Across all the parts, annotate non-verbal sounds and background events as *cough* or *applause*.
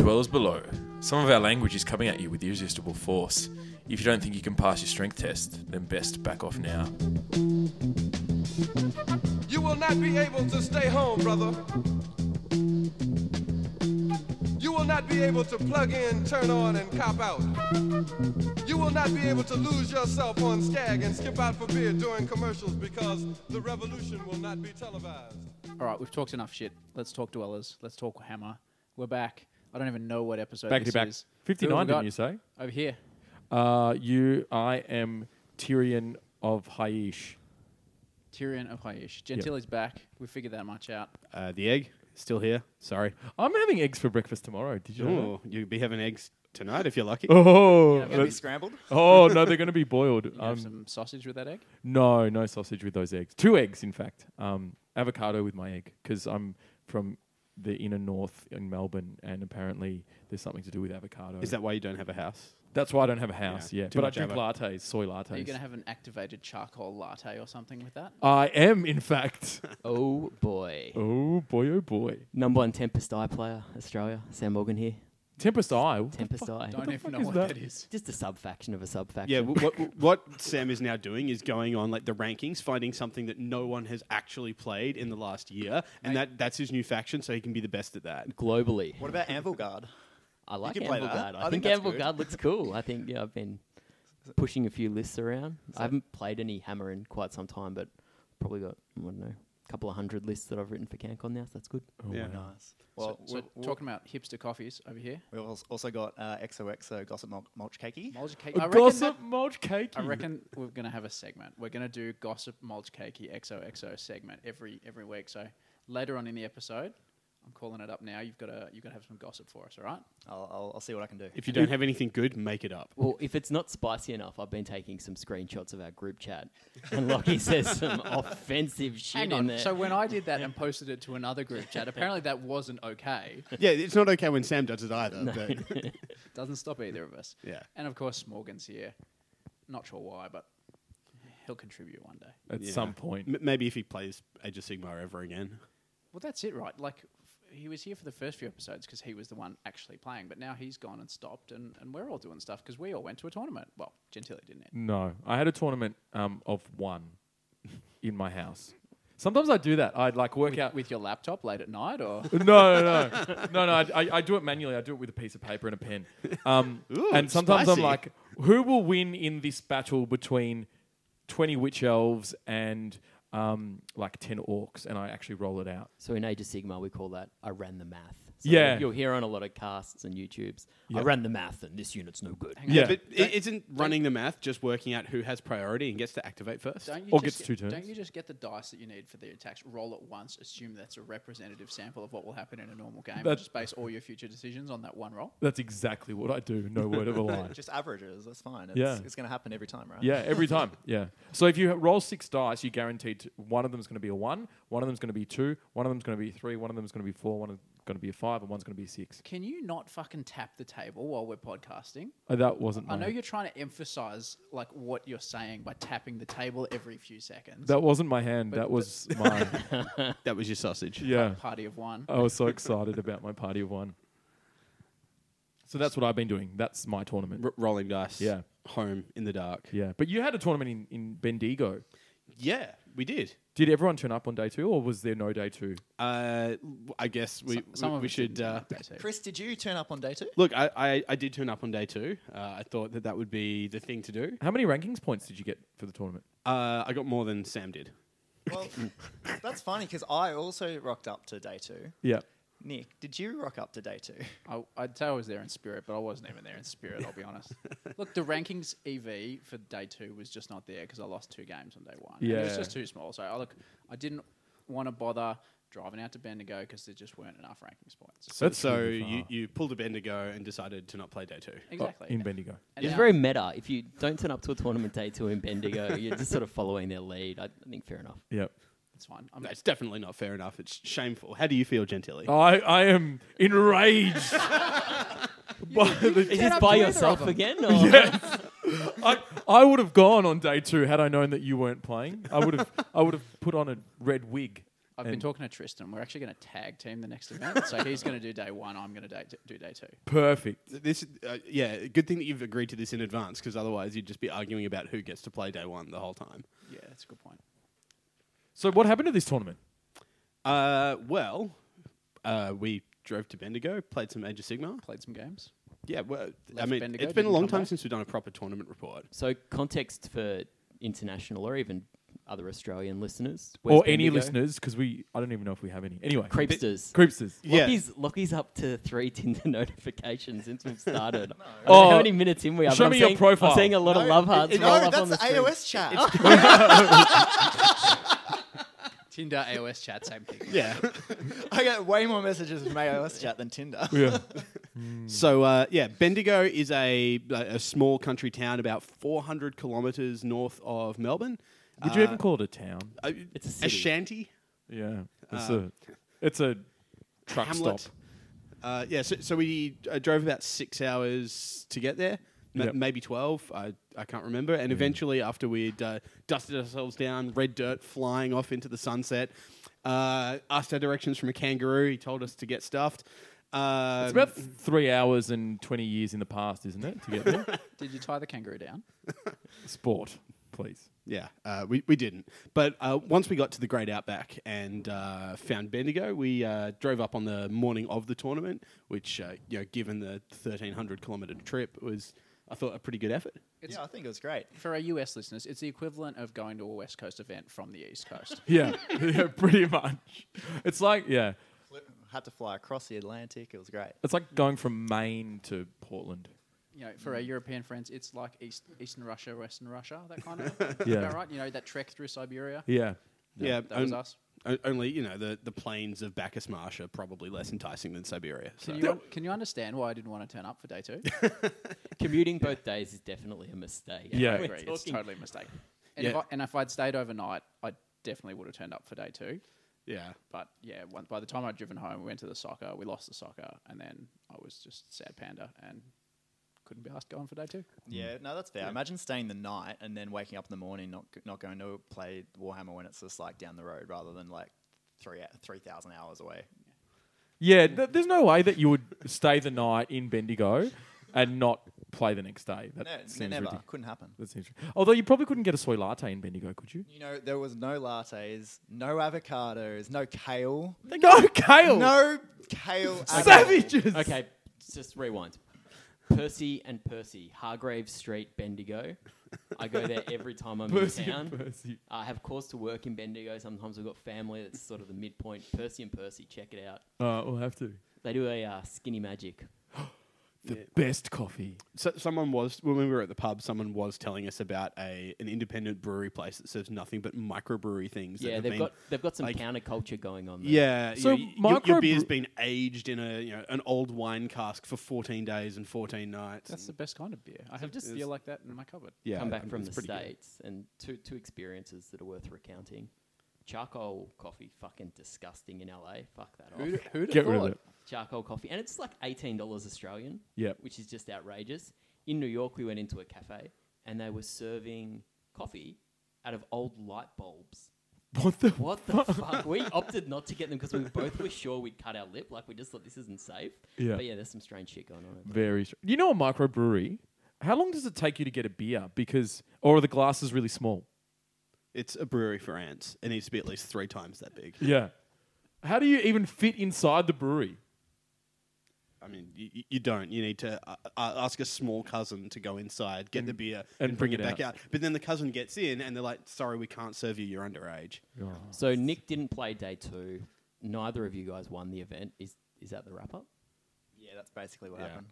well as below. Some of our language is coming at you with irresistible force. If you don't think you can pass your strength test, then best back off now. You will not be able to stay home, brother. You will not be able to plug in, turn on, and cop out. You will not be able to lose yourself on Skag and skip out for beer during commercials because the revolution will not be televised. All right, we've talked enough shit. Let's talk dwellers. Let's talk hammer. We're back. I don't even know what episode Back this to back. is. Who have we got 59, didn't you say? Over here. Uh, you, I am Tyrion of Haish. Tyrion of Haish. Gentili's back. We figured that much out. Uh, the egg still here. Sorry. I'm having eggs for breakfast tomorrow. Did you know Ooh, you'll be having eggs tonight if you're lucky. that? Oh, Gonna be that's- scrambled. oh no, they're going to *laughs* be boiled. You have Um, some sausage with that egg? no, no sausage with those eggs. Two eggs, in fact. Um, avocado with my egg because I'm from the inner north in Melbourne, and apparently there's something to do with avocado. Is that why you don't have a house? That's why I don't have a house. Yeah, Yeah, too but I much drink avo. lattes, soy lattes. Are you going to have an activated charcoal latte or something with that? I am, in fact. Oh boy. oh boy, oh boy. Number one Tempest Eye player, Australia. Sam Morgan here. Tempest Eye. what the Tempest fuck? Eye. Don't even fuck know is what that? that is. Just a sub faction of a sub faction. Yeah, wh- what, what Sam is now doing is going on like the rankings, finding something that no one has actually played in the last year, and that, that's his new faction, so he can be the best at that. globally. What about Anvil Guard? I like can play Anvil that. Guard. I I, think think, that's Anvil good. Guard looks cool. I think yeah, I've been pushing a few lists around. I haven't played any Hammer in quite some time, but probably got I don't know a couple of hundred lists that I've written for CanCon now. So that's good. yeah. Nice. Well, so, we- we- talking about hipster coffees over here. we've als- also got uh, XOXO Gossip Mul- Mulch Cakey. Mulch cake. A I reckon, gossip mulch cake. I reckon we're going to have a segment. We're going to do gossip mulch cakey XOXO segment every every week. So later on in the episode, I'm calling it up now. You've got to you've got to have some gossip for us, all right? I'll, I'll, I'll see what I can do. If you don't have anything good, make it up. Well, if it's not spicy enough, I've been taking some screenshots of our group chat, and Lockie says *laughs* some offensive shit Hang in on. there. So when I did that and posted it to another group chat, apparently that wasn't okay. Yeah, it's not okay when Sam does it either. But Doesn't stop either of us. Yeah. And of course, Morgan's here. Not sure why, but he'll contribute one day. At Yeah. some point. M- maybe if he plays Age of Sigmar ever again. Well, that's it, right? Like, f- he was here for the first few episodes because he was the one actually playing, but now he's gone and stopped, and, and we're all doing stuff because we all went to a tournament. Well, Gentili didn't it? No, I had a tournament um, of one in my house. Sometimes I do that. I'd like work With, *laughs* out. with your laptop late at night, *laughs* or no, no, no, no, no. I, I, I do it manually. I do it with a piece of paper and a pen. Um, Ooh, and sometimes spicy. I'm like, who will win in this battle between twenty witch elves and um, like ten orcs? And I actually roll it out. So in Age of Sigma, we call that I ran the math. So Yeah. you'll hear on a lot of casts and YouTubes. I Yeah. ran the math, and this unit's no good. Hang on. Yeah, But it isn't running the math just working out who has priority and gets to activate first? don't you Or just gets get, two turns. Don't you just get the dice that you need for the attacks, roll it once, assume that's a representative sample of what will happen in a normal game, That- and just base all your future decisions on that one roll? that's exactly what I do. No word of a *laughs* lie. Just averages, that's fine. It's, Yeah. it's going to happen every time, right? Yeah, every time. Yeah. So if you roll six dice, you're guaranteed to, one of them's going to be a one, one of them's going to be two, one of them's going to be three, one of them's going to be four, one is going to be a five, and one's going to be a six. Can you not fucking tap the table while we're podcasting? Uh, that wasn't. My, I know you're trying to emphasize like what you're saying by tapping the table every few seconds. That wasn't my hand. *laughs* That was my. That was your sausage. yeah. party of one. I was so excited about my party of one. So that's what I've been doing. That's my tournament. R- rolling dice. Yeah. Home in the dark. Yeah. But you had a tournament in, in Bendigo. Yeah, we did. Did everyone turn up on day two, or was there no day two? Uh, I guess we Some we, of we it should. didn't Uh, work, though, too. Chris, did you turn up on day two? look, I, I, I did turn up on day two. Uh, I thought that that would be the thing to do. How many rankings points did you get for the tournament? Uh, I got more than Sam did. Well, that's funny because I also rocked up to day two. Yeah. Nick, did you rock up to day two? I, I'd say I was there in spirit, but I wasn't even there in spirit. I'll be *laughs* honest. Look, the rankings EV for day two was just not there because I lost two games on day one. And it was Yeah. just too small. So I look, I didn't want to bother driving out to Bendigo because there just weren't enough rankings points. So, That's so really you, far. you pulled a Bendigo and decided to not play day two. Exactly. Oh, In Bendigo. And It's now- very meta. If you don't turn up to a tournament day two in Bendigo, *laughs* you're just sort of following their lead. I I think fair enough. Yeah. it's fine. I'm, No, it's definitely not fair enough. It's shameful. How do you feel, Gentili? I, I am enraged. by the- *laughs* Turn Is this up by to either yourself of 'em. *laughs* again? Or? I, I would have gone on day two had I known that you weren't playing. I would have I would have put on a red wig. I've been And- talking to Tristan. We're actually going to tag team the next event. so he's going to do day one. I'm going to do day two. Perfect. This, uh, yeah, good thing that you've agreed to this in advance because otherwise you'd just be arguing about who gets to play day one the whole time. Yeah, that's a good point. So what happened to this tournament? Uh, well, uh, we drove to Bendigo, played some Age of Sigma. Played some games. Yeah, well, I Left mean, Bendigo, it's been a didn't long come time back. since we've done a proper tournament report. So context for international or even other Australian listeners or Where's any Bendigo? listeners? Because we, I don't even know if we have any. Anyway, creepsters. Creepsters. Yeah. Lockie's, Lockie's up to three *laughs* Tinder notifications since we've *laughs* started. I don't know Oh, how many minutes in we are? but show I'm me your seeing, profile. I'm seeing a lot of love hearts. no, roll up that's on the the screen. AOS chat. Tinder, AOS chat, same thing. *laughs* Yeah. *laughs* Hmm. I get way more messages from AOS chat than Tinder. *laughs* Yeah. so uh, yeah, Bendigo is a a small country town about 400 kilometres north of Melbourne. *laughs* Would you Uh, even call it a town? a, It's a city. shanty Yeah. It's uh, a, it's a truck hamlet. stop. Uh, yeah, so, so we uh, drove about six hours to get there, ma- Yep. Mm. maybe twelve. I I can't remember. And eventually, after we'd uh, dusted ourselves down, red dirt flying off into the sunset, uh, asked our directions from a kangaroo. He told us to get stuffed. Uh, It's about three hours and 20 years in the past, isn't it? To get there? Did you tie the kangaroo down? Sport, please. Yeah, uh, we, we didn't. But uh, once we got to the Great Outback and uh, found Bendigo, we uh, drove up on the morning of the tournament, which, uh, you know, given the 1,300 kilometre trip, was, I thought, a pretty good effort. yeah, I think it was great. For our US listeners, it's the equivalent of going to a West Coast event from the East Coast. Yeah. *laughs* yeah, pretty much. It's like, yeah. Had to fly across the Atlantic. It was great. It's like going from Maine to Portland. you know, for our European friends, it's like East, Eastern Russia, Western Russia, that kind of. Yeah. About right? You know, that trek through Siberia. Yeah. Yeah, That was on- us. o- only, you know, the, the plains of Bacchus Marsh are probably less enticing than Siberia. So. Can you, un- can you understand why I didn't want to turn up for day two? Commuting both days is definitely a mistake. Yeah. I *laughs* We're agree. It's talking- totally a mistake. And, if Yeah. I, and if I'd stayed overnight, I definitely would have turned up for day two. yeah. But yeah, one, by the time I'd driven home, we went to the soccer, we lost the soccer, and then I was just sad panda and couldn't be asked going for day two. Yeah, Mm. no, that's fair. Imagine staying the night and then waking up in the morning, not g- not going to play Warhammer when it's just like down the road, rather than like three uh, three thousand hours away. Yeah, th- there's no way that you would stay the night in Bendigo and not play the next day. That No, n- seems never ridiculous. couldn't happen. That seems ridiculous. Although you probably couldn't get a soy latte in Bendigo, could you? You know, there was no lattes, no avocados, no kale, *laughs* No kale. no *laughs* kale. at all. Savages. Okay, just rewind. Percy and Percy, Hargrave Street, Bendigo. I go there every time I'm Percy in and town. Percy. I have course to work in Bendigo. Sometimes we've got family that's sort of the midpoint. Percy and Percy, check it out. Uh, we'll have to. They do a uh, skinny magic. The best coffee. So, someone was, when we were at the pub, someone was telling us about a an independent brewery place that serves nothing but microbrewery things. that yeah, have they've been- got they've got some like- counterculture going on. There. Yeah. So So your, micro- your beer's been aged in a you know an old wine cask for 14 days and 14 nights. That's the best kind of beer. I have just- just beer like that in my cupboard. yeah, come back um, from it's the pretty good. states and two two experiences that are worth recounting. Charcoal coffee, fucking disgusting in LA. Fuck that off. Who'd, who'd have Get rid of thought? it. charcoal coffee, and it's like eighteen dollars Australian. Yep. which is just outrageous. In New York, we went into a cafe and they were serving coffee out of old light bulbs. What the? What *laughs* the fuck? We opted not to get them because we both were sure we'd cut our lip. Like we just thought this isn't safe. Yeah. But yeah, there's some strange shit going on. Over there. Very. Str- you know a microbrewery. How long does it take you to get a beer? Because or are the glasses really small? It's a brewery for ants. It needs to be at least three times that big. Yeah. How do you even fit inside the brewery? I mean, you, you don't. You need to uh, uh, ask a small cousin to go inside, get the beer, and, bring, it, back out. But then the cousin gets in, and they're like, "Sorry, we can't serve you. You're underage." So Nick didn't play day two. Neither of you guys won the event. Is is that the wrap up? Yeah, that's basically what Yeah. happened.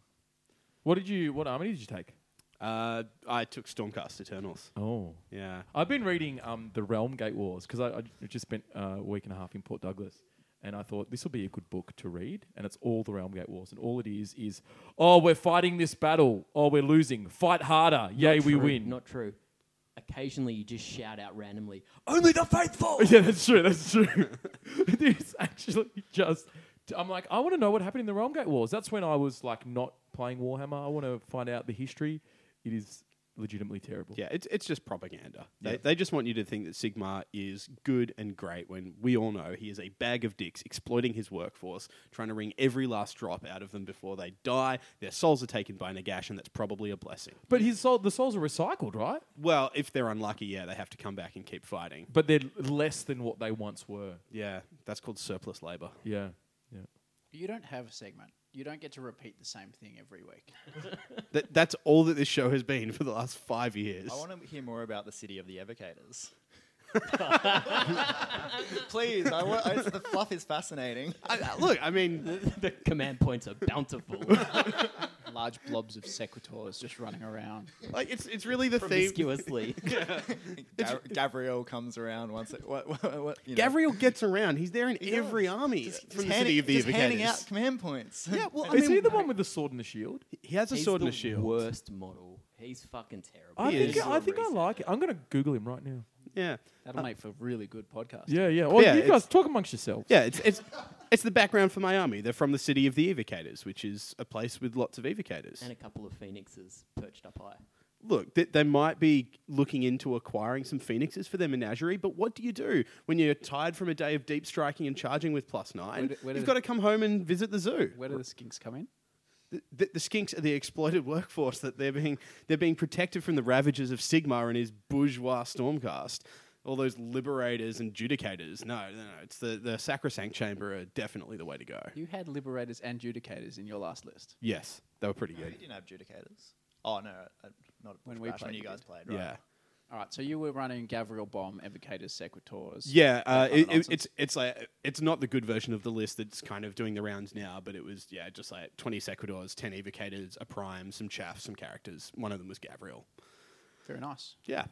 What did you? What army did you take? Uh, I took Stormcast Eternals. Oh. Yeah. I've been reading um, the Realm Gate Wars because I, I just spent uh, a week and a half in Port Douglas, and I thought this will be a good book to read. And it's all the Realm Gate Wars, and all it is is, oh, we're fighting this battle, oh, we're losing, fight harder, yay, we True, win. Not true. Occasionally, you just shout out randomly. *laughs* Only the faithful. yeah, that's true. That's true. *laughs* it's actually just. I'm like, I want to know what happened in the Realm Gate Wars. That's when I was like not playing Warhammer. I want to find out the history. It is legitimately terrible. Yeah, it's it's just propaganda. They Yeah. they just want you to think that Sigma is good and great when we all know he is a bag of dicks exploiting his workforce, trying to wring every last drop out of them before they die. Their souls are taken by Nagash, and that's probably a blessing. But his soul, the souls are recycled, right? Well, if they're unlucky, yeah, they have to come back and keep fighting. But they're less than what they once were. Yeah, that's called surplus labor. Yeah. Yeah. You don't have a segment. You don't get to repeat the same thing every week. That, that's all that this show has been for the last five years. I want to hear more about the city of the *laughs* evocators. Please, I wa- I- the fluff is *laughs* fascinating. I- I- look, I mean, the command points are bountiful. Large blobs of sequitors just running around. like it's it's really the theme. promiscuously. Gar- Gabriel comes around once. It, what, what, what, you know. Gabriel gets around. He's there in He does. every army Just- from just the city handing- of the just handing Evocators. out command points. Yeah, well, I Is mean, he the one with the sword and the shield? he has a He's sword the and a shield. worst model. He's fucking terrible. I He think is. I think I like it. I'm going to Google him right now. Yeah. That'll make for really good podcast. Yeah, yeah. Well, Yeah, you it's- guys talk amongst yourselves. Yeah, it's it's it's the background for my army. They're from the city of the Evocators, which is a place with lots of evocators. And a couple of phoenixes perched up high. Look, th- they might be looking into acquiring some phoenixes for their menagerie, but what do you do when you're tired from a day of deep striking and charging with plus nine? Where do- where do You've the- got to come home and visit the zoo. Where do the skinks come in? The, the, the skinks are the exploited *laughs* workforce that they're being they're being protected from the ravages of Sigma and his bourgeois stormcast. All those liberators and judicators. No, no, no. It's the, the sacrosanct chamber are definitely the way to go. You had liberators and judicators in your last list. Yes, they were pretty No, good. *laughs* you didn't have judicators. Oh no, uh, not When when we we when played, you we guys did. played. Right? Yeah. All right, so you were running Gavril Bomb, Evocators, Sequitors. Yeah, uh, kind of it, it, nonsense. it's it's like it's not the good version of the list that's kind of doing the rounds now, but it was yeah, just like twenty Sequidors, ten Evocators, a Prime, some chaff, some characters. One of them was Gabriel. Very nice. Yeah,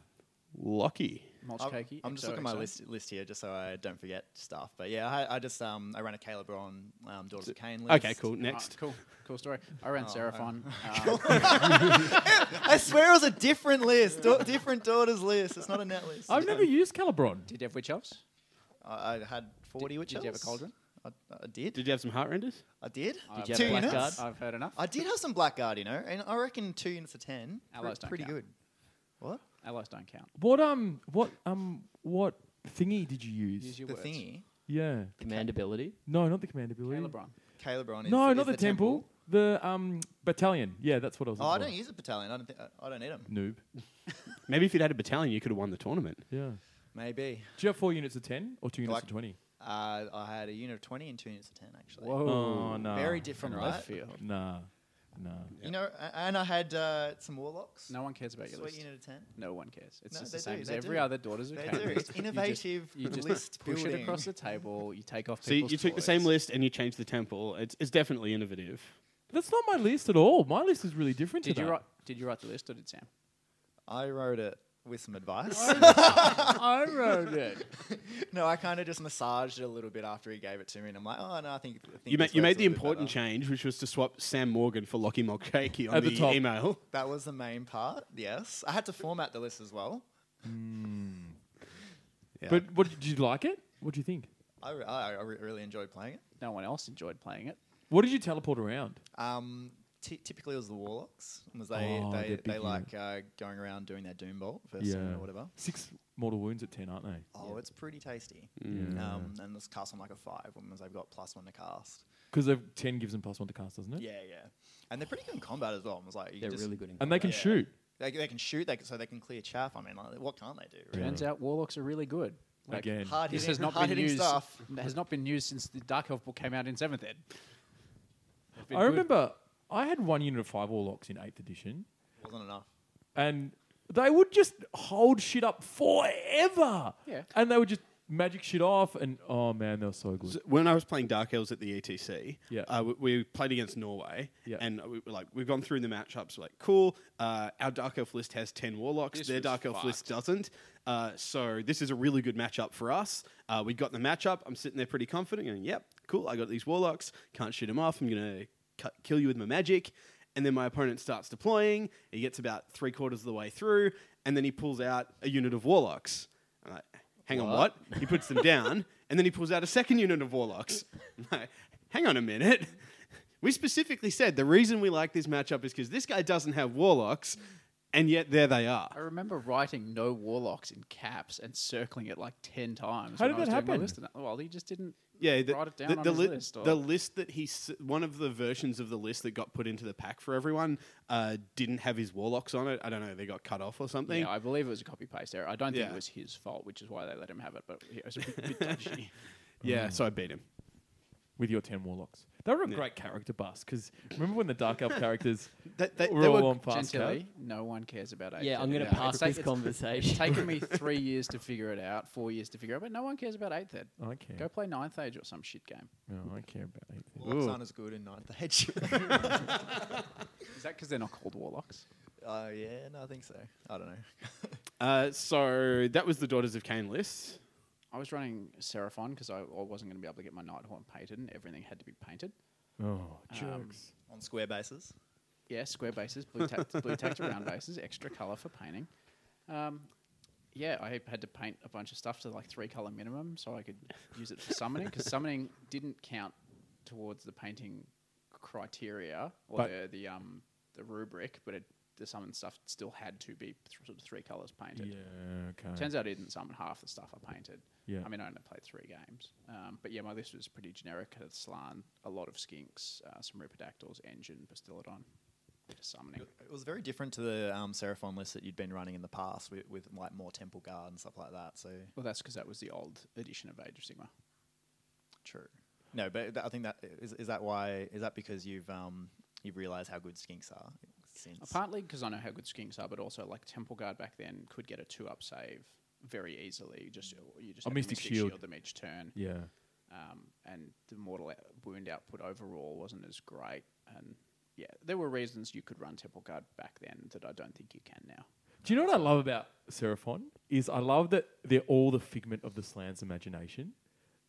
lucky. Mulch I'm, cakey. I'm just XOXO. looking at my list list here just so I don't forget stuff. But yeah, I, I just um I ran a Caleb on um, Daughters of Cain list. Okay, *laughs* cool. All right, Next, cool. Cool story. I Oh, ran Seraphon. um, I swear it was a different list, da- different daughters list. It's not a net list. I've never used Calibron. did you have witch elves? I, I had forty Did- witches. did you have a cauldron? I, I did. did you have some heart renders? I did. I've- you have two Blackguard? units. I've heard enough. I did have some blackguard, you know, and I reckon two units of ten. Allies don't pretty count. good. What? Allies don't count. What um what um what thingy did you use? Use your The words. thingy. yeah. Command ability. No, not the command ability. Calibron. Caleb on. Is, No, is not the, temple. The um battalion. Yeah, that's what I was. Oh, I looking don't use a battalion. I don't. Th- I don't need them. for. noob. Maybe if you'd had a battalion, you could have won the tournament. Yeah. Maybe. Do you have four units of ten or two units Like- of twenty? Uh, I had a unit of 20 and two units of 10, actually. Oh no. Very different, right? Left field. Nah, nah. You know, a- and I had uh, some warlocks. No one cares about your Sweet list. unit of 10. No one cares. It's No, just the they same do, as they every do. other daughters of They Cain do. *laughs* list. It's innovative You just, you just list push it across the building. table. You take off. So you, people's you took the same toys. list and you changed the temple. It's it's definitely innovative. That's not my list at all. My list is really different. Did to you that. write? Did you write the list or did Sam? *laughs* I wrote it with some advice. I wrote it. *laughs* no, I kind of just massaged it a little bit after he gave it to me, and I'm like, oh, no, I think. I think You, ma- this you works made a the little bit important better." change, which was to swap Sam Morgan for Lockie Mulcahy on At the the, top. email. That was the main part, yes. I had to format the list as well. Yeah. But what did you like it? What do you think? I, re- I, I re- really enjoyed playing it. No one else enjoyed playing it. What did you teleport around? Um, ty- typically, it was the warlocks. Was they Oh, they, they're they big like uh, going around doing their doom bolt first turn or whatever. Six mortal wounds at ten, aren't they? Oh, it's pretty tasty. Um, and let's cast on like a five, which means I've got plus one to cast. Because ten gives them plus one to cast, doesn't it? Yeah, yeah. And they're pretty good in combat as well. I was like, you They're just, really good in And they can Yeah. shoot. They, they can shoot, they can, so they can clear chaff. I mean, like, what can't they do? Really? Turns out warlocks are really good. Like, Again. Hard This hitting, has not hard been hitting used. stuff. *laughs* Has not been used since the Dark Elf book came out in seventh ed. They've been I good. remember I had one unit of five warlocks in eighth edition, Wasn't enough. and they would just hold shit up forever. Yeah. And they would just magic shit off, and oh man, they were so good. So when I was playing Dark Elves at the ETC, Yeah. uh, we, we played against Norway, Yeah. and we, were like we've gone through the matchups. We're like, cool, uh, our Dark Elf list has ten Warlocks, This their was Dark Elf fucked. list doesn't. Uh, so this is a really good matchup for us. Uh, we got the matchup. I'm sitting there pretty confident, going, yep, cool. I got these Warlocks. Can't shoot them off. I'm gonna cut, kill you with my magic. And then my opponent starts deploying. He gets about three quarters of the way through, and then he pulls out a unit of Warlocks. I'm like, hang on, what? He puts them down, and then he pulls out a second unit of warlocks. I'm like, hang on a minute. We specifically said the reason we like this matchup is because this guy doesn't have warlocks, and yet there they are. I remember writing no warlocks in caps and circling it like 10 times. How when did I was doing that my happen? list and that- well, he just didn't Yeah, the, write it down the, on the his li- list. Or, the list that he s- one of the versions of the list that got put into the pack for everyone uh, didn't have his warlocks on it. I don't know, they got cut off or something. yeah, I believe it was a copy paste error. I don't think Yeah. it was his fault, which is why they let him have it, but it was a bit, bit *laughs* dodgy. Yeah, so I beat him. with your 10 warlocks. They were a great character bust because remember when the Dark Elf characters That, that, were they all were- on fast Gently, no one cares about Ape. Yeah, I'm going to Yeah. pass It's like- this it's- It's conversation. taken *laughs* me three years to figure it out, four years to figure it out, but no one cares about eighth ed. I don't care. Go play ninth age or some shit game. No, I don't care about it. Warlocks aren't as good in ninth *laughs* age. Is that because they're not called warlocks? Oh yeah, no, I think so. I don't know. uh, so that was the Daughters of Cain list. I was running Seraphon because I, I wasn't going to be able to get my Nighthorn painted and everything had to be painted. Oh, jerks. On square bases. Yeah, square bases, blue tack, blue tack to round bases, extra colour for painting. Um, yeah, I had to paint a bunch of stuff to like three colour minimum so I could use it for summoning because summoning didn't count towards the painting criteria or But- the the um the rubric, but it, the summon stuff still had to be th- sort of three colours painted. yeah, okay. Turns out I didn't summon half the stuff I painted. Yeah. I mean, I only played three games. Um, but yeah, my list was pretty generic. It had Slan, a lot of Skinks, uh, some Ripidactyls, Engine, Bastillodon, bit of summoning. It was very different to the um, Seraphon list that you'd been running in the past with, with like more Temple Guard and stuff like that. So Well, that's because that was the old edition of Age of Sigma. true. No, but th- I think that is, is that why is that because you've um, you've realised how good skinks are since. Partly because I know how good Skinks are, but also like Temple Guard back then could get a two up save very easily. You just you just A have to Mystic Shield. them each turn. Yeah. um, and the mortal out- wound output overall wasn't as great. And yeah, there were reasons you could run Temple Guard back then that I don't think you can now. Do you know what I love about Seraphon? Is I love that they're all the figment of the slan's imagination.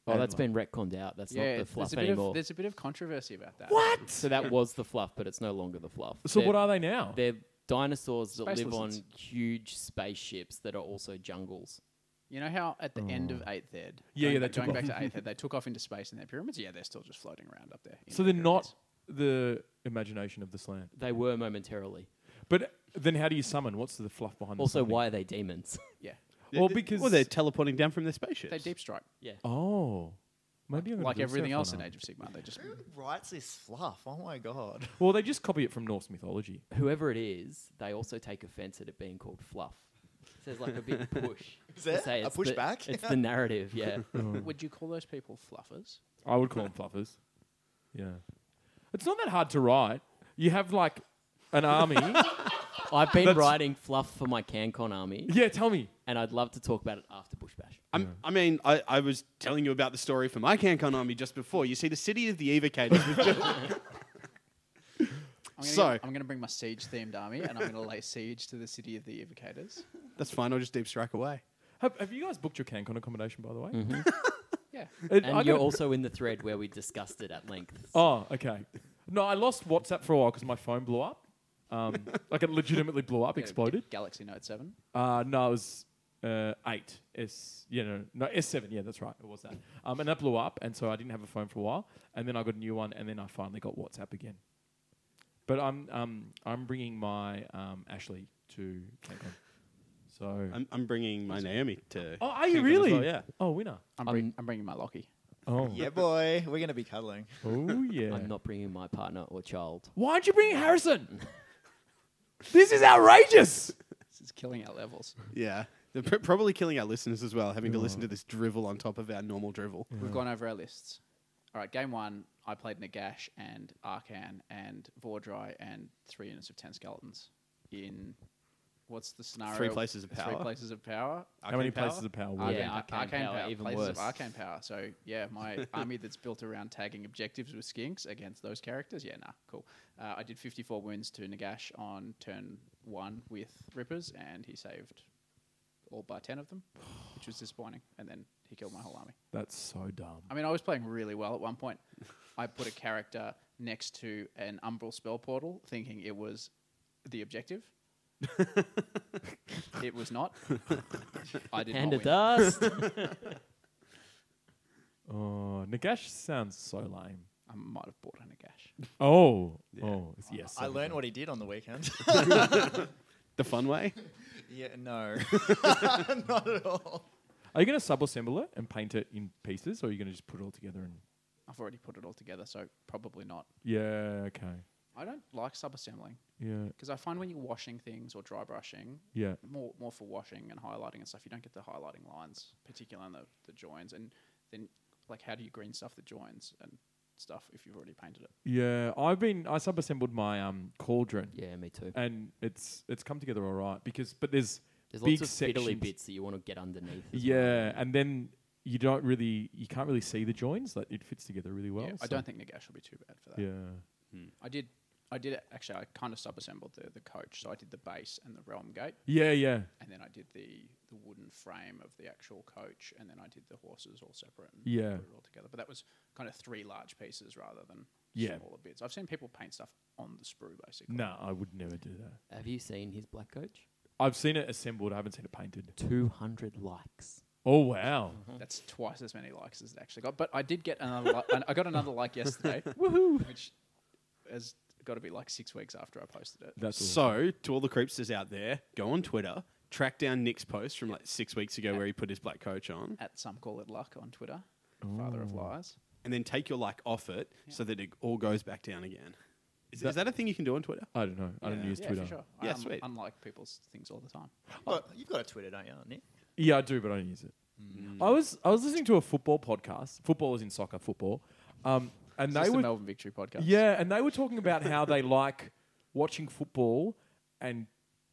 oh, And that's like- been retconned out. That's not the fluff there's a, bit of, anymore. there's a bit of controversy about that. So that was the fluff, but it's no longer the fluff. So They're- what are they now? They're dinosaurs that Space live on lizards. huge spaceships that are also jungles. You know how at the end of Eighth Ed, Oh. Yeah, going, yeah, they back- took going off. back to Eighth Ed, they took off into space in their pyramids. Yeah, they're still just floating around up there. in So their they're not pyramids. the imagination of the slant. They were momentarily. But then how do you summon? What's the fluff behind? Also, the summoning? why are they demons? Yeah, They- Well, they- because well, they're teleporting down from their spaceships. they deep strike Oh, maybe I'm gonna like do everything Seraphon else in now. Age of Sigma. They *laughs* just Who writes this fluff? Oh my god. Well, they just copy it from Norse mythology. Whoever it is, they also take offense at it being called fluff. So there's like a big push. Is to there say a it's the- pushback? It's the narrative, yeah. Oh. would you call those people fluffers? I would call them fluffers. Yeah, it's not that hard to write. You have like an *laughs* army. I've been That's- writing fluff for my CanCon army, yeah, tell me. and I'd love to talk about it after Bush Bash. I'm, I mean, I, I was telling you about the story for my CanCon army just before. You see, the city of the evocators *laughs* was just I'm gonna So- get- I'm going to bring my siege themed army and I'm going to lay siege to the city of the evocators. That's fine. I'll just deep strike away. Have, have you guys booked your CanCon accommodation, by the way? Yeah. It- And I you're gotta- also in the thread where we discussed it at length. Oh, okay. No, I lost WhatsApp for a while because my phone blew up. *laughs* Um, like it legitimately blew up, exploded. Galaxy Note 7. Uh, no, it was uh, eight S. You know, no S seven. Yeah, that's right. It was that. Um, and that blew up, and so I didn't have a phone for a while, and then I got a new one, and then I finally got WhatsApp again. But I'm um, I'm bringing my um, Ashley to CanCon. So. I'm, I'm bringing my Naomi to. oh, are CanCon you as really? well, yeah. Oh, winner. I'm, bring, I'm- I'm bringing my Lockie. Oh. *laughs* Yeah, boy, we're gonna be *laughs* cuddling. Oh yeah. I'm not bringing my partner or child. Why aren't you bringing Harrison? *laughs* this is outrageous. This is killing our levels. Yeah. They're pr- probably killing our listeners as well, having to listen to this drivel on top of our normal drivel. We've gone over our lists. All right, game one, I played Nagash and Arcan and Vordry and three units of 10 skeletons in what's the scenario? places of Three power? places of power. How many Arcane power? places of power? were Yeah, there? Arcane- arcane power, even places worse. of arcane power. So yeah, *laughs* my army that's built around tagging objectives with skinks against those characters. Yeah, nah, cool. Uh, I did 54 wounds to Nagash on turn one with Rippers, and he saved all but 10 of them, which was disappointing. And then he killed my whole army. That's so dumb. I mean, I was playing really well at one point. I put a character next to an umbral spell portal, thinking it was the *laughs* objective. it was not. I did Hand not of win. dust. Oh, Nagash sounds so lame. I might have bought a Nagash. Oh, oh, it's- yes. I *laughs* so- learned what he did on the weekend. The fun *laughs* way? Yeah, *laughs* no. Not at all. Are you going to sub-assemble it and paint it in pieces, or are you going to just put it all together and? I've already put it all together, so probably not. Yeah. Okay. I don't like sub-assembling Yeah. because I find when you're washing things or dry brushing, Yeah. more more for washing and highlighting and stuff, you don't get the highlighting lines, particularly on the, the joins. And then, like, how do you green stuff the joins and stuff if you've already painted it? Yeah. I've been I sub-assembled my um cauldron. Yeah, me too. And it's it's come together all right because but there's There's big lots of sections. fiddly bits that you want to get underneath. as well. Yeah, and then you don't really you can't really see the joins. Like it fits together really well. yeah, I so- don't think Nagash will be too bad for that. Yeah. I did. I did actually. I kind of sub-assembled the, the coach, so I did the base and the realm gate, Yeah. Yeah. and then I did the the wooden frame of the actual coach, and then I did the horses all separate. And Yeah. put it all together. But that was kind of three large pieces rather than Yeah. smaller bits. I've seen people paint stuff on the sprue basically. No, I would never do that. Have you seen his black coach? I've seen it assembled. I haven't seen it painted. 200 likes. Oh *laughs* wow. Uh-huh. That's twice as many likes as it actually got. But I did get another. Li- an- I got another like *laughs* yesterday. Woohoo! Which has got to be like six weeks after I posted it. That's all. So, to all the creepsters out there, go on Twitter, track down Nick's post from like six weeks ago where he put his black coach on, At some call it luck on Twitter, father of lies. and then take your like off it so that it all goes back down again. Is that, is that a thing you can do on Twitter? I don't know. I don't Yeah. use Yeah, Twitter. for sure. Yeah, I un- sweet. unlike people's things all the time. But you've got a Twitter, don't you, Nick? Yeah, I do, but I don't use it. I was I was listening to a football podcast. Football is in soccer football, um, and It's they the were Melbourne Victory podcast. yeah, and they were talking about how *laughs* they like watching football and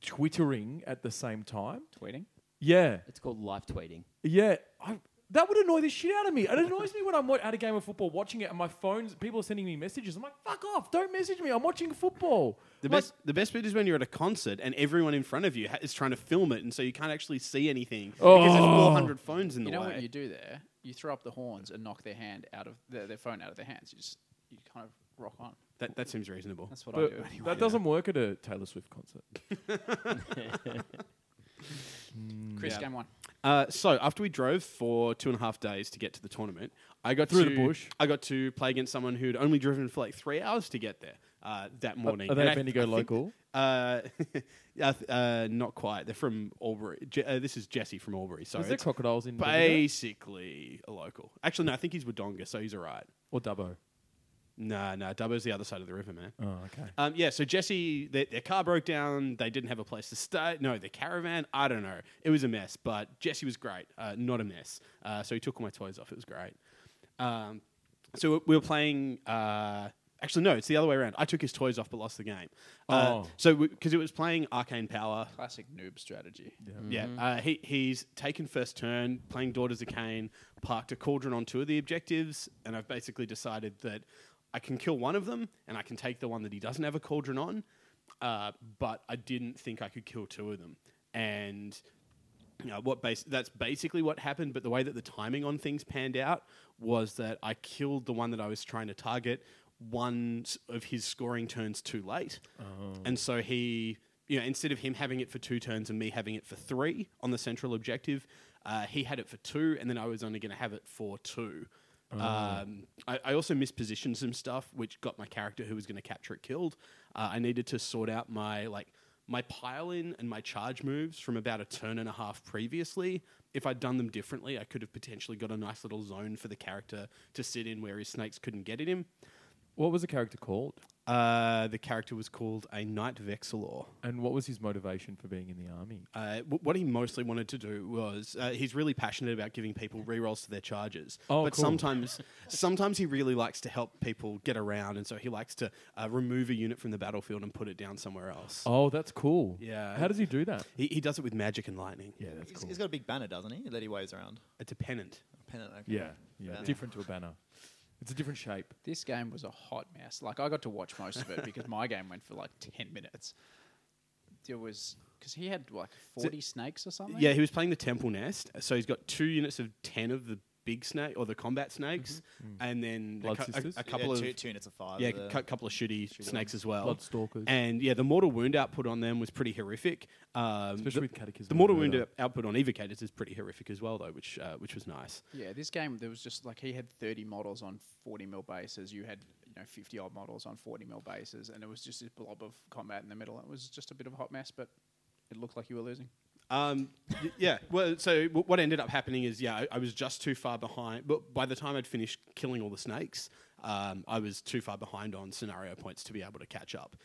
twittering at the same time. tweeting. Yeah, It's called live tweeting. yeah. I, that would annoy the shit out of me. It annoys me when I'm wa- at a game of football watching it, and my phone's people are sending me messages. I'm like, fuck off! Don't message me. I'm watching football. The Like, best, the best bit is when you're at a concert and everyone in front of you ha- is trying to film it, and so you can't actually see anything because there's 400 phones in the You know way. what you do there? You throw up the horns and knock their hand out of their, their phone out of their hands. You just you kind of rock on. that, that seems reasonable. That's what but I do anyway. that doesn't work at a Taylor Swift concert. Chris, Yeah. game one. Uh, so after we drove for two and a half days to get to the tournament, I got Through to, the bush. I got to play against someone who'd only driven for like three hours to get there uh, that morning. are they And a I th- Bendigo I think- local? Uh, *laughs* yeah, I th- uh, not quite. They're from Albury. Je- uh, this is Jesse from Albury. So Is there it's crocodiles in Bendigo? basically a local. Actually, no, I think he's Wodonga, so he's all right. or Dubbo? Nah, nah, Dubbo's the other side of the river, man. Oh, okay. Um, yeah, so Jesse, their, their car broke down. They didn't have a place to stay. No, their caravan. I don't know. It was a mess, but Jesse was great. Uh, not a mess. Uh, so he took all my toys off. It was great. Um, so we were playing. Uh, actually, no, it's the other way around. I took his toys off but lost the game. Uh, Oh. So because it was playing Arcane Power. Classic noob strategy. Mm-hmm. Yeah, uh, he, he's taken first turn, playing Daughters of Cain, parked a cauldron on two of the objectives, and I've basically decided that I can kill one of them and I can take the one that he doesn't have a cauldron on, uh, but I didn't think I could kill two of them. And you know, what bas- that's basically what happened, but the way that the timing on things panned out was that I killed the one that I was trying to target one s- of his scoring turns too late. And so he, you know, instead of him having it for two turns and me having it for three on the central objective, uh, he had it for two, and then I was only going to have it for two. Um, I, I also mispositioned some stuff, which got my character who was going to capture it killed. Uh, I needed to sort out my like my pile in and my charge moves from about a turn and a half previously. If I'd done them differently, I could have potentially got a nice little zone for the character to sit in where his snakes couldn't get at him. What was the character called? Uh, the character was called a Knight Vexilor. And what was his motivation for being in the army? Uh, w- what he mostly wanted to do was uh, he's really passionate about giving people rerolls to their charges. Oh, but cool. sometimes, *laughs* sometimes he really likes to help people get around, and so he likes to uh, remove a unit from the battlefield and put it down somewhere else. Oh, that's cool. Yeah. How does he do that? He, he does it with magic and lightning. Yeah, He's- he's got a big banner, doesn't he, that he waves around? it's a pennant. A pennant. Okay. Yeah. Yeah. Yeah. Different to a banner. It's a different shape. This game was a hot mess. Like I got to watch most of it because my game went for like ten minutes. There was because he had like forty snakes or something. Yeah, he was playing the temple nest, so he's got two units of ten of the big snake or the combat snakes, and then a, Mm-hmm. Mm. Blood cou- a- sisters? a Yeah, couple two, uh, of two units of five. Yeah, there. a couple of shitty, snakes as well. Bloodstalkers. And yeah, the mortal wound output on them was pretty horrific. Um, Especially the, with Catechism The and mortal wound Murder. out- output on evocators is pretty horrific as well, though, which uh, which was nice. Yeah, this game there was just like he had thirty models on forty mil bases. You had you know fifty odd models on forty mil bases, and it was just this blob of combat in the middle. It was just a bit of a hot mess, but it looked like you were losing. Um, y- yeah. Well, so w- what ended up happening is, yeah, I, I was just too far behind. But by the time I'd finished killing all the snakes, um, I was too far behind on scenario points to be able to catch up.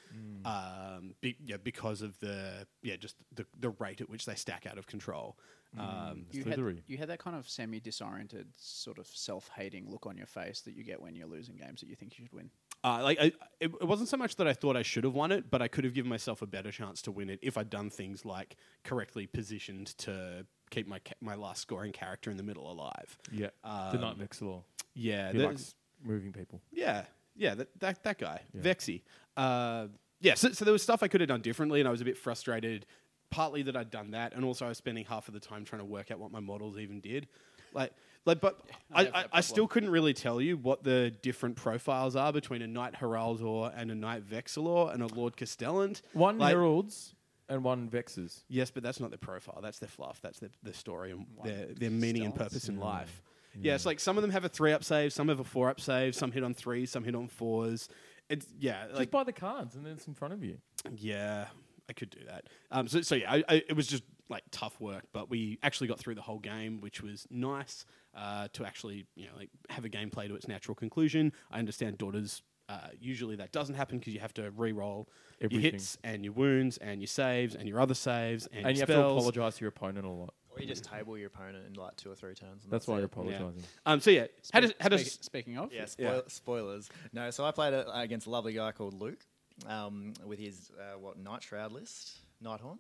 Um, be, yeah, because of the yeah, just the, the rate at which they stack out of control. Um, You Slithery. had, you had that kind of semi disoriented, sort of self hating look on your face that you get when you're losing games that you think you should win. uh, like I, it, it wasn't so much that I thought I should have won it, but I could have given myself a better chance to win it if I'd done things like correctly positioned to keep my ca- my last scoring character in the middle alive. Yeah. the night next door. Yeah, He that- likes moving people. Yeah, yeah, that that, that guy, Vexy. Uh, yeah, so, so there was stuff I could have done differently, and I was a bit frustrated, partly that I'd done that, and also I was spending half of the time trying to work out what my models even did. Like, like, but I, have I, that I still couldn't really tell you what the different profiles are between a Knight Heraldor and a Knight Vexilor and a Lord Castellant. One Like- heralds and one vexes. Yes, but that's not their profile. That's their fluff. That's their, their story and their, their meaning and Stellars? purpose in life. Yeah. it's like some of them have a three up save, some have a four up save, some hit on threes, some hit on fours. It's yeah, like Just buy the cards and then it's in front of you. yeah, I could do that. Um, so so yeah, I, I, it was just like tough work, but we actually got through the whole game, which was nice uh, to actually you know like have a game play to its natural conclusion. I understand daughters. Uh, usually that doesn't happen because you have to re-roll Everything. your hits and your wounds and your saves and your other saves and, And you your have to spells. apologize to your opponent a lot. Or you just table your opponent in like two or three turns. And That's it. why you're apologizing. Um, so yeah, how does Speak- how does speak- speaking of, Yeah, spoil- spoilers. No, so I played a, against a lovely guy called Luke um, with his, uh, what, Night Shroud list? Nighthorn?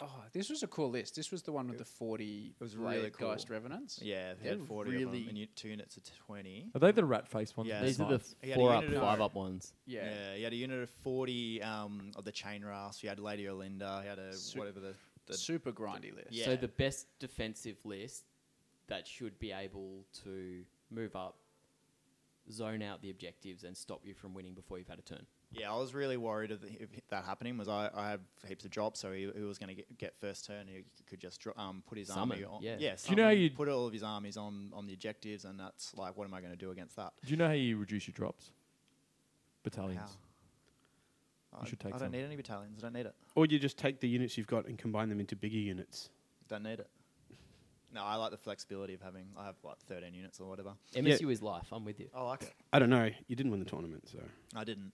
oh, this was a cool list. This was the one with the forty. It was really cool. Geist Revenants. Yeah, he They're had 40 of really- them, and you, two units of 20. Are they the rat face ones? Yeah. with These are the knives? He had a four up, unit of- five up ones. yeah. he had a unit of 40 um, of the Chain Rasp. He had Lady Olinda. He had a Su- whatever the... the super grindy list. yeah. So the best defensive list that should be able to move up, zone out the objectives, and stop you from winning before you've had a turn. Yeah, I was really worried of, if that happening. Was I, I have heaps of drops, so he, he was going to get, get first turn. He could just dro- um, put his Summon, army on. yeah. yeah Do you know how summon, you- put all of his armies on on the objectives, and that's like, what am I going to do against that? Do you know how you reduce your drops? Battalions. How? I, should take I some. don't need any battalions. I don't need it. or you just take the units you've got and combine them into bigger units? Don't need it. No, I like the flexibility of having. I have like 13 units or whatever. MSU is life. I'm with you. I like it. I don't know. You didn't win the tournament, so I didn't.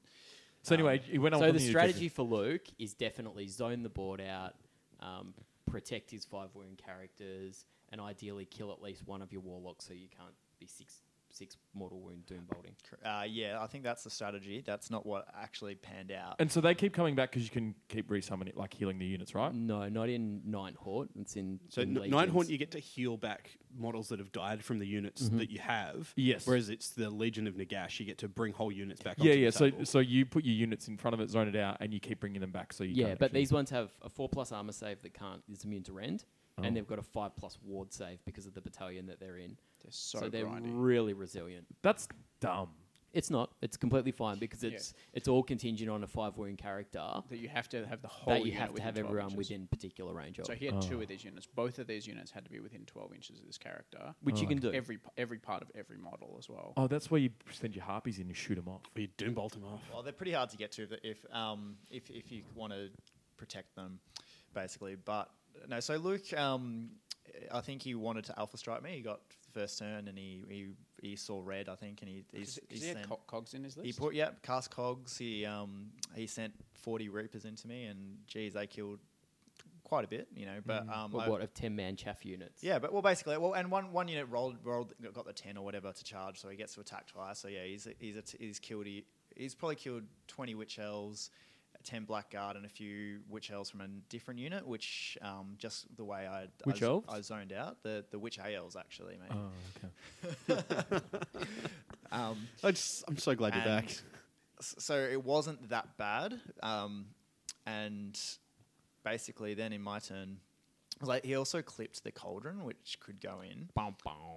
So anyway, he went on. So with the new strategy objective. for Luke is definitely zone the board out, um, protect his five wound characters, and ideally kill at least one of your warlocks so you can't be six six mortal wound doom bolting. Cor- Uh, yeah, I think that's the strategy. That's not what actually panned out. And so they keep coming back because you can keep resummoning, like healing the units, right? No, not in Nine Hort. It's in so in N- Ninehorn Legions. you get to heal back models that have died from the units that you have. Mm-hmm. Yes. Whereas it's the Legion of Nagash, you get to bring whole units back. Yeah, onto yeah. The So table. so you put your units in front of it, zone it out, and you keep bringing them back. So you Yeah, can't but actually- these ones have a four plus armor save that can't is immune to rend, Oh. and they've got a five plus ward save because of the battalion that they're in. They're so, they're grindy. really resilient. that's dumb. It's not. It's completely fine because it's it's all contingent on a five wound character that you have to have the whole. that you unit have to within Oh. have 12 everyone inches. within particular range of, So he had two of these units. Both of these units had to be within twelve inches of this character. Oh. which you can do. every p- every part of every model as well. Oh, that's where you send your harpies in and shoot them off. Or you doom bolt them off. Well, they're pretty hard to get to if- if um, if, if you want to protect them, basically. But no, so Luke, um, I think he wanted to alpha strike me. He got first turn and he he, he saw red, I think, and he he's, 'Cause- 'cause he, he had sent- co- cogs in his list. he put yeah cast cogs. He um, he sent forty reapers into me, and geez, they killed quite a bit, you know. But um, What, I- what of ten man chaff units? yeah, but well, basically, well, and one one unit rolled rolled got the ten or whatever to charge, so he gets to attack twice. So yeah, he's he's a, he's killed he, he's probably killed twenty witch elves, ten blackguard, and a few witch elves from a different unit. Which um, just the way I Witch I, z- elves? I zoned out the the witch elves actually, mate. Oh, okay. Oh. Um, I just, I'm so glad you're And- back. s- so it wasn't that bad. Um, and basically, then in my turn, like he also clipped the cauldron, which could go in,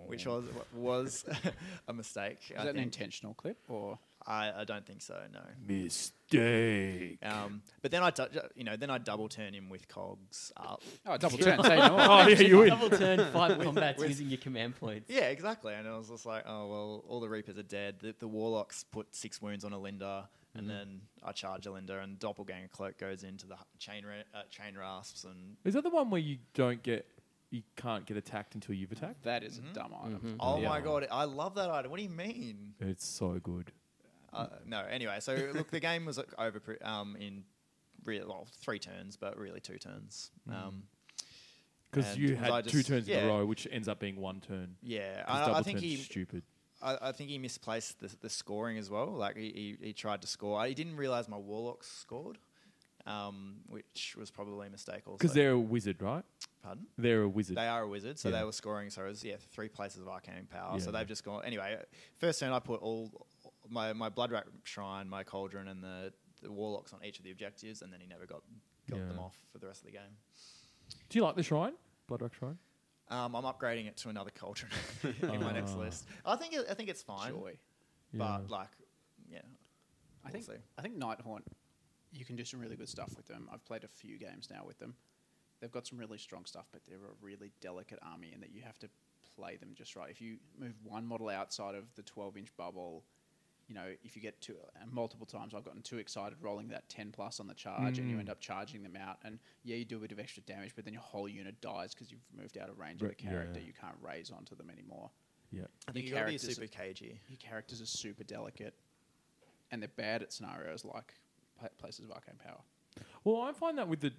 which was was *laughs* a mistake. Is that an intentional clip or? I, I don't think so. No. Mistake. Um, but then I, du- you know, then I double turn him with cogs up. *laughs* *laughs* Oh, double turn. Say no. more. *laughs* Oh yeah, you win. *laughs* Double turn five combats using your command points. Yeah, exactly. And I was just like, oh well, all the reapers are dead. The, the warlocks put six wounds on Alinda. and Mm-hmm. then I charge a Linda, and Doppelganger Cloak goes into the h- chain ra- uh, chain rasps, and Is that the one where you don't get, you can't get attacked until you've attacked? That is a dumb item. oh Mm-hmm. Yeah. my god, I love that item. What do you mean? It's so good. Uh, no, anyway, *laughs* so look, the game was uh, over pre- um, in real well, three turns, but really two turns. Mm. Um, Because And you 'cause I had two just- turns in yeah. a row, which ends up being one turn. yeah, 'Cause I, I double think turn's he stupid. I, I think he misplaced the, the scoring as well. Like he, he, he tried to score. He didn't realize my warlocks scored, um, which was probably a mistake. Also, Because they're a wizard, right? pardon. They're a wizard. They are a wizard, so Yeah. they were scoring. So it was yeah, three places of arcane power. Yeah, so yeah. they've just gone. Anyway, first turn I put all my my blood rack shrine, my cauldron, and the, the warlocks on each of the objectives, and then he never got got them Yeah. off for the rest of the game. Do you like the shrine? Bloodrock Shrine? Um, I'm upgrading it to another cauldron *laughs* in my next Ah. list. I think it, I think it's fine, Joy. Yeah. but like yeah, I think We'll see. I think Nighthaunt, you can do some really good stuff with them. I've played a few games now with them. They've got some really strong stuff, but they're a really delicate army in that you have to play them just right. If you move one model outside of the 12 inch bubble, you know, if you get to and multiple times, I've gotten too excited rolling that 10 plus on the charge, Mm. and you end up charging them out. And yeah, you do a bit of extra damage, but then your whole unit dies because you've moved out of range of Right, the character. yeah. You can't raise onto them anymore. Yeah. I think you Your got to be characters are- super cagey. your characters are super delicate and they're bad at scenarios like pla- places of arcane power. Well, I find that with the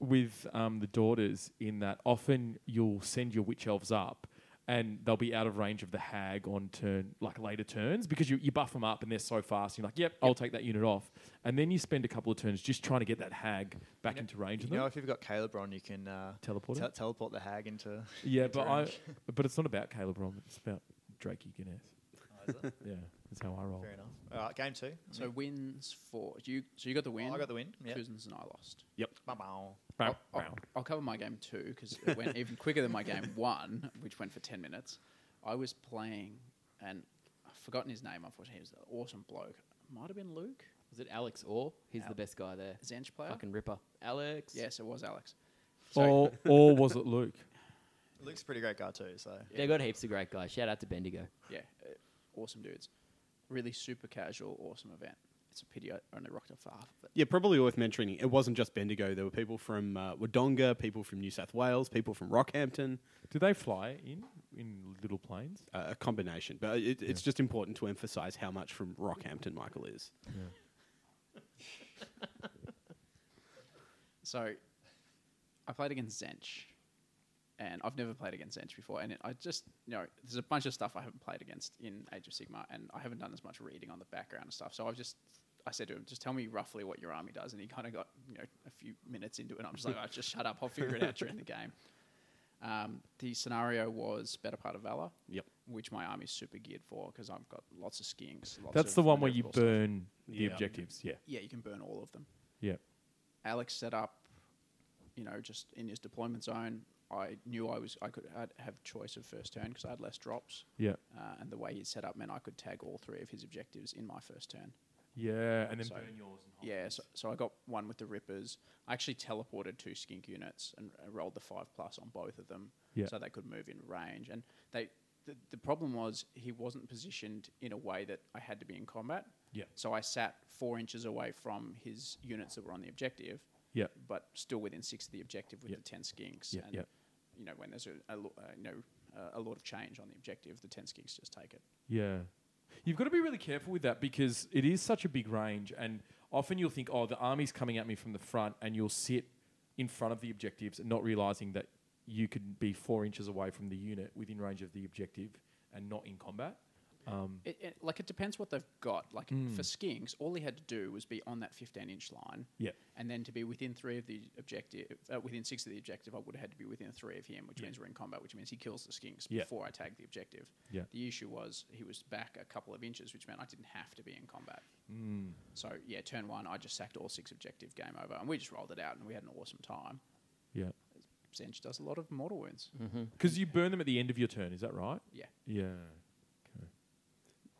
with um, the daughters in that often you'll send your witch elves up and they'll be out of range of the hag on turn like later turns because you, you buff them up and they're so fast you're like yep, I'll take that unit off and then you spend a couple of turns just trying to get that hag back into range of You know, them if you've got Caleb on, you can uh, Teleport te- it? teleport the hag into. *laughs* yeah into but I range. *laughs* but it's not about Caleb Rom it's about Drakey Guinness Oh, is it? *laughs* yeah that's how I roll Fair enough. All right, game two. So wins for you. So you got the win. Mm-hmm. Oh, I got the win, yep. Cousins and I lost. Bow-bow. Bow, I'll, Oh, I'll- bow. I'll cover my game two because it went even quicker than my *laughs* game one, which went for ten minutes. I was playing, and I've forgotten his name. Unfortunately, he was an awesome bloke. Might have been Luke Was it Alex Orr? He's Al- the best guy there. Zench player. Fucking ripper. Alex. Yes, it was Alex. or *laughs* or was it Luke Luke's a pretty great guy too. So They got heaps of great guys. Shout out to Bendigo. Yeah, uh, awesome dudes. Really super casual, awesome event. It's a pity I only rocked up for half of it. Yeah, probably worth mentioning. It wasn't just Bendigo. There were people from uh, Wodonga, people from New South Wales, people from Rockhampton, do they fly in in little planes uh, a combination. But it, it's just important to emphasise how much from Rockhampton Michael is. So I played against Zench, and I've never played against Zench before. And it, I just, you know, there's a bunch of stuff I haven't played against in Age of Sigma, and I haven't done as much reading on the background and stuff. So I've just, I said to him, just tell me roughly what your army does. And he kind of got, you know, a few minutes into it. And I'm just like, all right, just shut up. I'll figure it out during the game. Um, the scenario was Better Part of Valor. Yep. Which my army's super geared for because I've got lots of skinks. Lots that's of the one where you maneuverable stuff. burn the Yeah. objectives yeah Yeah, you can burn all of them. yeah Alex set up, you know, just in his deployment zone. I knew I was I could I'd have choice of first turn because I had less drops, yeah uh, and the way he set up meant I could tag all three of his objectives in my first turn. yeah and then So- burn yours and hold Yeah, so, so I got one with the Rippers. I actually teleported two skink units and uh, rolled the five plus on both of them, Yeah. so they could move in range. And they, the, the problem was he wasn't positioned in a way that I had to be in combat. Yeah. So I sat four inches away from his units that were on the objective. Yeah. But still within six of the objective with Yeah. the ten skinks. Yeah, And yeah. you know when there's a, a lo- uh, you know uh, a lot of change on the objective, the ten skinks just take it. Yeah. You've got to be really careful with that because it is such a big range. And often you'll think, oh, the army's coming at me from the front, and you'll sit in front of the objectives and not realizing that you could be four inches away from the unit within range of the objective and not in combat. Um, It, it, like it depends what they've got. Like Mm. for Skinks, all he had to do was be on that 15 inch line. Yeah. And then to be within three of the objective, uh, within six of the objective, I would have had to be within three of him, which means we're in combat, which means he kills the Skinks Yeah. before I tag the objective. Yeah. The issue was he was back a couple of inches, which meant I didn't have to be in combat. Mm. So yeah, turn one, I just sacked all six objective, game over, and we just rolled it out, and we had an awesome time. yeah. Zench does a lot of mortal wounds. Because you burn them at the end of your turn, is that right? Yeah. Yeah.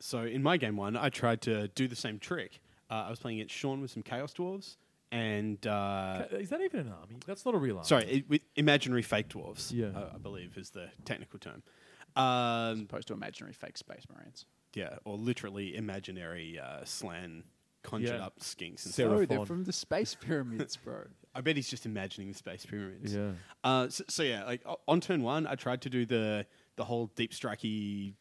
So in my game one, I tried to do the same trick. Uh, I was playing against Sean with some Chaos Dwarves and. Uh, Ca- is that even an army? That's not a real army. Sorry, it, with imaginary fake dwarves, Yeah. I, I believe is the technical term. Um, Opposed to imaginary fake space marines. yeah, or literally imaginary uh, slan conjured Yeah. up skinks and Sarah stuff. No, they're Fon. from the space pyramids, bro. I bet he's just imagining the space pyramids. Yeah. Uh, so, so yeah, like o- on turn one, I tried to do the the whole deep strikey,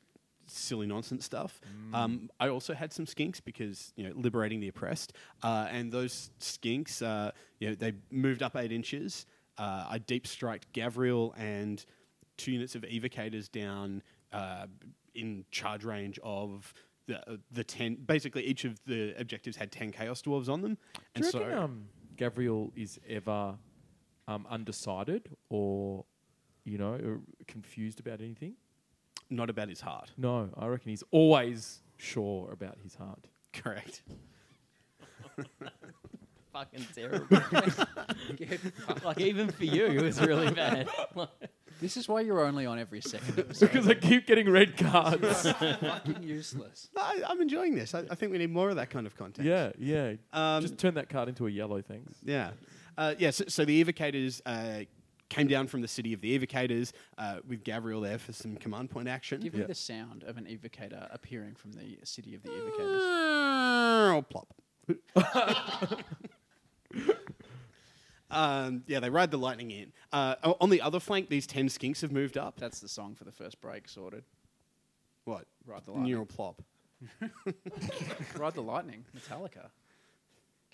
silly nonsense stuff. Mm. Um, I also had some skinks because you know liberating the oppressed, uh, and those skinks, uh, you know, they moved up eight inches. Uh, I deep striked Gavriel and two units of evocators down uh, in charge range of. The, uh, the ten basically each of the objectives had ten chaos dwarves on them, Do you reckon um, Gabriel is ever um, undecided or, you know, or confused about anything? not about his heart. No, I reckon he's always sure about his *laughs* heart. Correct. Fucking terrible. like even for you, it was really bad. Like, This is why you're only on every second *laughs* episode. Because I keep getting red cards. fucking useless. No, I, I'm enjoying this. I, I think we need more of that kind of content. *laughs* yeah, yeah. Um, Just turn that card into a yellow, thanks. Yeah. Uh, yeah. So, so the evocators uh, came down from the city of the evocators uh, with Gavriel there for some command point action. Give me Yeah. the sound of an evocator appearing from the city of the Ah. evocators. Plop. *laughs* um, yeah, they ride the lightning in. Uh, o- on the other flank, these ten skinks have moved up. That's the song for the first break, sorted. What? Ride the lightning. Neural plop. Ride the lightning, Metallica.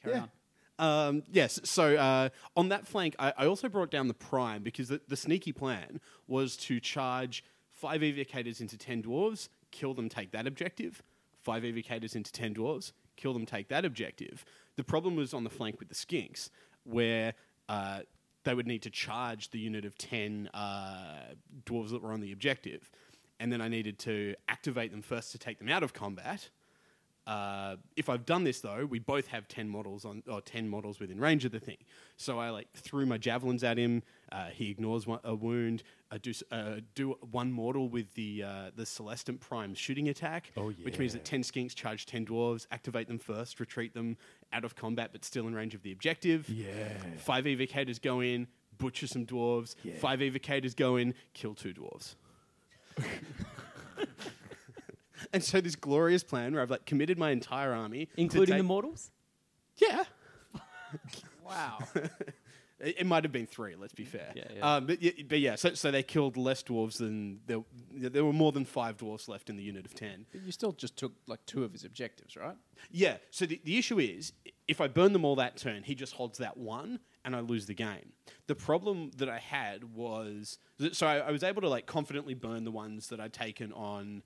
Carry on. Um, yes. So uh, on that flank, I, I also brought down the prime because the, the sneaky plan was to charge five evocators into ten dwarves, kill them, take that objective. Five evocators into ten dwarves, kill them, take that objective. The problem was on the flank with the skinks, where uh, they would need to charge the unit of ten uh, dwarves that were on the objective, and then I needed to activate them first to take them out of combat. Uh, if I've done this though, we both have ten models on or ten models within range of the thing. So I like threw my javelins at him. Uh, he ignores one, a wound. I do s- uh, do one mortal with the uh, the Celestant Prime shooting attack, oh, yeah. which means that ten skinks charge ten dwarves, activate them first, retreat them out of combat, but still in range of the objective. Yeah. Five evocators go in, butcher some dwarves. Five evocators go in, kill two dwarves. And so this glorious plan where I've like committed my entire army, to including the take- mortals. yeah. *laughs* Wow. It, it might have been three. Let's be fair. Yeah, yeah. Um, but, yeah but yeah, so, so they killed less dwarves than there. There were more than five dwarves left in the unit of ten. But you still just took like two of his objectives, right? Yeah. So the, the issue is, i- if I burn them all that turn, he just holds that one, and I lose the game. The problem that I had was, th- so I, I was able to like confidently burn the ones that I'd taken on.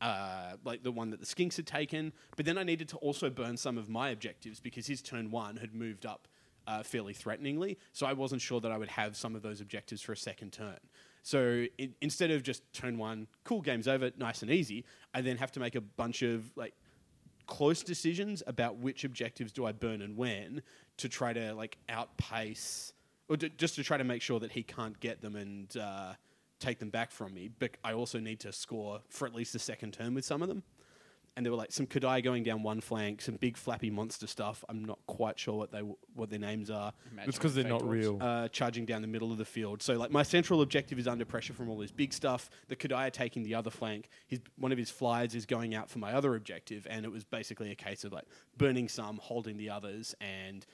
Uh, like the one that the skinks had taken, but then I needed to also burn some of my objectives because his turn one had moved up uh, fairly threateningly. So I wasn't sure that I would have some of those objectives for a second turn. So in, instead of just turn one, cool, game's over, nice and easy, I then have to make a bunch of like close decisions about which objectives do I burn and when to try to like outpace or d- just to try to make sure that he can't get them and uh, take them back from me. But I also need to score for at least the second turn with some of them. And there were like some Kadai going down one flank, some big flappy monster stuff. I'm not quite sure what they w- what their names are. Imagine It's because they're not Fate Dwarfs. real. Uh, charging down the middle of the field. So like my central objective is under pressure from all this big stuff. The Kadai are taking the other flank. His one of his flyers is going out for my other objective, and it was basically a case of like burning some, holding the others, and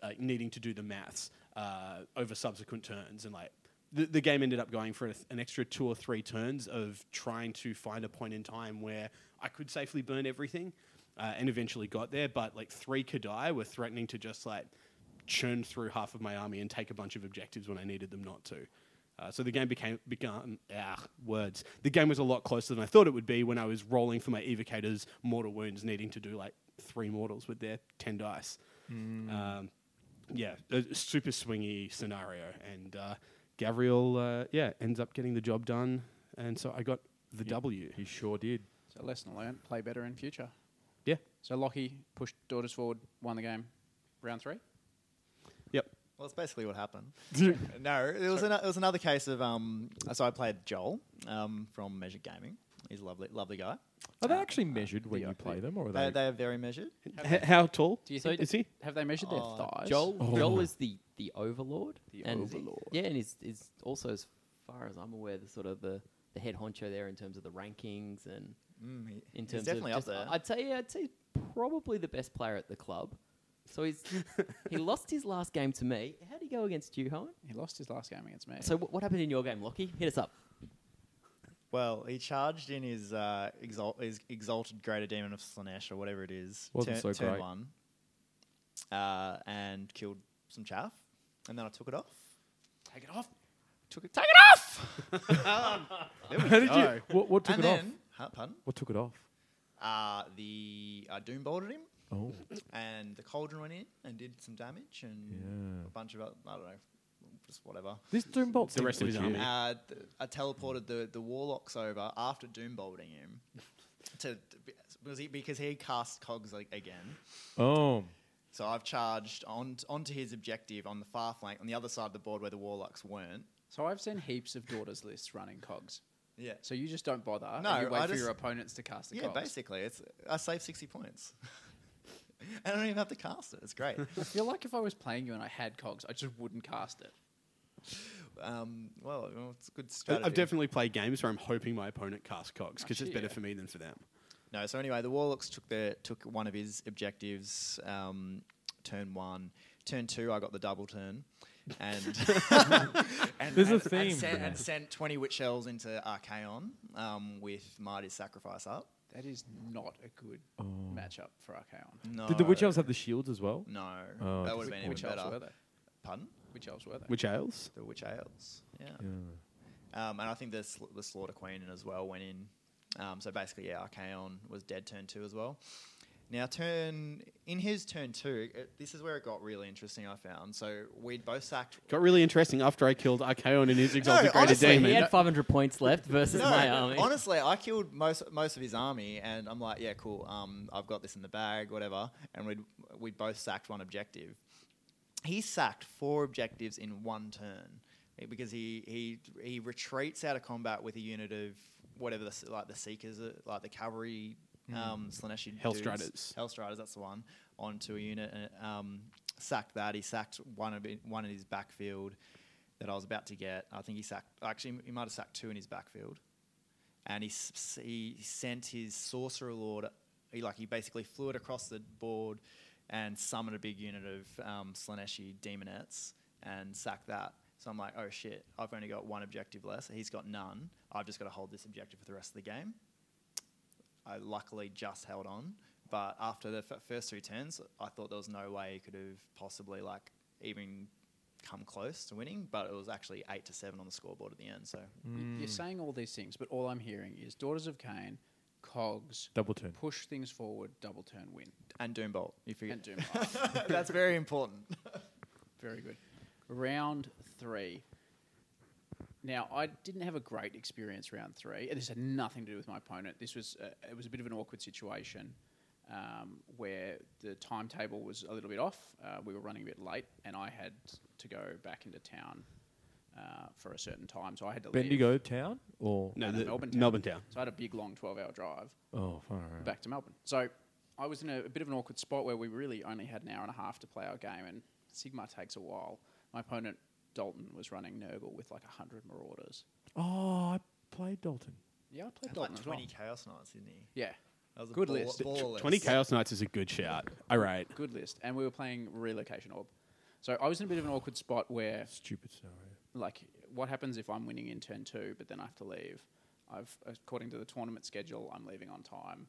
uh, needing to do the maths uh, over subsequent turns. And like the, the game ended up going for an- an extra two or three turns of trying to find a point in time where I could safely burn everything. Uh, and eventually got there, but like three Kadai were threatening to just like churn through half of my army and take a bunch of objectives when I needed them not to. Uh, so the game became began ah, words. The game was a lot closer than I thought it would be when I was rolling for my evocators mortal wounds, needing to do like three mortals with their ten dice. Um, yeah, a super swingy scenario, and uh, Gavriel, uh, yeah, ends up getting the job done, and so I got the W. He sure did. So lesson learned, play better in future. Yeah. So Lockie pushed daughters forward, won the game. Round three? Yep. Well, that's basically what happened. Uh, no, it was, an, it was another case of. Um, so I played Joel um, from Measured Gaming. He's a lovely, lovely guy. Are they actually measured when the you IP. play them, or are They, they? *laughs* they are very measured. H- how tall Do you think is he? Have they measured their Oh, thighs? Joel, Joel Oh. is the the overlord. The and overlord. Yeah, and is is also as far as I'm aware the sort of the, the head honcho there in terms of the rankings and Mm, he- in he's terms definitely of up just- there. I'd say I'd say probably the best player at the club. So he's he lost his last game to me. How did he go against you, Helen? He lost his last game against me. So wh- what happened in your game, Lockie? Hit us up. Well, he charged in his, uh, exalt, his exalted greater demon of Slanesh or whatever it is. Wasn't so turn great. one, uh, and killed some chaff, and then I took it off. take it off. Took it. Take it off. How did you? What, what took and it then, off? huh, pardon, What took it off? uh, the I doom bolted him, Oh, and the cauldron went in and did some damage, and Yeah. a bunch of oth- I don't know, just whatever. this doom bolt. The rest of his army. Uh, th- I teleported the, the warlocks over after doom bolting him *laughs* to because he, because he cast cogs like, again. Oh, So I've charged on onto his objective on the far flank, on the other side of the board where the warlocks weren't. So I've seen heaps of daughters lists running cogs. Yeah. So you just don't bother. No, and you wait I for your just- opponents to cast the yeah, cogs. basically, it's I save sixty points. *laughs* I don't even have to cast it. It's *laughs* great. I feel like if I was playing you and I had cogs, I just wouldn't cast it. um, well, you know, it's a good I- strategy. I've definitely played games where I'm hoping my opponent casts cogs because shit, it's better yeah. for me than for them. No, so anyway, the Warlocks took their took one of his objectives. Um, turn one, turn two, I got the double turn, *laughs* and and, There's a and- and theme sent, there. and sent twenty witch elves into Archaon um, with Marty's sacrifice up. That is not a good matchup for Archaon. No, did the witch elves have the shields as well? No, Oh, that okay. would have been Which even elves better. were they? Pardon? Which elves were they? Which ales? The witch elves. Yeah. Yeah. Um, and I think the sl- the slaughter queen as well went in. Um, so basically, yeah, Archaon was dead turn two as well. Now, turn in his turn two, it, this is where it got really interesting. I found so we'd both sacked. Got really interesting after I killed Archaon and his exalted greater honestly, demon. he had 500 points left versus my army. honestly, I killed most most of his army, and I'm like, yeah, cool. Um, I've got this in the bag, whatever. And we'd we both sacked one objective. He sacked four objectives in one turn eh, because he he he retreats out of combat with a unit of whatever the s- like the seekers, uh, like the cavalry, Hmm. um, Slanesh Hellstriders. Hellstriders, that's the one, onto a unit and it, um, sacked that. He sacked one of it, one in his backfield that I was about to get. I think he sacked. Actually, he might have sacked two in his backfield, and he s- s- he sent his sorcerer lord. He like he basically flew it across the board and summoned a big unit of um, Slaneshi demonettes and sacked that. So I'm like, oh shit! I've only got one objective less. He's got none. I've just got to hold this objective for the rest of the game. I luckily just held on. But after the f- first three turns, I thought there was no way he could have possibly like even come close to winning. But it was actually eight to seven on the scoreboard at the end. So Y- You're saying all these things, but all I'm hearing is Daughters of Cain, cogs, Double turn. push things forward, double turn, win, and Doombolt, you forget and doom. Pass. *laughs* that's very important. Very good. Round three. Now, I didn't have a great experience round three. and This had nothing to do with my opponent. This was uh, it was a bit of an awkward situation um, where the timetable was a little bit off. Uh, we were running a bit late, and I had to go back into town uh, for a certain time, so I had to leave. Bendigo town or No, No, the- Melbourne Town. Melbourne Town. So I had a big, long twelve-hour drive oh, far out. back to Melbourne. So I was in a, a bit of an awkward spot where we really only had an hour and a half to play our game, and Sigma takes a while. My opponent Dalton was running Nurgle with like hundred Marauders. Oh, I played Dalton. Yeah, I played Had, Dalton like as well. twenty Chaos Knights, didn't he? Yeah, That was a Good ball- list. ball list. Twenty Chaos Knights is a good shout. All right. good list. And we were playing Relocation Orb. So I was in a bit of an awkward spot where Stupid scenario. like what happens if I'm winning in turn two, but then I have to leave? I've according to the tournament schedule, I'm leaving on time.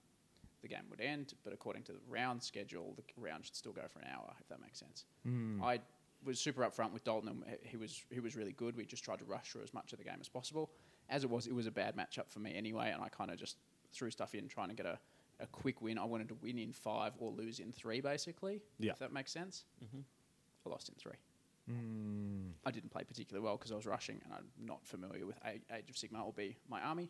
The game would end, but according to the round schedule, the round should still go for an hour. If that makes sense. I was super upfront with Dalton, and he- he was he was really good. We just tried to rush through as much of the game as possible. As it was, it was a bad matchup for me anyway, and I kind of just threw stuff in trying to get a, a quick win. I wanted to win in five or lose in three, basically. Yeah. If that makes sense. Mm-hmm. I lost in three. I didn't play particularly well because I was rushing and I'm not familiar with A- Age of Sigma or B, my army.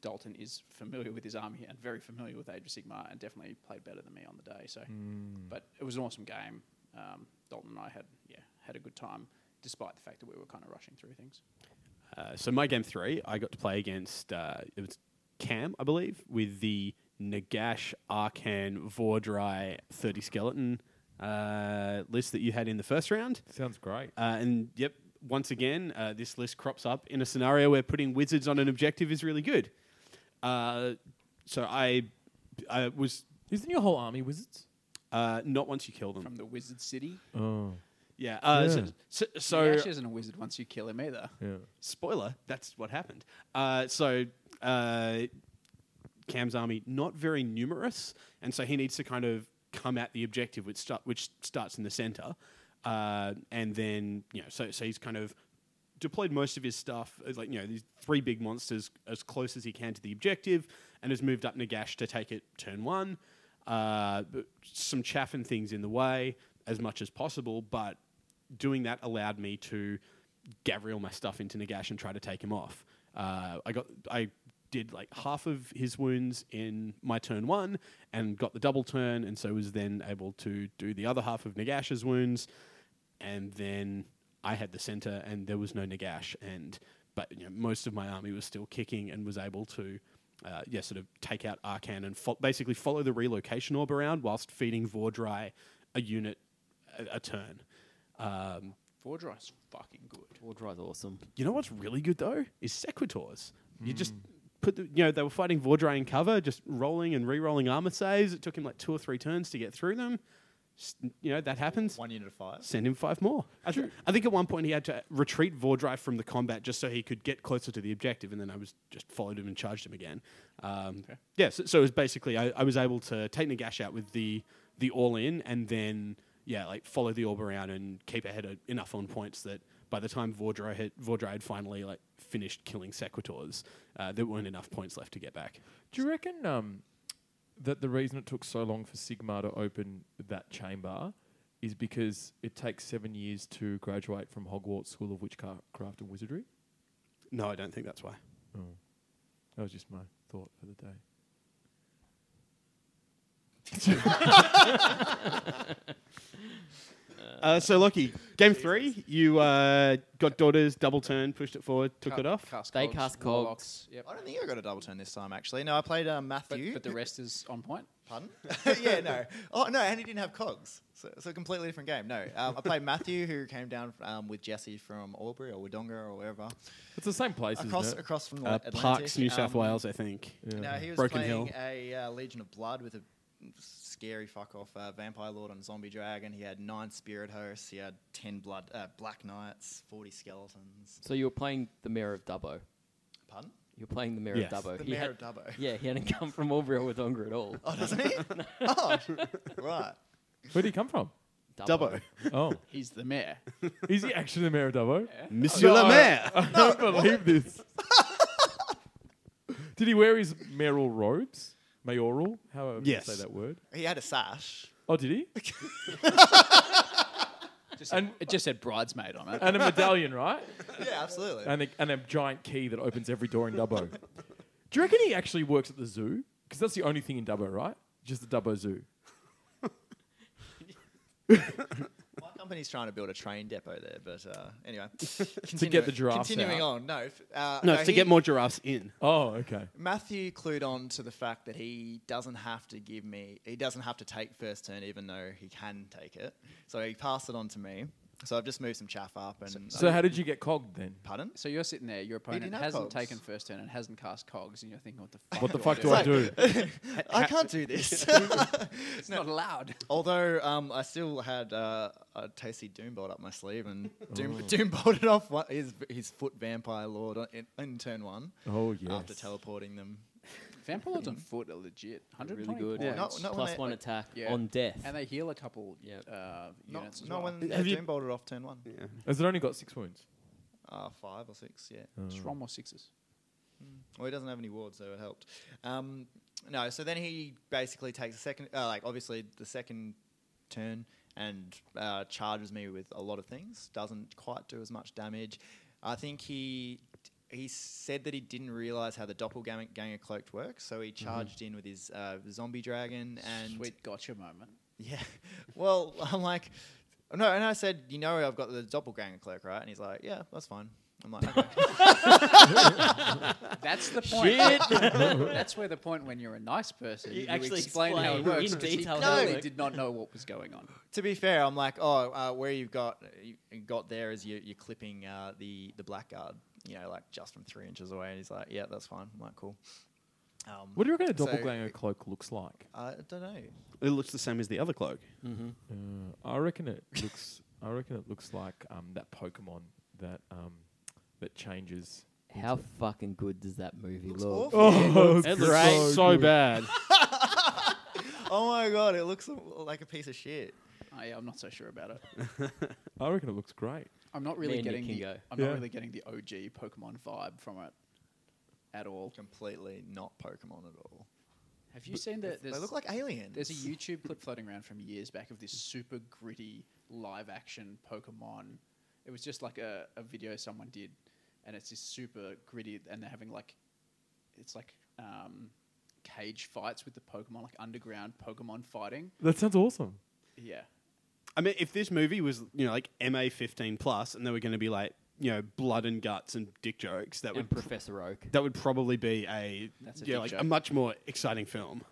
Dalton is *laughs* familiar with his army and very familiar with Age of Sigma and definitely played better than me on the day. So, Mm. But it was an awesome game. Um, Dalton and I had, yeah, had a good time despite the fact that we were kind of rushing through things. Uh, so my game three, I got to play against uh, it was Cam, I believe, with the Nagash Arcan Vordry thirty skeleton uh, list that you had in the first round. Sounds great. Uh, and yep, once again, uh, this list crops up in a scenario where putting wizards on an objective is really good. Uh, so I, I was Isn't your whole army wizards? Uh, not once you kill them. from the wizard city. Oh, yeah. Uh, Yeah. So, so, so Gash isn't a wizard once you kill him either. yeah. spoiler, that's what happened. Uh, so uh, Cam's army not very numerous, and so he needs to kind of come at the objective, which start, which starts in the center, uh, and then you know, so so he's kind of deployed most of his stuff, uh, like you know, these three big monsters as close as he can to the objective, and has moved up Nagash to take it turn one. Uh, but some chaffing things in the way as much as possible, but doing that allowed me to gather all my stuff into Nagash and try to take him off. Uh, I got I did like half of his wounds in my turn one and got the double turn, and so was then able to do the other half of Nagash's wounds, and then I had the center, and there was no Nagash, and but you know, most of my army was still kicking and was able to. Uh, yeah, sort of take out Arcan and fo- basically follow the relocation orb around whilst feeding Vordry a unit a, a turn. Um, Vordry's fucking good. War Drive's awesome. you know what's really good though is Sequitors. You just put the, you know they were fighting Vordry in cover, just rolling and re-rolling armor saves. It took him like two or three turns to get through them. S- You know that happens. One unit of fire. Send him five more. I, th- I think at one point he had to retreat Vordry from the combat just so he could get closer to the objective, and then I was just followed him and charged him again. Um, Yeah, so, so it was basically I, I was able to take Nagash out with the the all in, and then yeah, like follow the orb around and keep ahead of enough on points that by the time Vordry had, Vordry had finally like finished killing Sequitors, uh, there weren't enough points left to get back. Do you reckon um, that the reason it took so long for Sigma to open that chamber is because it takes seven years to graduate from Hogwarts School of Witchcraft Craft and Wizardry? No, I don't think that's why. That was just my thought for the day. Uh, so Lucky, game three, you uh, got daughters double turn, pushed it forward, took it off. They cogs, cast warlocks, Yep. I don't think I got a double turn this time, actually. No, I played um, But, Matthew. but the rest is on *laughs* point. *laughs* *laughs* Pardon? *laughs* yeah, no. Oh, no, and he didn't have cogs. So it's a completely different game. No, um, I played Matthew, who came down um, with Jesse from Albury or Wodonga or wherever. It's the same place, Across, isn't it? across from the Uh, Atlantic. Parks, New South um, Wales, I think. Yeah. No, he was Broken playing Hill. a uh, Legion of Blood with a scary fuck off uh, vampire lord and zombie dragon. He had nine spirit hosts. He had ten blood uh, black knights, forty skeletons. So you were playing the Mayor of Dubbo. Pardon? You're playing the Mayor Yes. of Dubbo. The He mayor had- of Dubbo. *laughs* Yeah, he hadn't come from Albury or Wodonga at all. *laughs* Oh, *laughs* doesn't he? oh, right. Where did he come from? Dubbo. Oh, He's the mayor. *laughs* is he actually the mayor of Dubbo? Monsieur Le Maire. I don't believe this. *laughs* Did he wear his mayoral robes? Mayoral? However Yes. you say that word. He had a sash. Oh, did he? Just and it just said bridesmaid on it. And a medallion, right? Yeah, absolutely. And a, and a giant key that opens every door in Dubbo. Do you reckon he actually works at the zoo? Because that's the only thing in Dubbo, right? Just the Dubbo Zoo. My company's trying to build a train depot there, but uh, *laughs* anyway. To get the Continuing- giraffes Continuing out. on, no. f- Uh, No, it's to he- get more giraffes in. Oh, okay. Matthew clued on to the fact that he doesn't have to give me, he doesn't have to take first turn, even though he can take it. So he passed it on to me. So I've just moved some chaff up and. um, So how did you get cogged then? Pardon? So you're sitting there, your opponent didn't have hasn't cogs. taken first turn and hasn't cast cogs, and you're thinking, what the fuck? What the do I fuck do I do? I can't do this. *laughs* It's not allowed. Although um, I still had uh, a tasty Doombolt up my sleeve and Doom, Doom bolted *laughs* off one, his, his foot vampire lord on- in, in turn one Oh, after yes. teleporting them. Vampires on foot are legit. Really 120 good. Points. Not- not when Plus they- one attack Yeah. on death. And they heal a couple Yeah. uh, Not, units as not well. when yeah, Have you- Doom bolted off turn one. Yeah. Has it only got six wounds? Uh, five or six, yeah. Mm. It's Rom or sixes. Well, he doesn't have any wards, so it helped. Um, no, so then he basically takes a second, uh, like obviously the second turn, and uh, charges me with a lot of things. Doesn't quite do as much damage. I think he he said that he didn't realize how the doppelganger cloaked works, so he charged in with his uh, zombie dragon and Sweet gotcha moment. *laughs* yeah. Well, I'm like, no, and I said, you know, I've got the doppelganger cloak, right? And he's like, yeah, that's fine. I'm like, okay. That's the point. *laughs* That's where the point when you're a nice person, You you, actually actually explain, how it explain works. in 'cause he detail how it clearly works. did not know what was going on. to be fair, I'm like, oh, uh, where you've got you you got there is you, you're clipping uh, the the blackguard, you know, like just from three inches away, and he's like, yeah, that's fine. I'm like, cool. Um, What do you reckon a So- doppelganger cloak looks like? I don't know. It looks the same as the other cloak. Uh, I reckon it looks. I reckon it looks like um, that Pokemon that um, that changes. How fucking good does that movie Looks look? awful. It looks Great. so so good. bad. *laughs* Oh my god, it looks like a piece of shit. I, Uh, I'm not so sure about it. I reckon it looks great. I'm not really Me and Nick getting can the go. I'm Yeah. not really getting the OG Pokemon vibe from it at all. Completely not Pokemon at all. Have you seen that? They look like aliens. *laughs* There's a YouTube clip floating around from years back of this super gritty live action Pokemon. It was just like a, a video someone did, and it's this super gritty, and they're having like, it's like um, cage fights with the Pokemon, like underground Pokemon fighting. That sounds awesome. Yeah. I mean, if this movie was you know like MA fifteen plus, and there were going to be like you know blood and guts and dick jokes, that And would Professor Oak. that would probably be a, That's a yeah dick like a joke. much more exciting film.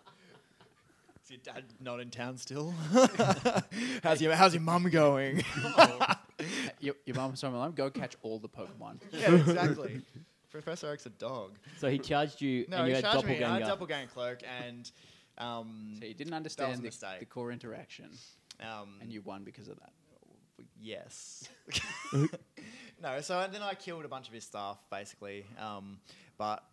Is your dad not in town still? *laughs* how's your How's your mum going? *laughs* Uh, Your, your mum was home alone. Go catch all the Pokemon. yeah, exactly. Professor Oak's a dog. So he charged you No, and you he had charged me. I had doppelganger. a doppelganger cloak, and um, So you didn't That was a understand the, mistake. the core interaction, um, and you won because of that. yes. *laughs* no, so and then I killed a bunch of his staff basically. Um, but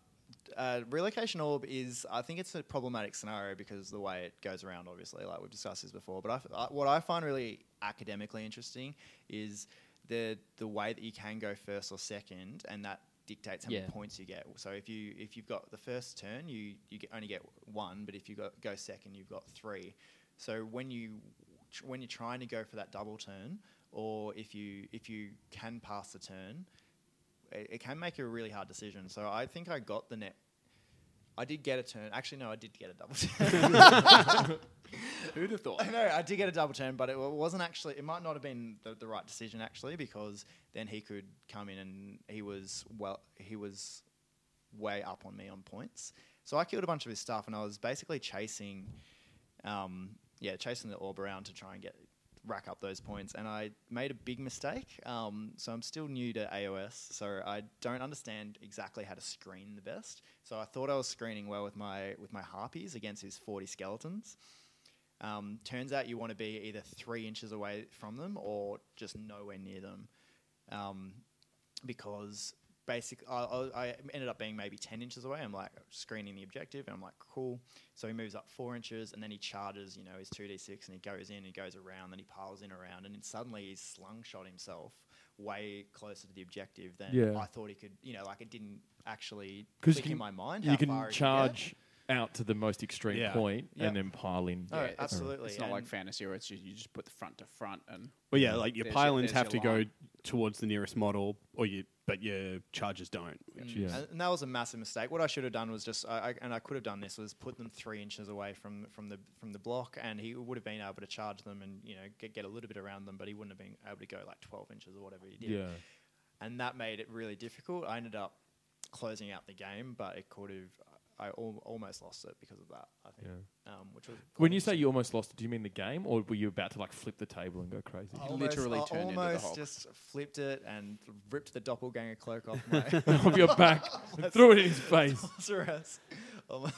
uh, relocation orb is, I think it's a problematic scenario because the way it goes around, obviously, like we've discussed this before. But I f I what I find really academically interesting is the the way that you can go first or second, and that dictates how Yeah. many points you get. So if you if you've got the first turn, you you get, only get one, but if you go, go second, you've got three. So when you tr- when you're trying to go for that double turn, or if you if you can pass the turn, it, it can make a really hard decision. So I think I got the net. I did get a turn. Actually, no, I did get a double *laughs* turn. Who'd have thought? *laughs* I know I did get a double turn, but it wa- wasn't actually. It might not have been the, the right decision actually, because then he could come in and he was well, he was way up on me on points. So I killed a bunch of his stuff, and I was basically chasing, um, yeah, chasing the orb around to try and get rack up those points. And I made a big mistake. Um, so I'm still new to AOS, so I don't understand exactly how to screen the best. So I thought I was screening well with my with my harpies against his 40 skeletons. Um, turns out you want to be either three inches away from them or just nowhere near them, um, because basically I, I, I ended up being maybe ten inches away. I'm like screening the objective, and I'm like, cool. So he moves up four inches, and then he charges. You know, his two d six, and he goes in, he goes around, then he piles in around, and then suddenly he's slung shot himself way closer to the objective than Yeah. I thought he could. You know, like it didn't actually 'Cause click you can- in my mind. You how can far he could get. charge out to the most extreme Yeah. point Yeah. and then pile in. Oh, Yeah, it's- absolutely. It's not like and- fantasy, where it's just, you just put the front to front and Well, yeah, like your There's your- pylons there's have to your go line. towards the nearest model, or you but your charges don't. Which Yeah. And- And that was a massive mistake. What I should have done was just, I, I, and I could have done this, was put them three inches away from from the from the block, and he would have been able to charge them and you know get, get a little bit around them, but he wouldn't have been able to go like twelve inches or whatever he did. Yeah. And that made it really difficult. I ended up closing out the game, but it could have. I al- almost lost it because of that. I think, um, which was quite When you say interesting. you almost lost it, do you mean the game or were you about to like flip the table and go crazy? *laughs* I literally I turned into the almost Hulk. just flipped it and ripped the doppelganger cloak off *laughs* my *laughs* Off your back and threw it in his face. Lazarus. Almo-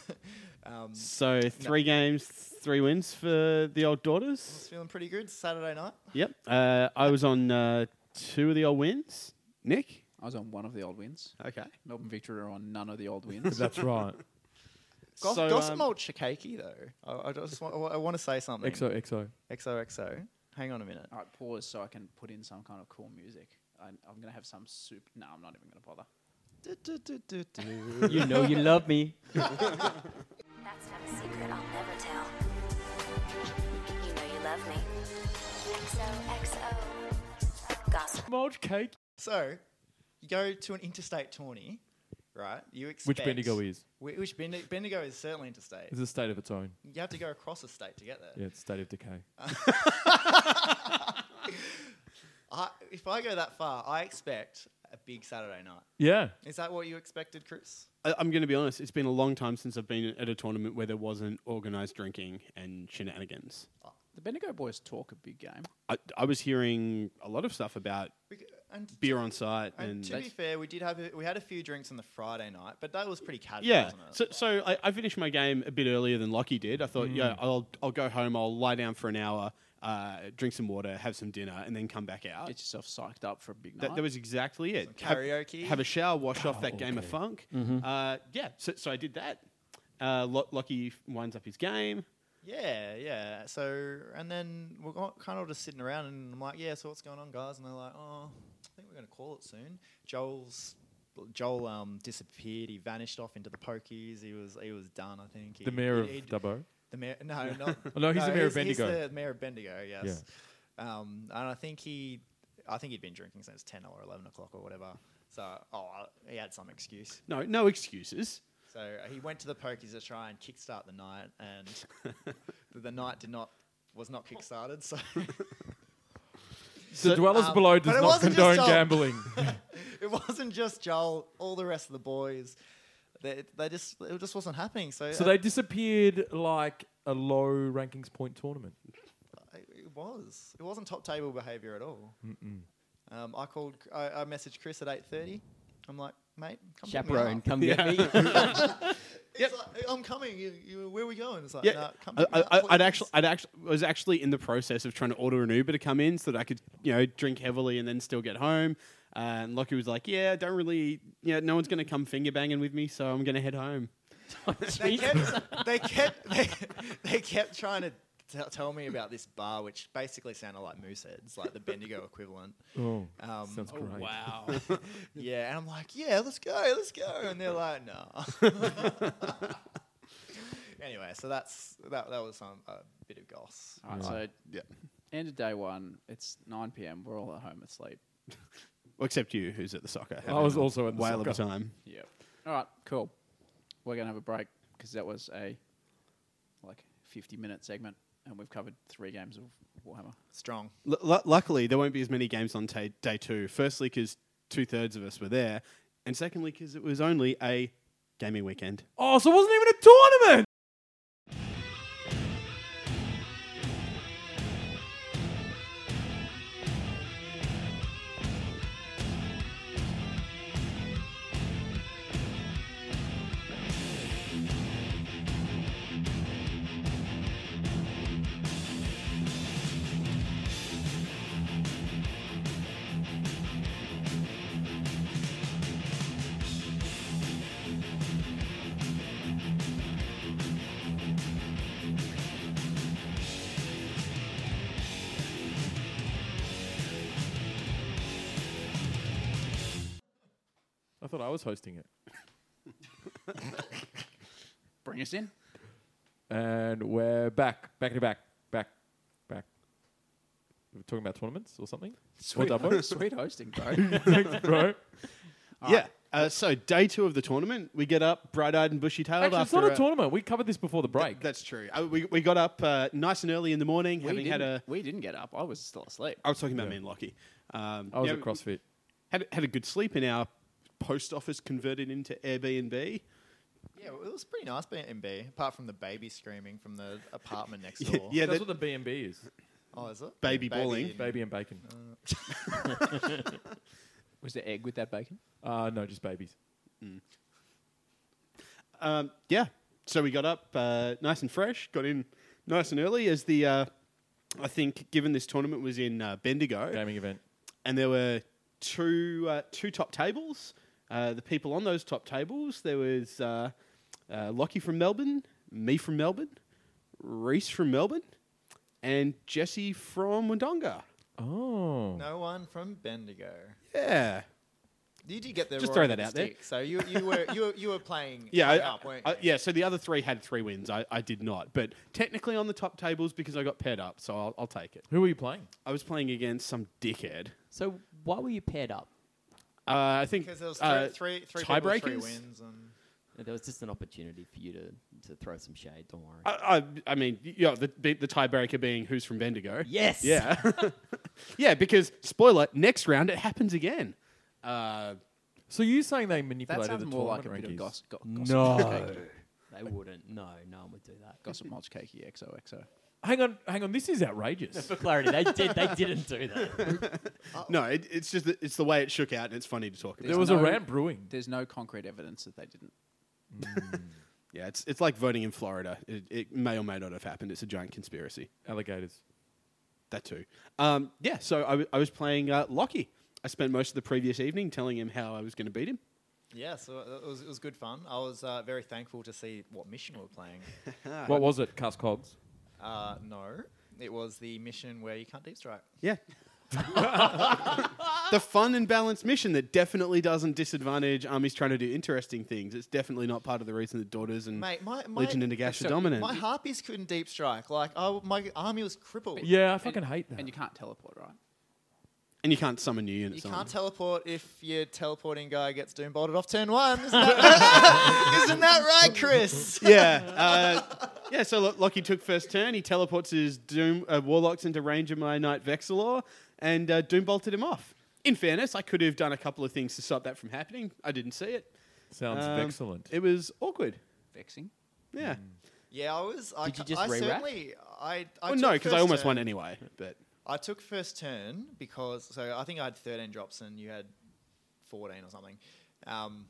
um, So three games, three wins for the old It's daughters. feeling pretty good Saturday night. Yep, uh, I was on uh, two of the old wins. Nick, I was on one of the old wins. okay. Melbourne Victory are on none of the *laughs* old wins. That's right. Gos- So, Gossip um, Malt Shakeki, though. I, I just want, I want to say something. XOXO. XOXO. Hang on a minute. All right, pause so I can put in some kind of cool music. I, I'm gonna have some soup. No, I'm not even gonna bother. Du- du- du- du- du. you know *laughs* you love me. That's not a secret I'll never tell. You know you love me. XOXO. Gossip. Mulch cake. so, you go to an interstate tourney, right? You expect Which Bendigo is. Whi- Which Bendi- Bendigo is certainly interstate. It's a state of its own. You have to go across a state to get there. Yeah, it's state of decay. Uh, *laughs* I, if I go that far, I expect a big Saturday night. Yeah. Is that what you expected, Chris? I, I'm going to be honest. It's been a long time since I've been at a tournament where there wasn't organised drinking and shenanigans. The Bendigo boys talk a big game. I, I was hearing a lot of stuff about Bec- And t- beer on site and and to be fair, we did have a, we had a few drinks on the Friday night, but that was pretty casual, yeah. wasn't it? So, so I, I finished my game a bit earlier than Lockie did. I thought, yeah, I'll I'll go home. I'll lie down for an hour, uh, drink some water, have some dinner, and then come back out. Get yourself psyched up for a big night. That, that was exactly it. Some Have- karaoke. Oh, Mm-hmm. Have, a shower, wash off that game of funk. Uh, yeah, so, so I did that. Uh, Lo- Lockie winds up his game. Yeah, yeah. So, and then we're go- kind of just sitting around, and I'm like, "Yeah, so what's going on, guys?" And they're like, "Oh, I think we're going to call it soon." Joel's Joel um, disappeared. He vanished off into the pokies. He was he was done. I think he, The mayor of he- he'd- Dubbo. The mayor? *laughs* No, not, Oh, no, he's the mayor of He's Bendigo. the mayor of Bendigo. Yes. Um, and I think he, I think he'd been drinking since ten or eleven o'clock or whatever. So, oh, I- he had some excuse. No, no excuses. So uh, he went to the pokies to try and kickstart the night, and *laughs* the, the night did not was not kickstarted. So *laughs* The dwellers um, below but does it not wasn't just condone all- gambling. *laughs* it wasn't just Joel; all the rest of the boys, they, they just it just wasn't happening. So, so uh, they disappeared like a low rankings point tournament. it it was it wasn't top table behavior at all. Um, I called, I, I messaged Chris at eight thirty. I'm like, mate, come pick me Chaperone, up." come get me. He's like, "Hey, I'm coming. You, you, where are we going? It's like, Yeah, "Nah, uh, come I, pick I, me up, I- I'd please." actually, I'd actually was actually in the process of trying to order an Uber to come in so that I could, you know, drink heavily and then still get home. Uh, and Lockie was like, "Yeah, don't really, yeah, no one's gonna come finger banging with me, so I'm gonna head *laughs* home." they *laughs* kept, they kept, they, they kept trying to t- tell me about this bar, which basically sounded like Mooseheads, like the Bendigo equivalent. Oh, Um, sounds great. wow. yeah, and I'm like, yeah, let's go, let's go, and they're like, no. anyway, so that's that. That was some a bit of goss. All right, so end of day one. It's nine p.m. We're all at home asleep. Well, except you, who's at the soccer. I was also at the whale of a soccer. time. Yeah. All right. Cool. We're gonna have a break because that was a like fifty-minute segment, and we've covered three games of Warhammer. Strong. Lu- lu- luckily, there won't be as many games on ta day two. Firstly, because two thirds of us were there, and secondly, because it was only a gaming weekend. Oh, so it wasn't even a tournament. I thought I was hosting it. Bring us in. And we're back, back to back, back, back. We're talking about tournaments *laughs* or something. Sweet, Dubbo? ho- sweet hosting, bro. *laughs* Thanks, bro. yeah. Uh, so day two of the tournament, we get up bright-eyed and bushy-tailed. Actually, it's after not a tournament. We covered this before the break. That's true. Uh, we, we got up uh, nice and early in the morning, we, having didn't, had a. we didn't get up. I was still asleep. I was talking about me and Lockie. Um, I was yeah, at CrossFit. Had, had a good sleep in our post office converted into Airbnb. Yeah, well, it was pretty nice being in B, apart from the baby screaming from the apartment next Yeah, door. *laughs* yeah That's that- what the B and B *clears throat* is. Oh, is it? Baby bowling. Baby and bacon. Uh. Was there egg with that bacon? Uh, no, just babies. um, yeah. So we got up uh, nice and fresh, got in nice and early as the. Uh, I think, given this tournament was in uh, Bendigo, Gaming event. and there were two uh, two top tables. Uh, the people on those top tables, there was uh, uh, Lockie from Melbourne, me from Melbourne, Reese from Melbourne, and Jesse from Wodonga. Oh. No one from Bendigo. Yeah. You did get the Just raw throw end that of the out there. stick, So you you were you were, you were playing *laughs* Yeah, I- up, weren't I- you? yeah. So the other three had three wins. I, I did not, but technically on the top tables because I got paired up, so I'll, I'll take it. Who were you playing? I was playing against some dickhead. so why were you paired up? Uh, I think Because there was three, uh, three, three people with tiebreakers. three wins, and There was just an opportunity for you to, to throw some shade. Don't worry. I, I, I mean, yeah, the, the tiebreaker being who's from Bendigo. yes. Yeah. *laughs* yeah, because spoiler, next round it happens again. Uh, So you saying they That manipulated sounds the more like tournament a bit of rankings? goss, go- gossip. No. Mulch cakey. They wouldn't. No, no one would do that. Gossip mulch cakey XOXO. hang on, hang on. This is *laughs* outrageous. For clarity, they did. They didn't *laughs* do that. Oh. No, it, it's just that it's the way it shook out, and it's funny to talk about. there was a no- rant brewing. There's no concrete evidence that they didn't. yeah, it's it's like voting in Florida. It, it may or may not have happened. It's a giant conspiracy. Alligators. That too. Um, yeah, so I w- I was playing uh, Lockie. I spent most of the previous evening telling him how I was going to beat him. Yeah, so it was, it was good fun. I was uh, very thankful to see what mission we were *laughs* playing. what was it? Cuss cogs. Uh, no, it was the mission where you can't deep strike. Yeah. *laughs* the fun and balanced mission that definitely doesn't disadvantage armies trying to do interesting things. It's definitely not part of the reason that daughters and Mate, my, my Legion and Nagash are dominant. My harpies couldn't deep strike. Like, I, my army was crippled. Yeah, I fucking hate that. And you can't teleport, right? and you can't summon new You units. can't on. teleport if your teleporting guy gets doom bolted off turn *laughs* one. Isn't that, isn't that right, *laughs* Chris? yeah. Uh, *laughs* yeah, so Lo- Lockie took first turn. He teleports his Doom uh, Warlocks into range of my Knight Vexilor and uh, Doom bolted him off. In fairness, I could have done a couple of things to stop that from happening. I didn't see it. Sounds Um, excellent. It was awkward. Vexing. Mm. Yeah. Yeah, I was. I, Did you ca- just I re-rack? certainly. I, I well, took no, because I first almost turn. won anyway. But I took first turn because so I think I had 13 drops and you had 14 or something. Um,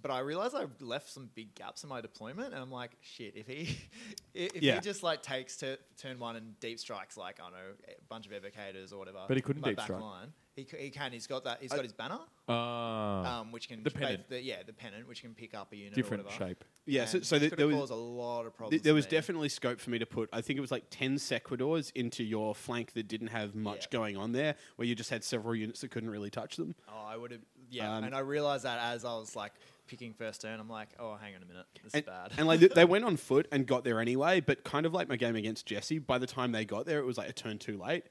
but I realized I left some big gaps in my deployment, and I'm like, shit. If he, *laughs* if if Yeah. he just like takes to turn one and deep strikes like I don't know a bunch of evocators or whatever. But he couldn't my deep back strike. Line, he, c- he can. He's got that. He's got his banner, Oh. Ah, um, which can the pennant. the- yeah, the pennant, which can pick up a unit. or different whatever. shape. yeah, so, And so th- could there have was caused a lot of problems. Th- there was definitely. definitely scope for me to put, I think it was like 10 Sequidors into your flank that didn't have much Yeah. going on there, where you just had several units that couldn't really touch them. Oh, I would have. Yeah, Um, and I realized that as I was like picking first turn, I'm like, oh, hang on a minute, this And, is bad. and like th- they went on foot and got there anyway, but kind of like my game against Jesse, by the time they got there, it was like a turn too late.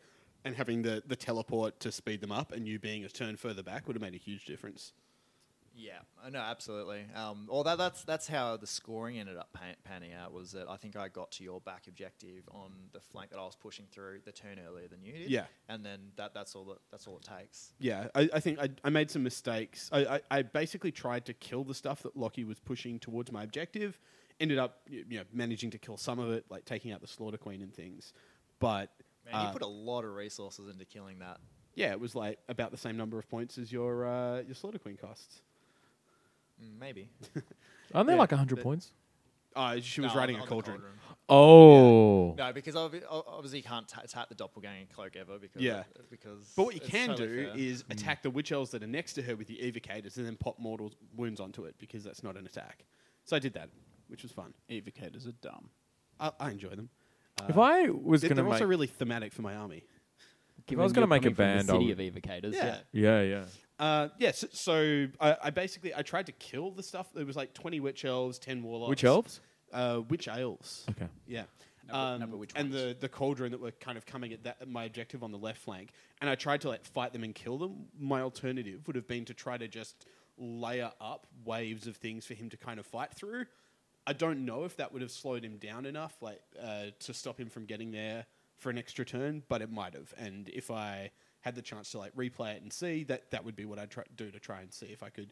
And having the, the teleport to speed them up and you being a turn further back would have made a huge difference. yeah, uh, no, absolutely. Um, well, that, that's that's how the scoring ended up pan- panning out. Was that I think I got to your back objective on the flank that I was pushing through the turn earlier than you did. Yeah. and then that that's all that, that's all it takes. Yeah, I, I think I, I made some mistakes. I, I, I basically tried to kill the stuff that Lockie was pushing towards my objective. Ended up, y- you know, managing to kill some of it, like taking out the Slaughter Queen and things. But Man, uh, you put a lot of resources into killing that. yeah, it was like about the same number of points as your uh, your Slaughter Queen costs. Mm, Maybe Aren't they Yeah, like like hundred but- points? Uh, she was No, on riding the- a on the cauldron. Oh, No, because obvi- o- obviously you can't ta tap the doppelganger cloak ever because Yeah. because But what you it's can totally do fair. is Hmm. attack the witch elves that are next to her with your evocators, and then pop mortal wounds onto it because that's not an attack. So I did that, which was fun. Evocators are dumb. I, I enjoy them. if I was They're gonna make, also really thematic for my army. I was Given gonna you're make a coming from band, I the city would- of evocators. Yeah. Yeah. yeah, yeah. Uh, yes. So I, I basically I tried to kill the stuff. There was like twenty witch elves, ten warlocks. Which elves? Uh, witch elves. Okay. Yeah. Number- Um, number which and ones? the the cauldron that were kind of coming at that at my objective on the left flank, and I tried to like fight them and kill them. My alternative would have been to try to just layer up waves of things for him to kind of fight through. I don't know if that would have slowed him down enough, like uh, to stop him from getting there for an extra turn, but it might have. And if I had the chance to like replay it and see that, that would be what I'd try- do to try and see if I could,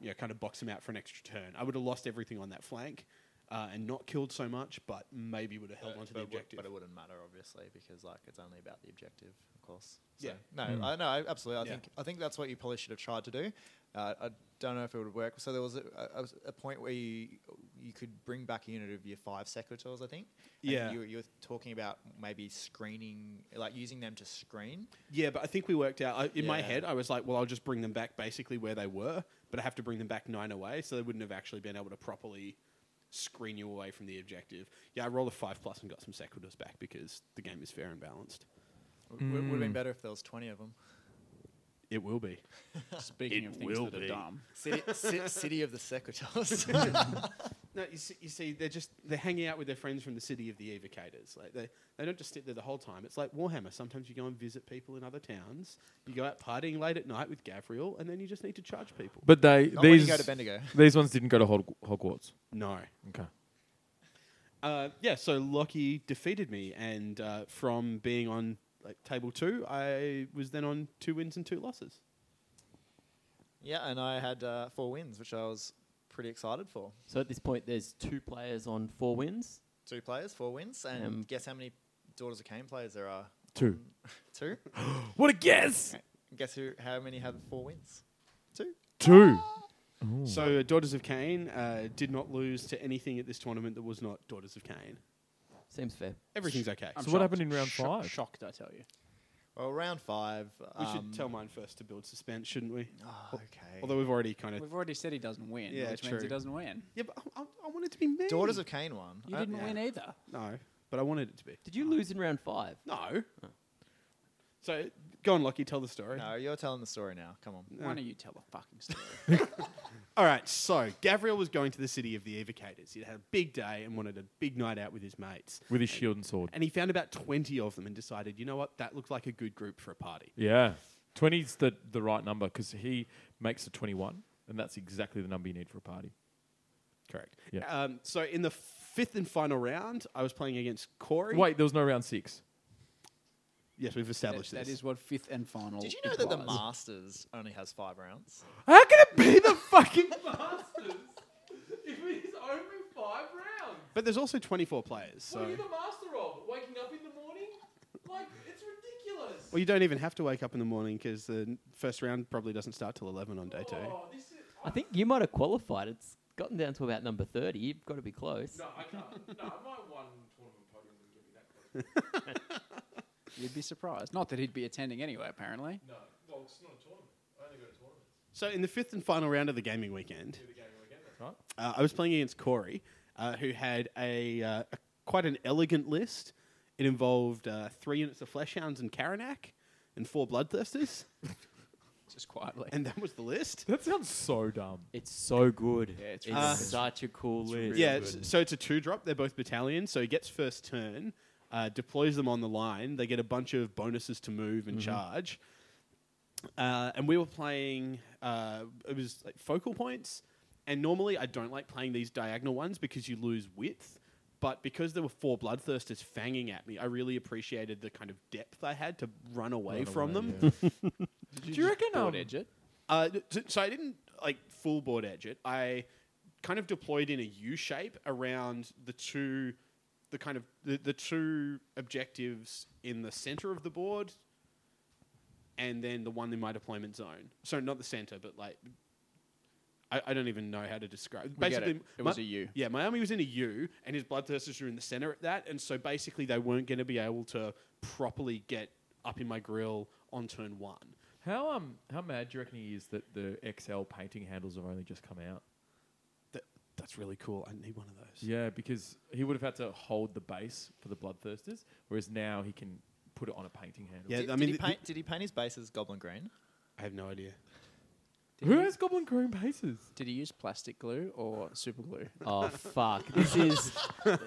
you know, kind of box him out for an extra turn. I would have lost everything on that flank. Uh, and not killed so much, but maybe would have held but, onto but the it would- objective. but it wouldn't matter, obviously, because like it's only about the objective, of course. So, Yeah. Hmm. No, I no, I, absolutely. I Yeah. think I think that's what you probably should have tried to do. Uh, I don't know if it would work. So there was a, a- a, a point where you you could bring back a unit of your five secretors, I think. and Yeah. You, you were talking about maybe screening, like using them to screen. Yeah, but I think we worked out. I, in my Yeah. head, I was like, well, I'll just bring them back basically where they were, but I have to bring them back nine away, so they wouldn't have actually been able to properly screen you away from the objective. Yeah, I rolled a five plus and got some sequiturs back because the game is fair and balanced. W Would Hmm. have been better if there was twenty of them. It will be. Speaking of things that are dumb. City, city of the secretors. No, you see, you see, they're just they're hanging out with their friends from the city of the evocators. Like they, they don't just sit there the whole time. It's like Warhammer. Sometimes you go and visit people in other towns. You go out partying late at night with Gabriel, and then you just need to charge people. But they Not when you these go to Bendigo. these ones didn't go to Hog- Hogwarts. No, Okay. Uh, yeah, so Lockie defeated me, and uh, from being on like table two, I was then on two wins and two losses. *laughs* yeah, and I had uh, four wins, which I was pretty excited for. So at this point, there's two players on four wins. Two players, four wins, and Um, guess how many Daughters of Cain players there are? Two. Two? What a guess! Guess who? How many have four wins? Two. Two. So, uh, Daughters of Cain uh, did not lose to anything at this tournament that was not Daughters of Cain. Seems fair. Everything's okay. Um, I'm So what happened in round Shock- five? Shocked, I tell you. Well, round five. we um, should tell mine first to build suspense, shouldn't we? Oh, okay. Although we've already kind of. We've already said he doesn't win, Yeah, which means he true. Uh, doesn't win. Yeah, but I, I, I want it to be me. Daughters of Cain won. You I- didn't yeah. win either. No, but I wanted it to be. Did you lose in round five? No. Oh. So, go on, Lockie, tell the story. Uh, No, you're telling the story now. Come on. Why don't you tell the fucking story? All right, so Gabriel was going to the city of the Evocators. He'd had a big day and wanted a big night out with his mates. With his shield and sword. And he found about 20 of them and decided, you know what, that looked like a good group for a party. Yeah. 20's the, the right number because he makes a 21, and that's exactly the number you need for a party. Correct. Yeah. Um, so in the fifth and final round, I was playing against Corey. Wait, there was no round *laughs* six. Yes, we've That- established that this. is what fifth and final. Did you know it that the was. Masters only has five rounds? How can it be the fucking *laughs* Masters? If it is only five rounds, But there's also 24 players, so... master of? Waking up in the morning? Like, it's ridiculous. Well, you don't even have to wake up in the morning because the n- first round probably doesn't start till 11 on day two. Oh, this is. I think you might have qualified. It's gotten down to about number 30. You've got to be close. I can't. oh, No, I might one tournament podium and give me that You'd be surprised. Not that he'd be attending anyway, apparently. No, well, it's not a tournament. I only go to tournaments. So in the fifth and final round of the gaming weekend, Right. uh, I was playing against Corey, uh, who had a, uh, a- quite an elegant list. It involved uh, three units of Fleshhounds and Karanak and four Bloodthirsters, *laughs* Just quietly. and that was the list. That sounds so dumb. It's so good. Yeah, it's It's really good. such a cool list. yeah, it's- so it's a two drop. They're both battalions, so he gets first turn, uh, deploys them on the line. They get a bunch of bonuses to move and charge. Uh, and we were playing. Uh, it was like focal points, and normally I don't like playing these diagonal ones because you lose width. But because there were four bloodthirsters fanging at me, I really appreciated the kind of depth I had to run away from them. *laughs* Do you reckon? Broad Um, edge it. Uh, so, so I didn't like full board edge it. I kind of deployed in a U shape around the two, the kind of the, the two objectives in the center of the board, and then the one in my deployment zone. So not the center, but like. I, I don't even know how to describe. We get it. Basically, It my- was a U. Yeah, my army was in a U, and his bloodthirsters were in the center at that, and so basically they weren't going to be able to properly get up in my grill on turn one. How um how mad do you reckon he is that the XL painting handles have only just come out? that, that's really cool. I need one of those. Yeah, because he would have had to hold the base for the bloodthirsters, whereas now he can put it on a painting handle. Yeah, Did, I did mean, he the- paint, did he paint his bases goblin green? I have no idea. Who has goblin green bases? Did he use plastic glue or super glue? Oh, fuck. This is. th-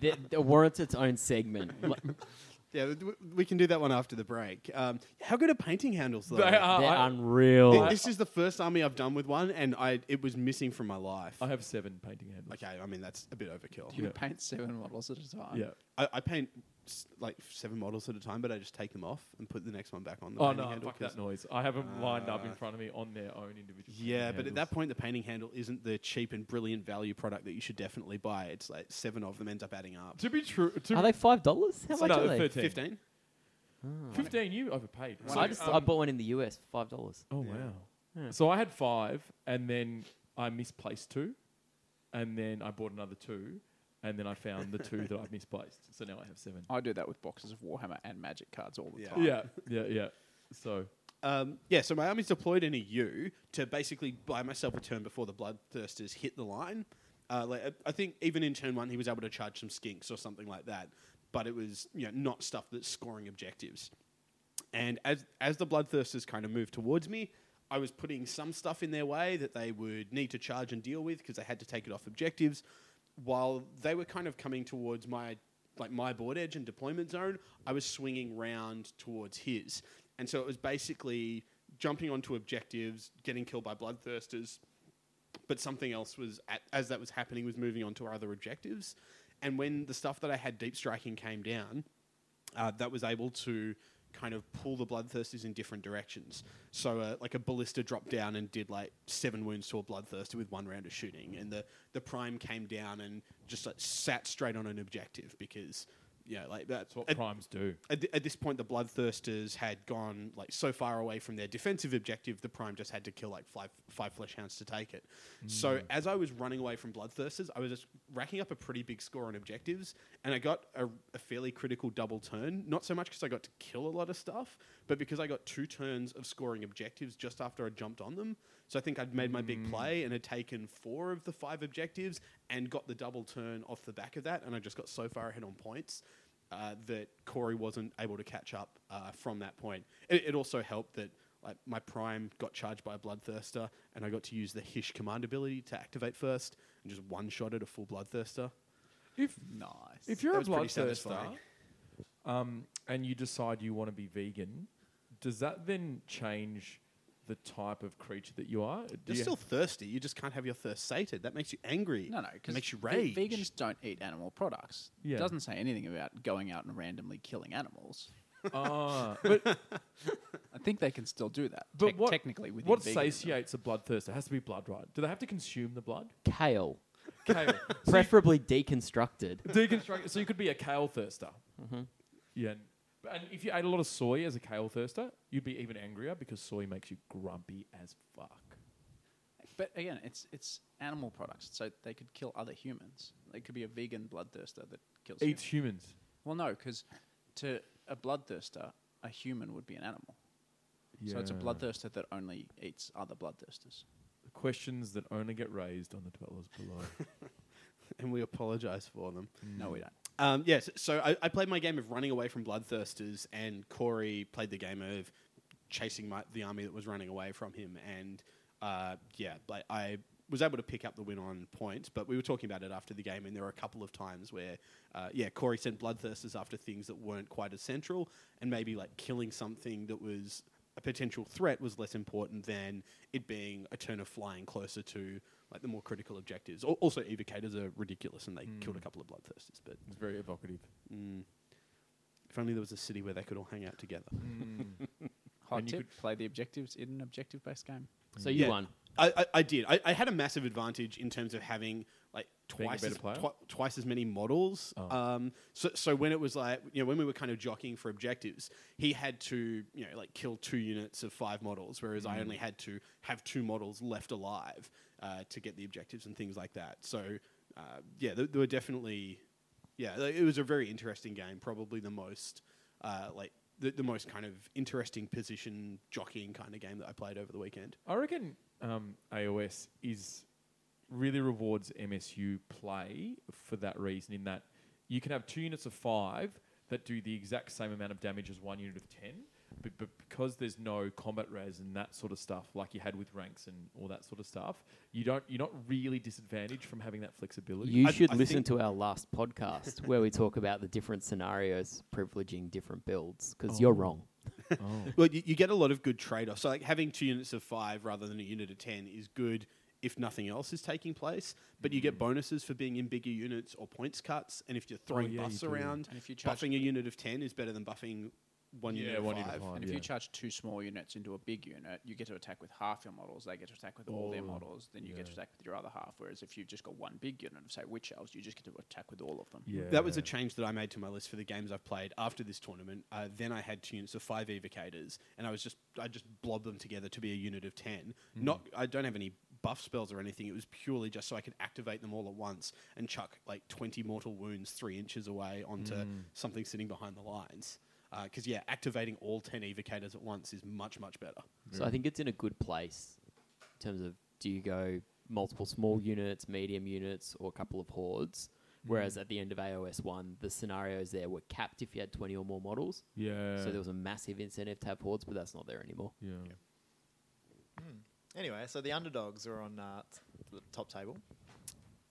th- warrants its own segment. Like, Yeah, we- we can do that one after the break. Um, how good are painting handles though? They are. they're I, *laughs* unreal. Th- This is the first army I've done with one, and I it was missing from my life. I have seven painting handles. Okay, I mean that's a bit overkill. You Yeah. paint seven models at a time. Yeah. I, I paint s- like seven models at a time, but I just take them off and put the next one back on. The Oh painting no! handle Fuck that 'cause- noise. I have them lined up in Uh, front of me on their own individual. Yeah, painting but at that handles. point, the painting handle isn't the cheap and brilliant value product that you should definitely buy. It's like seven of them ends up adding up. to be true, to Are they five dollars? How much no, are they? thirteen. Fifteen. Fifteen. You overpaid. um, So, I just I bought one in the US for five dollars. Oh wow! So I had five, and then I misplaced two, and then I bought another two, and then I found the two that I misplaced. So now I have seven. I do that with boxes of Warhammer and Magic cards all the Yeah. time. Yeah, yeah, yeah. So Um, yeah, so my army's deployed in a U to basically buy myself a turn before the Bloodthirsters hit the line. Uh, like, I- I think even in turn one, he was able to charge some skinks or something like that, but it was you know not stuff that's scoring objectives. And as as the Bloodthirsters kind of moved towards me, I was putting some stuff in their way that they would need to charge and deal with because they had to take it off objectives. While they were kind of coming towards my like my board edge and deployment zone, I was swinging round towards his, and so it was basically jumping onto objectives, getting killed by Bloodthirsters, but something else was at, as that was happening was moving on to our other objectives and when the stuff that i had deep striking came down uh, that was able to kind of pull the bloodthirsters in different directions so uh, like a ballista dropped down and did like seven wounds to a bloodthirster with one round of shooting and the, the prime came down and just like sat straight on an objective because Yeah, like that's That's what at, primes do. at, thi- at this point, the Bloodthirsters had gone like so far away from their defensive objective, the Prime just had to kill like five five flesh hounds to take it. So as I was running away from Bloodthirsters, I was just racking up a pretty big score on objectives, and I got a, a fairly critical double turn. Not so much because I got to kill a lot of stuff, but because I got two turns of scoring objectives just after I jumped on them. So I think I'd made my big play and had taken four of the five objectives and got the double turn off the back of that, and I just got so far ahead on points uh, that Corey wasn't able to catch up uh, from that point. It, it also helped that like my prime got charged by a bloodthirster, and I got to use the Hish command ability to activate first and just one shot at a full bloodthirster. If Nice. if you're That a was pretty bloodthirster, satisfying. um, and you decide you want to be vegan, does that then change the type of creature that you are? Do You're you- still thirsty. You just can't have your thirst sated. That makes you angry. No, no, it because makes you rage. Vegans don't eat animal products. Yeah. It doesn't say anything about going out and randomly killing animals. *laughs* Ah, but I think they can still do that. but tec- what technically within what veganism. satiates a bloodthirster has to be blood, right? Do they have to consume the blood? Kale, Kale. preferably deconstructed. Deconstruct. So you could be a kale thirster. Yeah. But- And if you ate a lot of soy as a kale thirster, you'd be even angrier because soy makes you grumpy as fuck. But again, it's it's animal products, so they could kill other humans. They could be a vegan bloodthirster that kills. Eats humans. humans. Well, no, because to a bloodthirster, a human would be an animal. So it's a Yeah. bloodthirster that only eats other bloodthirsters. Questions that only get raised on the dwellers below. and we apologize for them. No, we don't. Um, yes, so I, I played my game of running away from bloodthirsters, and Corey played the game of chasing my, the army that was running away from him. And uh, yeah, like I was able to pick up the win on points, but we were talking about it after the game, and there were a couple of times where, uh, yeah, Corey sent bloodthirsters after things that weren't quite as central, and maybe like killing something that was a potential threat was less important than it being a turn of flying closer to like the more critical objectives. Al- Also, evocators are ridiculous, and they killed a couple of bloodthirsters, but. It's very evocative. If only there was a city where they could all hang out together. Hot And you tip: play the objectives in an objective-based game. So you Yeah. won. I, I, I did. I, I had a massive advantage in terms of having like Being a twice better as, player? Oh. twi- twice as many models. Um, so, so when it was like you know when we were kind of jockeying for objectives, he had to you know like kill two units of five models, whereas Mm. I only had to have two models left alive uh, to get the objectives and things like that. So uh, yeah, there, there were definitely yeah like, it was a very interesting game. Probably the most uh, like. The, the most kind of interesting position jockeying kind of game that I played over the weekend. I reckon um, AOS is really rewards MSU play for that reason. In that you can have two units of five that do the exact same amount of damage as one unit of ten, but, but because there's no combat res and that sort of stuff, like you had with ranks and all that sort of stuff, you don't you're not really disadvantaged from having that flexibility. You I- should I listen think- to our last podcast where we talk about the different scenarios privileging different builds because you're wrong. Well, you, you get a lot of good trade offs. So, like having two units of five rather than a unit of ten is good if nothing else is taking place. But you Mm. get bonuses for being in bigger units or points cuts. And if you're throwing Oh, yeah, buffs you do. around, And if you charge- buffing a unit of ten is better than buffing one unit yeah, of one five. unit of five. And if yeah. you charge two small units into a big unit, you get to attack with half your models. They get to attack with all their models. Then you get to attack with your other half. Whereas if you've just got one big unit of say witch elves, you just get to attack with all of them. yeah. That was a change that I made to my list for the games I've played after this tournament. Uh, then I had two units of five evocators, and I was just I just blobbed them together to be a unit of ten. Not I don't have any buff spells or anything. It was purely just so I could activate them all at once and chuck like twenty mortal wounds three inches away onto something sitting behind the lines. Because yeah, activating all ten evocators at once is much much better. So I think it's in a good place in terms of do you go multiple small units, medium units, or a couple of hordes. Whereas at the end of AOS one, the scenarios there were capped if you had twenty or more models. yeah. So there was a massive incentive to have hordes, but that's not there anymore. yeah. Anyway, so the underdogs are on uh, t- the top table.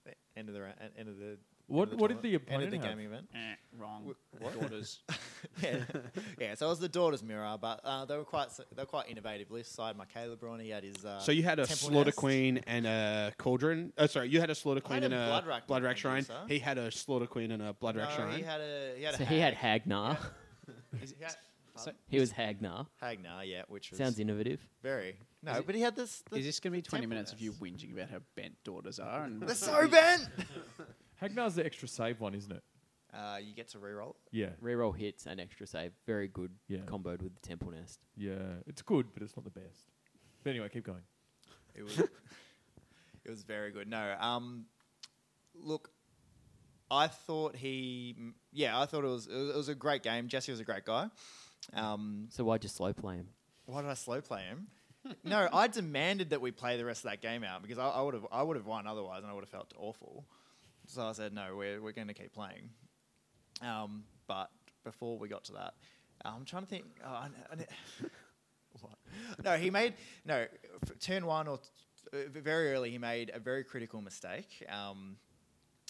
E- End of the ra- e- end of the. What- end of what did tournament- the end of the opponent have? gaming event? Eh, wrong. Wh- what? Daughters. yeah, *laughs* yeah. So it was the daughters mirror, but uh, they were quite s- they were quite innovative lists. So I had my Caleb Brawny, he had his. Uh, So you had a Temple slaughter Nest. queen and a cauldron. Oh, sorry, you had a slaughter I queen had and a a blood rack blood rack one, shrine. sir. He had a slaughter queen and a blood No, rack shrine. he had a he had So a. he had Hagnar. Is he had- So- *laughs* He was Hagnar. Hagnar, yeah, which was Sounds innovative. very no, Is it- but he had this. Is this going to be 20 minutes of Temple you whinging *laughs* about how bent daughters are? And They're so bent. Hagnar's the extra save one, isn't it? Uh, you get to reroll. it. Yeah, Reroll hits and extra save. Very good Yeah. comboed with the Temple Nest. yeah. It's good, but it's not the best. But anyway, keep going. It was it was very good. No, um, look, I thought he, yeah, I thought it was it was, it was a great game. Jesse was a great guy. Um, So why'd you slow play him? why did I slow play him? *laughs* no, I demanded that we play the rest of that game out because I would have I would have won otherwise, and I would have felt awful. So I said, no, we're we're going to keep playing. Um, but before we got to that, I'm trying to think. Oh, I, kn- I, kn- *laughs* what? No, he made no f- turn one or t- uh, very early. He made a very critical mistake um,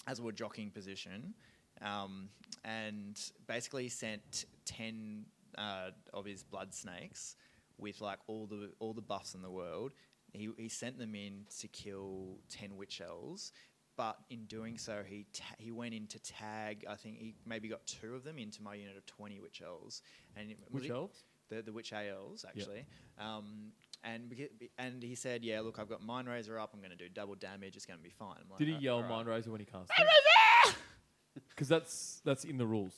as we we're jockeying position, um, and basically sent ten uh, of his blood snakes with like all the all the buffs in the world. He, he sent them in to kill ten witch elves, but in doing so, he ta- he went in to tag. I think he maybe got two of them into my unit of twenty witch elves. And it- was Which it- elves? the, the witch ALs actually. Um, and becau- and he said, yeah, look, I've got Mind Razor up. I'm going to do double damage. It's going to be fine. I'm like, Did he "Oh, yell alright." Mind Razor when he cast? Mind Because that's that's in the rules.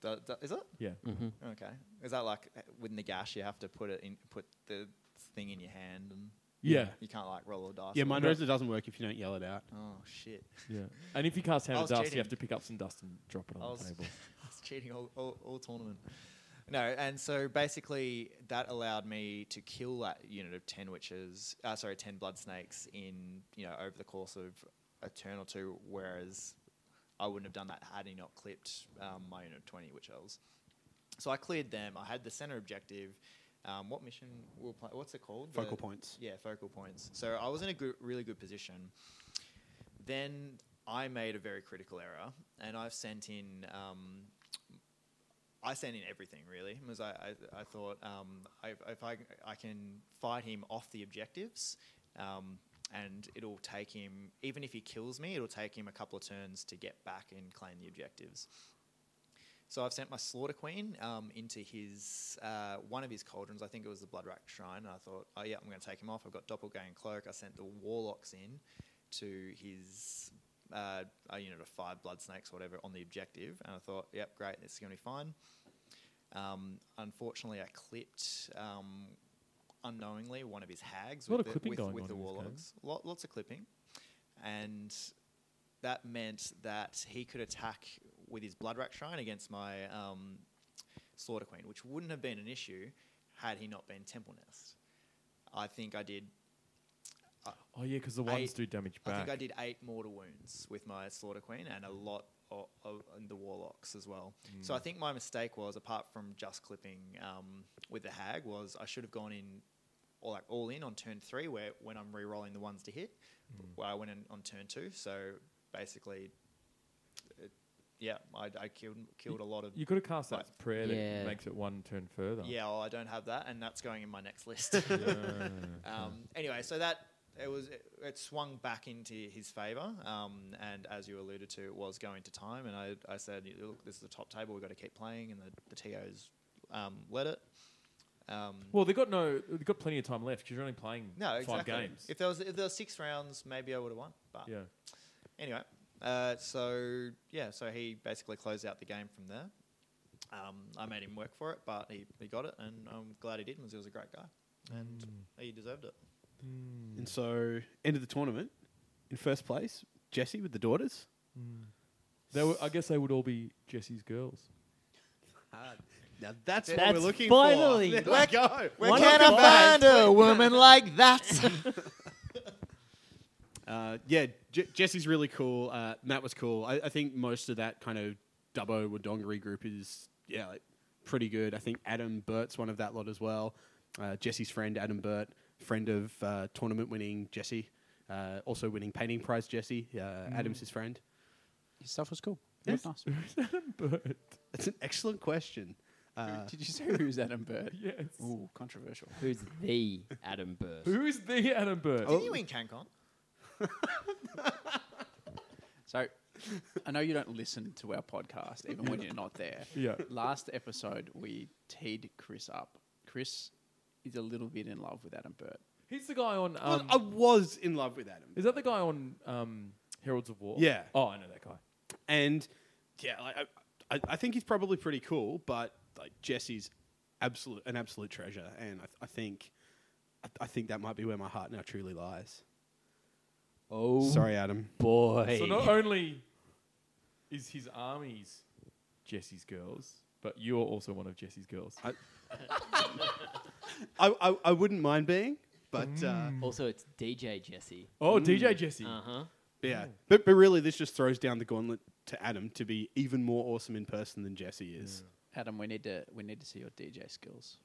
Da- da- is it? *laughs* Yeah. Okay. Is that like uh, with Nagash, you have to put it in, put the thing in your hand and Yeah. you can't like roll a dice. Yeah, or- mind razor doesn't work if you don't yell it out. Oh shit! Yeah. And if you cast Hand I of was Dust, cheating. you have to pick up some dust and drop it I on was, the *laughs* table. I was cheating all, all, all tournament. No, and so basically that allowed me to kill that unit of ten witches. Uh, sorry, ten blood snakes in you know over the course of a turn or two. Whereas I wouldn't have done that had he not clipped um, my unit of twenty witch elves. So I cleared them. I had the center objective. Um, what mission will play? What's it called? Focal The- points. Yeah, focal points. So I was in a good, really good position then I made a very critical error, and I've sent in. Um, I sent in everything really because I, I, I thought um, I, if I, I can fight him off the objectives, um, and it'll take him even if he kills me, it'll take him a couple of turns to get back and claim the objectives. So I've sent my Slaughter Queen um, into his uh, one of his cauldrons. I think it was the Blood Rack Shrine. And I thought, oh yeah, I'm going to take him off. I've got Doppelganger Cloak. I sent the Warlocks in to his uh, a unit of five Blood Snakes or whatever on the objective, and I thought, yep, great, this is going to be fine. Um, unfortunately, I clipped um, unknowingly one of his hags A lot with, of the, clipping with, going with on the in this game. Warlocks. Lot, lots of clipping, and that meant that he could attack with his blood rack shrine against my um, slaughter queen, which wouldn't have been an issue had he not been temple nest. I think I did. Oh yeah, because the ones I- do damage I back. think I did eight mortal wounds with my slaughter queen and a lot of, of and the warlocks as well. So I Hmm. think my mistake was, apart from just clipping um, with the hag, was I should have gone in. Or like all in on turn three, where when I'm re-rolling the ones to hit, Hmm. where I went in on turn two. So basically, it, yeah, I, I killed killed a lot of You could have cast that Right. prayer that Yeah. makes it one turn further. Yeah, well, I don't have that, and that's going in my next *laughs* list. *laughs* um, anyway, so that it was it, it swung back into his favour, um, and as you alluded to, it was going to time, and I, I said, look, this is the top table, we've got to keep playing, and the, the TOs um, let it. Um, Well, they got no, they got plenty of time left because you're only playing no, five exactly. games. If there was if there was six rounds, maybe I would have won. But yeah. anyway, uh, so yeah, so he basically closed out the game from there. Um, I made him work for it, but he, he got it, and I'm glad he did because he was a great guy, and Hmm. he deserved it. And so, end of the tournament, in first place, Jesse with the daughters. They were, I guess they would all be Jesse's girls. *laughs* Now that's, That's what we're looking finally- for. Let's go. Where can I find a woman like *laughs* that? Uh, yeah, J- Jesse's really cool. Uh, Matt was cool. I, I think most of that kind of Dubbo Wodongery group is yeah, like, pretty good. I think Adam Burt's one of that lot as well. Uh, Jesse's friend Adam Burt, friend of uh, tournament winning Jesse, uh, also winning painting prize Jesse. Uh, Adam's his friend. His stuff was cool. Yes. Nice. But That's an excellent question. Uh, *laughs* Did you say who's Adam Bird? yes. Ooh, controversial. Who's the Adam Burst? Who is the Adam Burt? Did you win CanCon? So, I know you don't listen to our podcast even when you're not there. Yeah. Last episode, we teed Chris up. Chris is a little bit in love with Adam Burt. He's the guy on. well, Um, I was in love with Adam. is that the guy on um, Heralds of War? Yeah. Oh, I know that guy. And yeah, like, I, I, I think he's probably pretty cool, but like Jesse's absolute an absolute treasure, and I, I think I, I think that might be where my heart now truly lies. Oh, Sorry, Adam. boy. So not only is his armies Jesse's girls, but you're also one of Jesse's girls. I, I, I, I wouldn't mind being, but uh, Mm. also, it's DJ Jesse. oh, DJ Jesse. Uh huh. yeah. But but really, this just throws down the gauntlet to Adam to be even more awesome in person than Jesse is. Adam, we need to we need to see your DJ skills.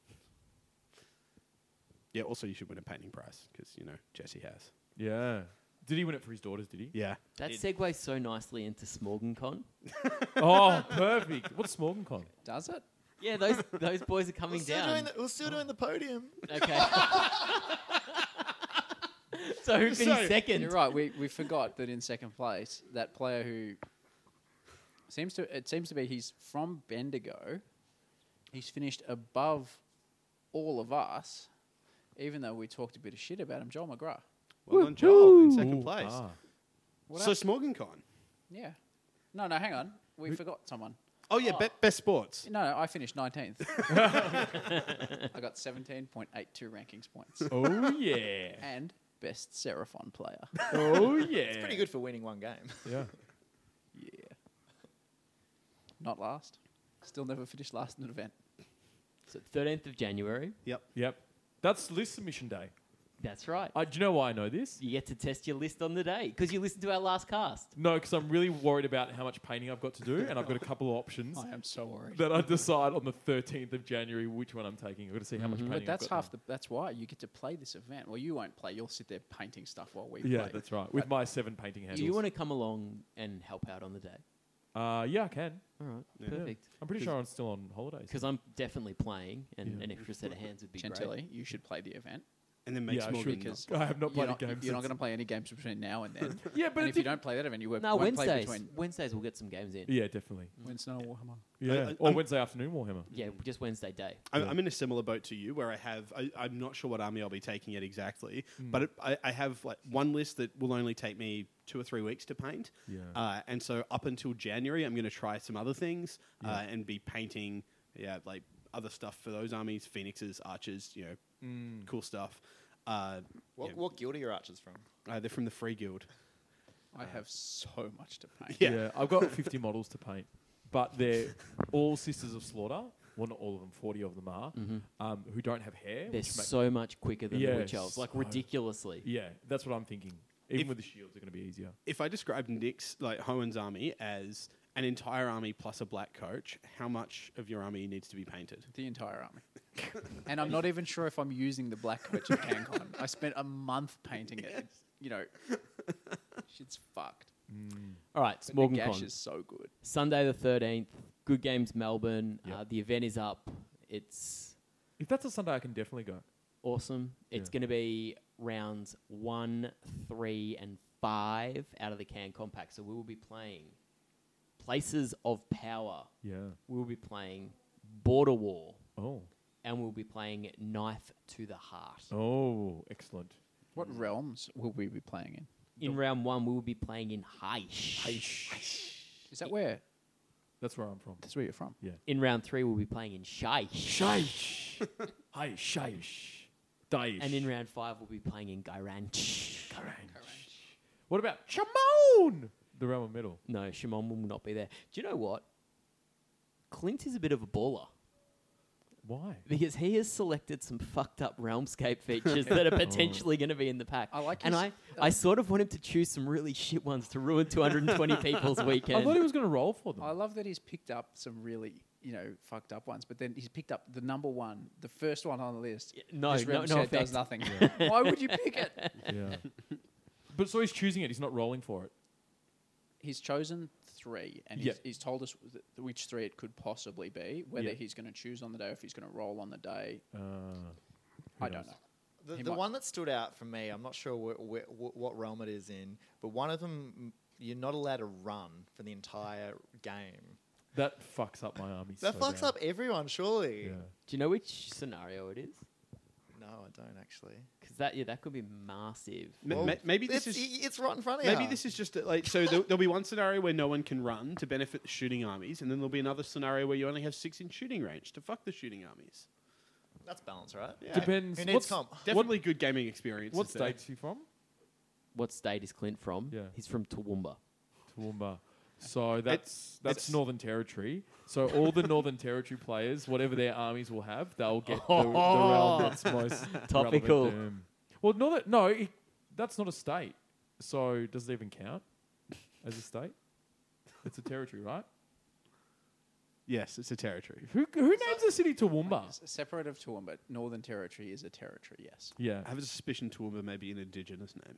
Yeah. Also, you should win a painting prize because you know Jesse has. Yeah. Did he win it for his daughters? Did he? *laughs* Yeah. That segues so nicely into SmorgonCon. oh, perfect. What's Smorgoncon? Does it? Yeah, those *laughs* those boys are coming We're still, down. doing the, we're still doing the podium. *laughs* Okay. so who finished second? You're right. We, we forgot that in second place, that player who seems to it seems to be he's from Bendigo. He's finished above all of us, even though we talked a bit of shit about him. Joel McGrath. Well done, Joel, in second Ooh, place. ah. What so up? SmorgonCon. Yeah. No, no, hang on. We forgot someone. Oh yeah, Be- best sports. No, no, I finished 19th. *laughs* I got 17.82 rankings points. Oh yeah. *laughs* And best Seraphon player. Oh yeah. It's Pretty good for winning one game. Yeah. Yeah. Not last. Still never finished last in an event. So thirteenth of January. Yep. That's list submission day. That's right. I, do you know why I know this? You get to test your list on the day because you listened to our last cast. No, because I'm really worried about how much painting I've got to do, and I've got a couple *laughs* of options am so worried. that I decide on the 13th of January which one I'm taking. I've got to see how much painting. Mm-hmm. But that's I've got half the. That's why you get to play this event. Well, you won't play. You'll sit there painting stuff while we done. Yeah, play. that's right. With my seven painting handles. Do you want to come along and help out on the day? to? Uh, yeah, I can. All right. Yeah. Perfect. I'm pretty sure I'm still on holidays. Because I'm definitely playing, and Yeah. an extra set of hands would be Chantilly, you should play the event And then make Yeah, I should. Smorgon. because I have not you're played not, a game. You're not since- going to play any games between now and then. *laughs* Yeah, but and if it you didn't- don't play that event, you won't, great. No, won't play Wednesdays. between Wednesdays we'll get some games in. Yeah, definitely. Wednesday or Warhammer. Yeah. I- or I'm- Wednesday afternoon Warhammer. Yeah, just Wednesday day. I'm, I'm in a similar boat to you, where I have I, I'm not sure what army I'll be taking yet exactly, but it, I, I have like one list that will only take me two or three weeks to paint. Yeah. Uh, and so up until January, I'm going to try some other things uh, and be painting, yeah, like other stuff for those armies, phoenixes, archers, you know, cool stuff. Uh, *laughs* What, yeah. what guild are your archers from? Uh, they're from the Free Guild. I have so much to paint. Yeah. Yeah. I've got 50 *laughs* models to paint, but they're all Sisters of Slaughter. Well, not all of them, 40 of them are, um, who don't have hair. They're which make- so much quicker than Yeah, the witch elves, like so- ridiculously. yeah, that's what I'm thinking. Even If- with the shields, they're going to be easier. If I described Nick's like Hohen's army as an entire army plus a black coach, how much of your army needs to be painted? The entire army. and I'm not even sure if I'm using the black coach at CanCon. I spent a month painting it. You know, shit's fucked. All right, But the SmorgonCon. gash is so good. Sunday the thirteenth. Good games, Melbourne. Yeah. Uh, the event is up. It's If that's a Sunday, I can definitely go. awesome. It's Yeah. going to be rounds one, three, and five out of the Can Compact. So we will be playing Places of Power. Yeah. We will be playing Border War, Oh. and we'll be playing Knife to the Heart. Oh, excellent. What realms will we be playing in? In round one, we will be playing in Heish. Is that where? That's where I'm from. That's where you're from. Yeah. In round three, we'll be playing in Shaish. Shaish. *laughs* Hi, Shaish. Daish. And in round five, we'll be playing in Gairanch. What about Shimon? The realm of metal. No, Shimon will not be there. Do you know what? Clint is a bit of a baller Why? because he has selected some fucked up realmscape features that are *laughs* potentially going to be in the pack. I like and his- uh, I, I sort of want him to choose some really shit ones to ruin 220 people's I thought he weekend. was going to roll for them. I love that he's picked up some really, you know, fucked up ones, but then he's picked up the number one, the first one on the list. no, This no- realm no set does offense. *laughs* nothing. Why would you pick it? *laughs* yeah. but so he's choosing it. He's not rolling for it. He's chosen three, and Yeah. he's, he's told us th- which three it could possibly be. Whether Yeah. he's going to choose on the day, or if he's going to roll on the day, Uh, I don't know. The, He the might- one that stood out for me, I'm not sure wh- wh- wh- what realm it is in, but one of them, mm, you're not allowed to run for the entire game. That fucks up my army. That so fucks bad. up everyone, surely. Yeah. Do you know which scenario it is? No. No, I don't actually. Because that yeah, that could be massive. Ma- Well, ma- maybe this It's, is i- it's right in front of Maybe you. this is just a, like so. There, there'll be one scenario where no one can run to benefit the shooting armies, and then there'll be another scenario where you only have six in shooting range to fuck the shooting armies. That's balance, right? Yeah. Depends. Who needs what's- comp? Definitely good gaming experience. What state's you from? What state is Clint from? Yeah. He's from Toowoomba. Toowoomba. So that's that's Northern Territory. So all the Northern Territory players, whatever their armies will have, they'll get the, the realm that's *laughs* most relevant Topical. to them. Well, no, that, no, it, that's not a state. So does it even count as a state? It's a territory, right? Yes, it's a territory. Who, who names a city Toowoomba? S- Separate of Toowoomba, Northern Territory is a territory. Yes. Yeah, I have a suspicion Toowoomba may be an indigenous name.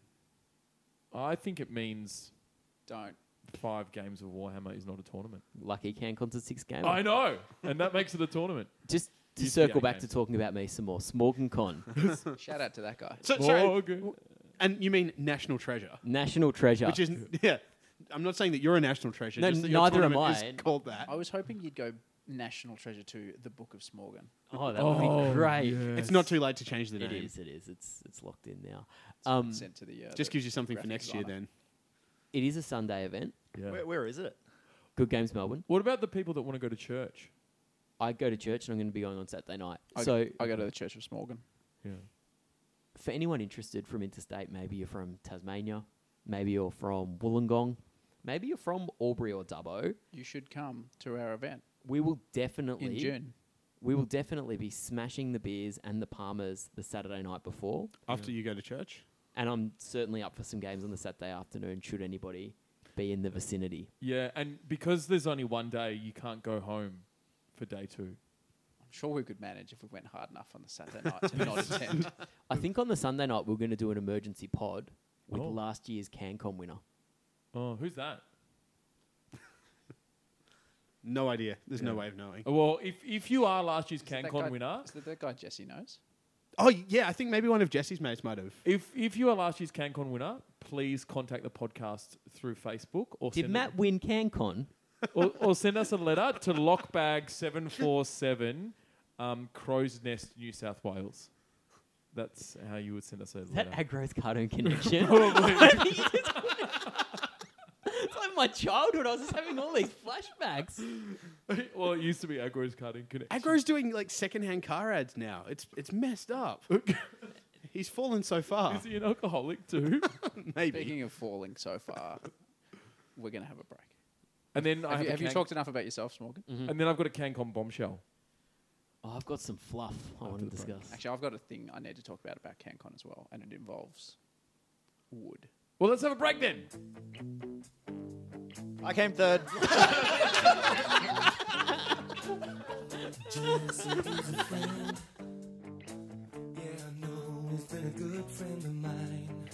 I think it means *laughs* Don't. five games of Warhammer is not a tournament. Lucky CanCon's a six game. I know, and that makes it a tournament. Just to Used to be circle eight back to games. talking about me some more. Smorgon Con, Shout out to that guy. So, sorry, Morgan. and you mean national treasure, *laughs* national treasure. which is yeah. I'm not saying that you're a national treasure. No, just that your neither am tournament is I. Called that. I was hoping you'd go National Treasure to the Book of Smorgon. oh, that would be great. It's not too late to change the It name. is. It is. It's it's locked in now. Um, Sent to the uh, Just the gives you something for graphic next year designer. then. it is a Sunday event. Yeah. Where, where is it? Good games, Melbourne. What about the people that want to go to church? I go to church and I'm going to be going on Saturday night. I, so I go to the Church of Smorgon. Yeah. for anyone interested from interstate, maybe you're from Tasmania, maybe you're from Wollongong, maybe you're from Albury or Dubbo. You should come to our event We will in definitely June. we will definitely be smashing the beers and the palmers the Saturday night before, After you go to church, and I'm certainly up for some games on the Saturday afternoon. Should anybody be in the vicinity? Yeah, and because there's only one day, you can't go home for day two. I'm sure we could manage if we went hard enough on the Saturday night to *laughs* not attend. I think on the Sunday night we're going to do an emergency pod with Oh. last year's CanCon winner. Oh, who's that? no idea. There's no way of knowing. Oh, Well, if if you are last year's That guy- CanCon winner, Is that that guy Jesse knows? Oh yeah, I think maybe one of Jesse's mates might have. if if you are last year's CanCon winner, please contact the podcast through Facebook or Did send Matt win CanCon? or, or send us a letter to Lockbag Seven Four Seven, um, Crow's Nest, New South Wales. That's how you would send us a Is that letter. Aggro's cartoon *laughs* connection? *laughs* it's like my childhood. I was just having all these flashbacks. *laughs* well, it used to be Aggro's Cutting Connection. Agro's doing like secondhand car ads now. It's it's messed up. *laughs* He's fallen so far. *laughs* Is he an alcoholic too? Maybe. Speaking of falling so far, we're going to have a break. and then I Have, you, a have you Can- talked enough about yourself, Smorgon? Mm. And then I've got a CanCon bombshell. Oh, I've got some fluff I want to the break. discuss. Actually, I've got a thing I need to talk about about CanCon as well, and it involves wood. Well, let's have a break then. I came third. Yeah, I know he's been a good friend of mine.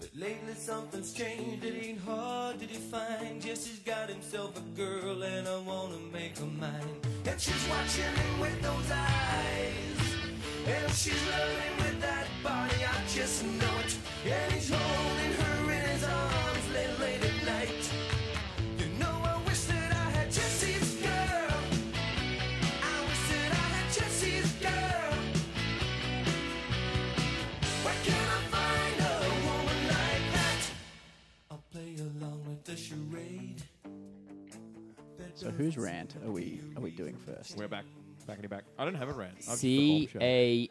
But lately something's changed, it ain't hard to define. Just he's got himself a girl and I wanna make her mine. And she's watching him with those eyes. And she's loving with that body, I just know it. And he's holding her in his arms late, late at night. You know I wish that I had Jesse's girl. I wish that I had Jesse's girl. Where can I find a woman like that? I'll play along with the charade. So, whose rant are we are we doing first? We're back. Back and back. I don't have a rant. C A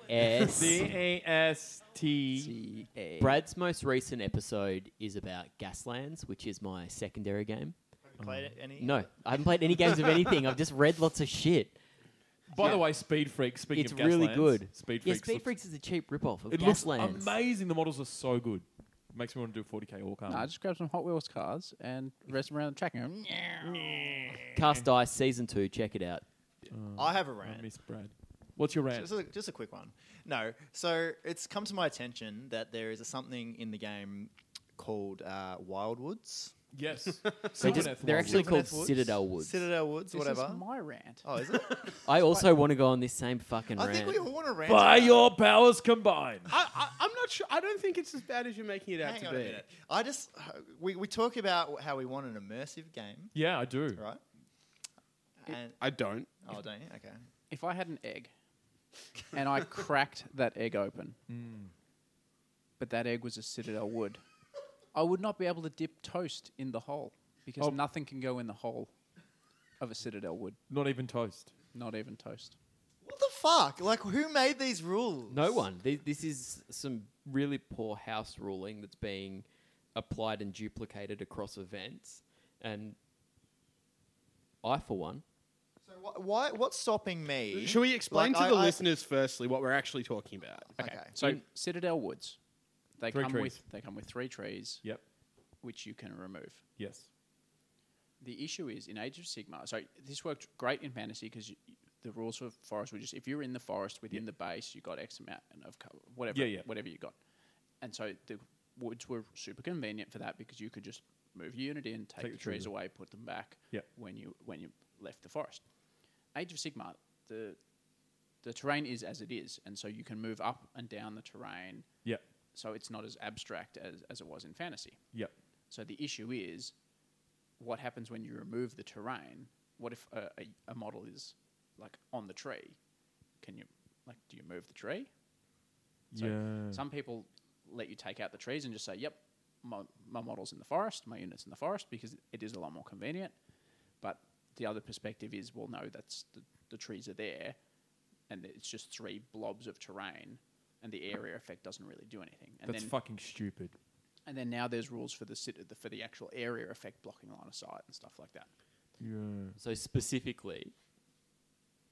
*laughs* C S. A S T. C A. Brad's most recent episode is about Gaslands, which is my secondary game. Played it any? No, I haven't played any games of anything. I've just read lots of shit. By the way, Speed Freak. Speaking it's of really Gaslands, good. Speed yeah, Freaks. Speed looks- Freaks is a cheap ripoff of It looks Gaslands. amazing. The models are so good. Makes me want to do 40k all No, I cars. just grab some Hot Wheels cars and race them around the track. And go, Cast Dice Season 2, check it out. I have a I rant. miss Brad. What's your rant? Just a, just a quick one. No. So it's come to my attention that there is a something in the game called uh, Wildwoods. *laughs* yes. They just- Silverneth they're was. actually called Silverneth Woods? Citadel Woods. Citadel Woods, this whatever. is my rant. oh, is it? I also want to go on this same fucking I rant. think we all want to rant. By about- your powers combined. I, I, I'm not sure. I don't think it's as bad as you're making it out Hang to on a be. minute. I just we, we talk about how we want an immersive game, *laughs* Yeah, I do. right? And I don't. oh, don't you? Okay. If I had an egg and *laughs* I cracked that egg open. Hmm. But that egg was a citadel wood. I would not be able to dip toast in the hole because Oh. nothing can go in the hole of a citadel wood, Not even toast. not even toast. What the fuck? Like, who made these rules? No one. Th- This is some really poor house ruling that's being applied and duplicated across events. And I, for one, So wh- why? What's stopping me? Should we explain Like, to the I- I- listeners firstly what we're actually talking about? Okay. So citadel woods, they Three come trees. with they come with three trees Yep. which you can remove. Yes. The issue is in Age of Sigma. So this worked great in fantasy because the rules for forest were just if you're in the forest within the base, you got X amount of cover, whatever, Yeah, yeah. whatever you got. And so the woods were super convenient for that because you could just move your unit in, take, Take the the tree trees away. away, put them back Yeah. when you when you left the forest. Age of Sigma, the the terrain is as it is, and so you can move up and down the terrain. Yep. So it's not as abstract as, as it was in fantasy. Yep. So the issue is, what happens when you remove the terrain? What if a, a, a model is like on the tree? Can you like do you move the tree? So yeah. Some people let you take out the trees and just say, "Yep, my, my model's in the forest, my unit's in the forest," because it is a lot more convenient. But the other perspective is, well, no, that's the, the trees are there, and it's just three blobs of terrain, and the area effect doesn't really do anything. And That's then fucking stupid. and then now there's rules for the, sit- the for the actual area effect blocking line of sight and stuff like that. Yeah. so specifically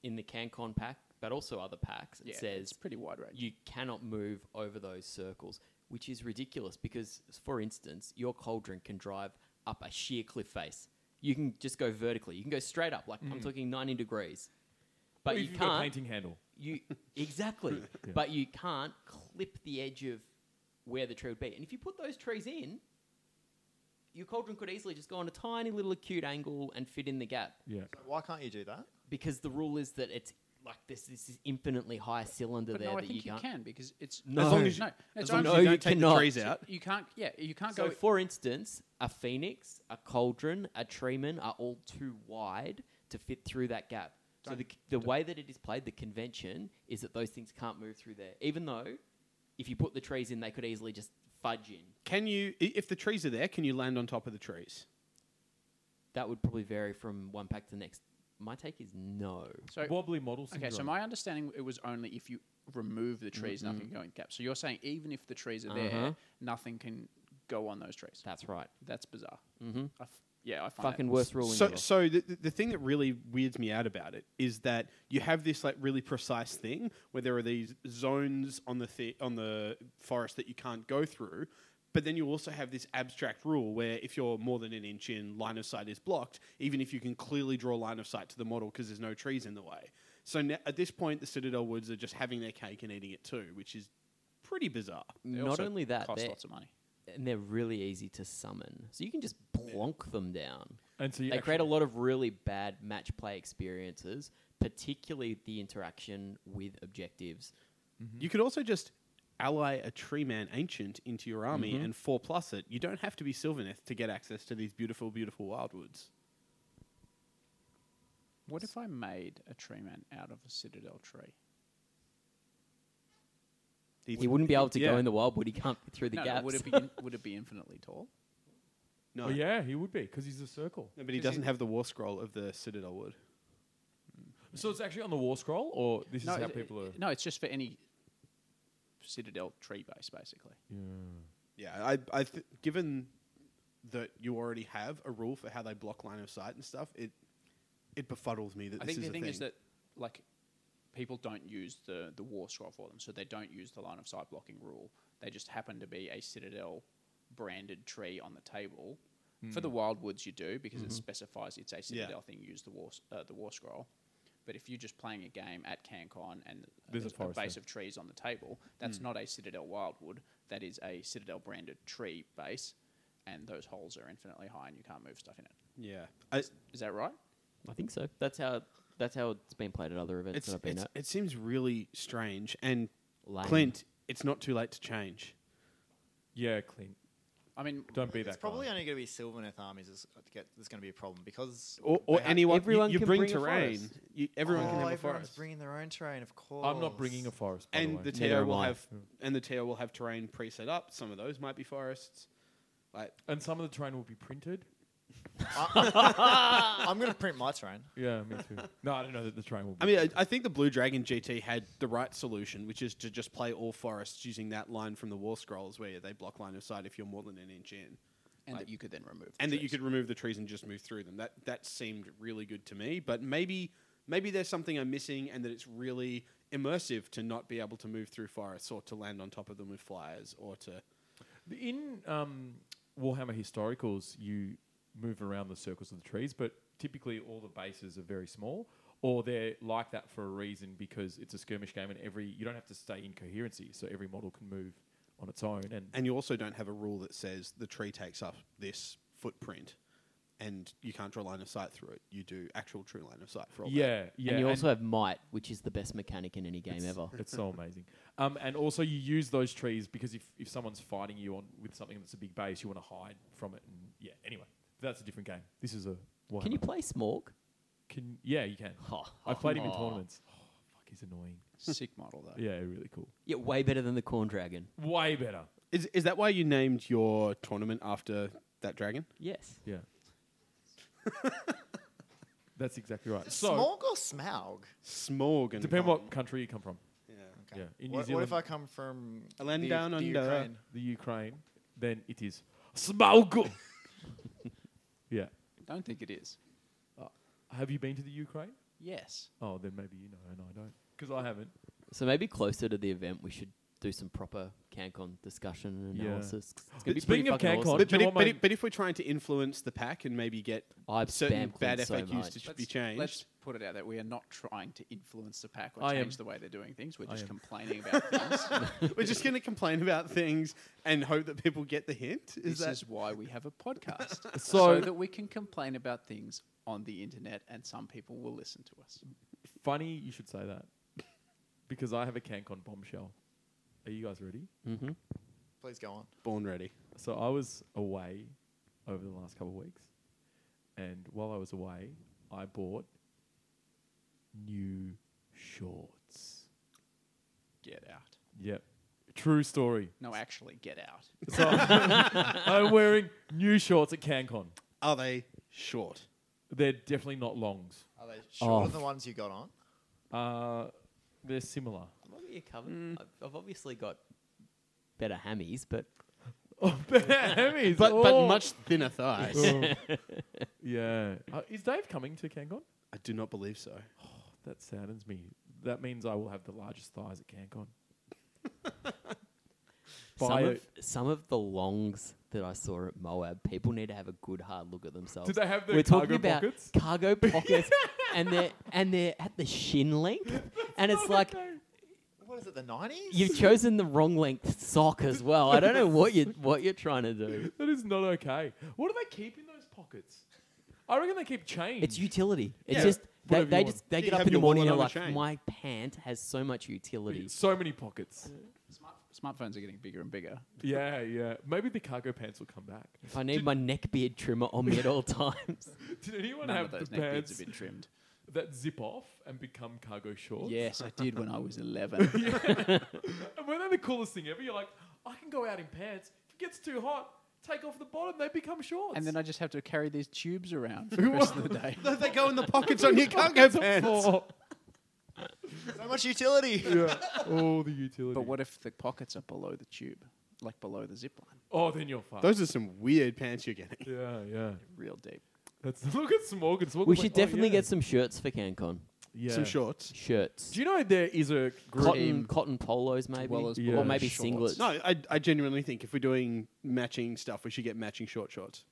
in the CanCon pack, but also other packs, it Yeah, it's says pretty wide range. you cannot move over those circles, which is ridiculous because, for instance, your cauldron can drive up a sheer cliff face. You can just go vertically. You can go straight up, like Mm. I'm talking 90 degrees. But Well, if you you've can't. got a painting handle. You *laughs* exactly, but you can't clip the edge of where the tree would be. And if you put those trees in, your cauldron could easily just go on a tiny little acute angle and fit in the gap. Yeah. Why can't you do that? Because the rule is that it's like this, this is infinitely high cylinder But there no, I that think you, can't. can because it's No. long as no, As it's long only as No, you you don't take cannot. the trees out. you can't. Yeah, you can't So, go. for instance, a phoenix, a cauldron, a treeman are all too wide to fit through that gap. So the, the way that it is played, the convention is that those things can't move through there. Even though, if you put the trees in, they could easily just fudge in. Can you, i- if the trees are there, can you land on top of the trees? That would probably vary from one pack to the next. My take is no. so Wobbly model syndrome. okay, so my understanding it was only if you remove the trees, nothing going gap. So you're saying even if the trees are Mm-hmm. Uh-huh. there, nothing can go on those trees. That's right. That's bizarre. Mm-hmm. I f- yeah, I find Fucking that worst ruling. So, ever. so the, the- the thing that really weirds me out about it is that you have this like really precise thing where there are these zones on the thi- on the forest that you can't go through, but then you also have this abstract rule where if you're more than an inch in, line of sight is blocked, even if you can clearly draw line of sight to the model because there's no trees in the way. So now, at this point, the Citadel Woods are just having their cake and eating it too, which is pretty bizarre. They Not also only that, cost they're, lots of money. and they're really easy to summon. So you can just plonk them down. and so you they actually- create a lot of really bad match play experiences, particularly the interaction with objectives. You could also just ally a tree man ancient into your army and four plus it. You don't have to be Sylvaneth to get access to these beautiful, beautiful wildwoods. What if I made a tree man out of a citadel tree? These He wouldn't be able to go yeah. in the wild, would he? Can't fit through the no, no, gaps. would it be in- would it be infinitely tall? no, Oh yeah, he would be because he's a circle. no, but he doesn't have the war scroll of the Citadel Wood. So it's actually on the war scroll, or this is how it- people are. it- No, it's just for any citadel tree base, basically. Yeah, I, I th- given that you already have a rule for how they block line of sight and stuff, it it befuddles me that I this think is the a thing, is that like people don't use the the war scroll for them, so they don't use the line of sight blocking rule. They just happen to be a citadel branded tree on the table. For Hmm. the wild woods, you do because Mm-hmm. it specifies it's a citadel thing. Use the war s- uh, the war scroll. But if you're just playing a game at CanCon and uh, There's a forest base there. of trees on the table, Hmm. that's not a Citadel Wildwood. That is a Citadel branded tree base, and those holes are infinitely high, and you can't move stuff in it. yeah, I, Is that right? I think so. That's how that's how it's been played at other events it's, that I've been it's, at. it seems really strange. And Lame. Clint, it's not too late to change. Yeah, Clint. I mean, Don't be It's that probably guy. only going to be Sylvaneth armies is get, that's going to be a problem because Or, or they ha- anyone. everyone you, you can bring, bring a terrain. forest. You, everyone oh, can have a everyone's forest. bringing their own terrain, of course. I'm not *laughs* bringing a forest. By and the, the way. TO am will I. have and the TO will have terrain pre-set up. Some of those might be forests. Like and some of the terrain will be printed. I'm going to print my terrain. Yeah, me too. no, I don't know that the terrain will. Be I mean, I, I think the Blue Dragon GT had the right solution, which is to just play all forests using that line from the War Scrolls, where they block line of sight if you're more than an inch in, and that you could then remove. the and that you trees. could remove the trees and just move through them. That that seemed really good to me, but maybe maybe there's something I'm missing, and that it's really immersive to not be able to move through forests or to land on top of them with flyers or to In um, Warhammer Historicals, you move around the circles of the trees, but typically all the bases are very small, or they're like that for a reason because it's a skirmish game, and every you don't have to stay in coherency, so every model can move on its own. And and you also don't have a rule that says the tree takes up this footprint and you can't draw line of sight through it. You do actual true line of sight for all that. yeah, yeah, and you and- also have might, which is the best mechanic in any game ever. *laughs* It's so amazing. Um, and also, you use those trees because if, if someone's fighting you on with something that's a big base, you want to hide from it. And yeah, anyway, that's a different game. This is a Warhammer. Can you play Smorg? Can yeah, you can. Oh, I played him in oh. tournaments. Oh, fuck, he's annoying. *laughs* sick model though. Yeah, really cool. Yeah, way better than the Corn Dragon. Way better. Is, is that why you named your tournament after that dragon? Yes. *laughs* Yeah. that's exactly right. So Smog or Smaug? Smorg and depend what country you come from. Okay. Yeah, in New What, what Zealand- if I come from A land the, down the under. Ukraine? The Ukraine, then it is *laughs* Smaug. yeah. Don't think it is. Have you been to the Ukraine? Yes. Oh, then maybe you know, and I don't, because I haven't. So maybe closer to the event, we should do some proper CanCon discussion and Yeah. analysis. 'cause It's gonna be Speaking pretty of fucking CanCon, awesome. But, Do but, if, you want but, my- if, but if we're trying to influence the pack and maybe get I certain spam bad Clint FAQs so much. to ch- Let's- be changed, Let's put it out there. We are not trying to influence the pack or I change am. the way they're doing things. We're I just am. complaining *laughs* about things. we're just going to complain about things and hope that people get the hint. Is this that is why we have a podcast, *laughs* so, So- that we can complain about things on the internet, and some people will listen to us. Funny you should say that, because I have a CanCon bombshell. Are you guys ready? Please go on. born ready? So I was away over the last couple of weeks, and while I was away, I bought new shorts. Get out. Yep, true *laughs* story. No, actually, get out. *laughs* So I'm wearing new shorts at CanCon. Are they short? They're definitely not longs. Are they shorter Oh. than the ones you got on? Uh, they're *laughs* similar. Look at your cover. Mm. I've- I've obviously got better hammies, but Hemis, But, but oh. much thinner thighs. Yeah. Uh, is Dave coming to CanCon? I do not believe so. Oh, That saddens me. That means I will have the largest thighs at CanCon. some Bio- of, some of the longs that I saw at Moab, people need to have a good hard look at themselves. Do they have the We're talking cargo about pockets? *laughs* cargo pockets, and they're and they're at the shin *laughs* length, and it's like Oh, What is it, the 90s? you've chosen the wrong length sock as well. I don't know what you what you're trying to do. That is not okay. What do they keep in those pockets? I reckon they keep change. It's utility. It's Yeah, just they, whatever you they want. just they You get have up in the your morning and wallet they're on a like, chain. my pant has so much utility. so many pockets. Smart, smartphones are getting bigger and bigger. yeah, yeah. Maybe the cargo pants will come back. If I need my neck beard trimmer on me at all times. *laughs* Did anyone None have of those the neck beards pants have been *laughs* trimmed. that zip off and become cargo shorts? Yes, I did when I *laughs* was 11. And weren't they the coolest thing ever? You're like, I can go out in pants. If it gets too hot, take off the bottom. They become shorts. and *laughs* then I just have to carry these tubes around for the rest of the day. they go in the pockets on your *laughs* cargo pants. Oh, So much utility. *laughs* yeah. Oh, the utility. But what if the pockets are below the tube, like below the zip line? Oh, then you're fucked. Those are some weird pants you're getting. yeah, yeah. Real deep. That's *laughs* look at Smorgon. Smorgon's We like, should "Oh, definitely yeah." get some shirts for CanCon. yeah. Some shorts. Shirts. Do you know there is a group? cotton cotton polos maybe well as Yeah. or maybe shorts. singlets. No, I, I genuinely think if we're doing matching stuff, we should get matching short shorts.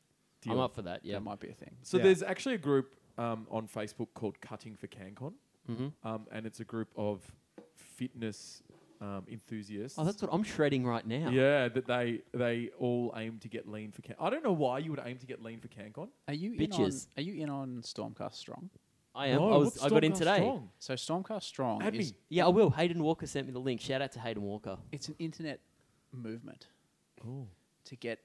I'm up for that. Yeah, That might be a thing. So Yeah. there's actually a group um, on Facebook called Cutting for CanCon, Mm-hmm. um, and it's a group of fitness um, enthusiasts. Oh, that's what I'm shredding right now. yeah, that they they all aim to get lean for Can. I don't know why you would aim to get lean for CanCon. Are you Bitches. in on? Are you in on Stormcast Strong? I am. No, I, was, what's I got in Stormcast today. Strong? So Stormcast Strong Add is me. Yeah, I will. Hayden Walker sent me the link. Shout out to Hayden Walker. it's an internet movement to get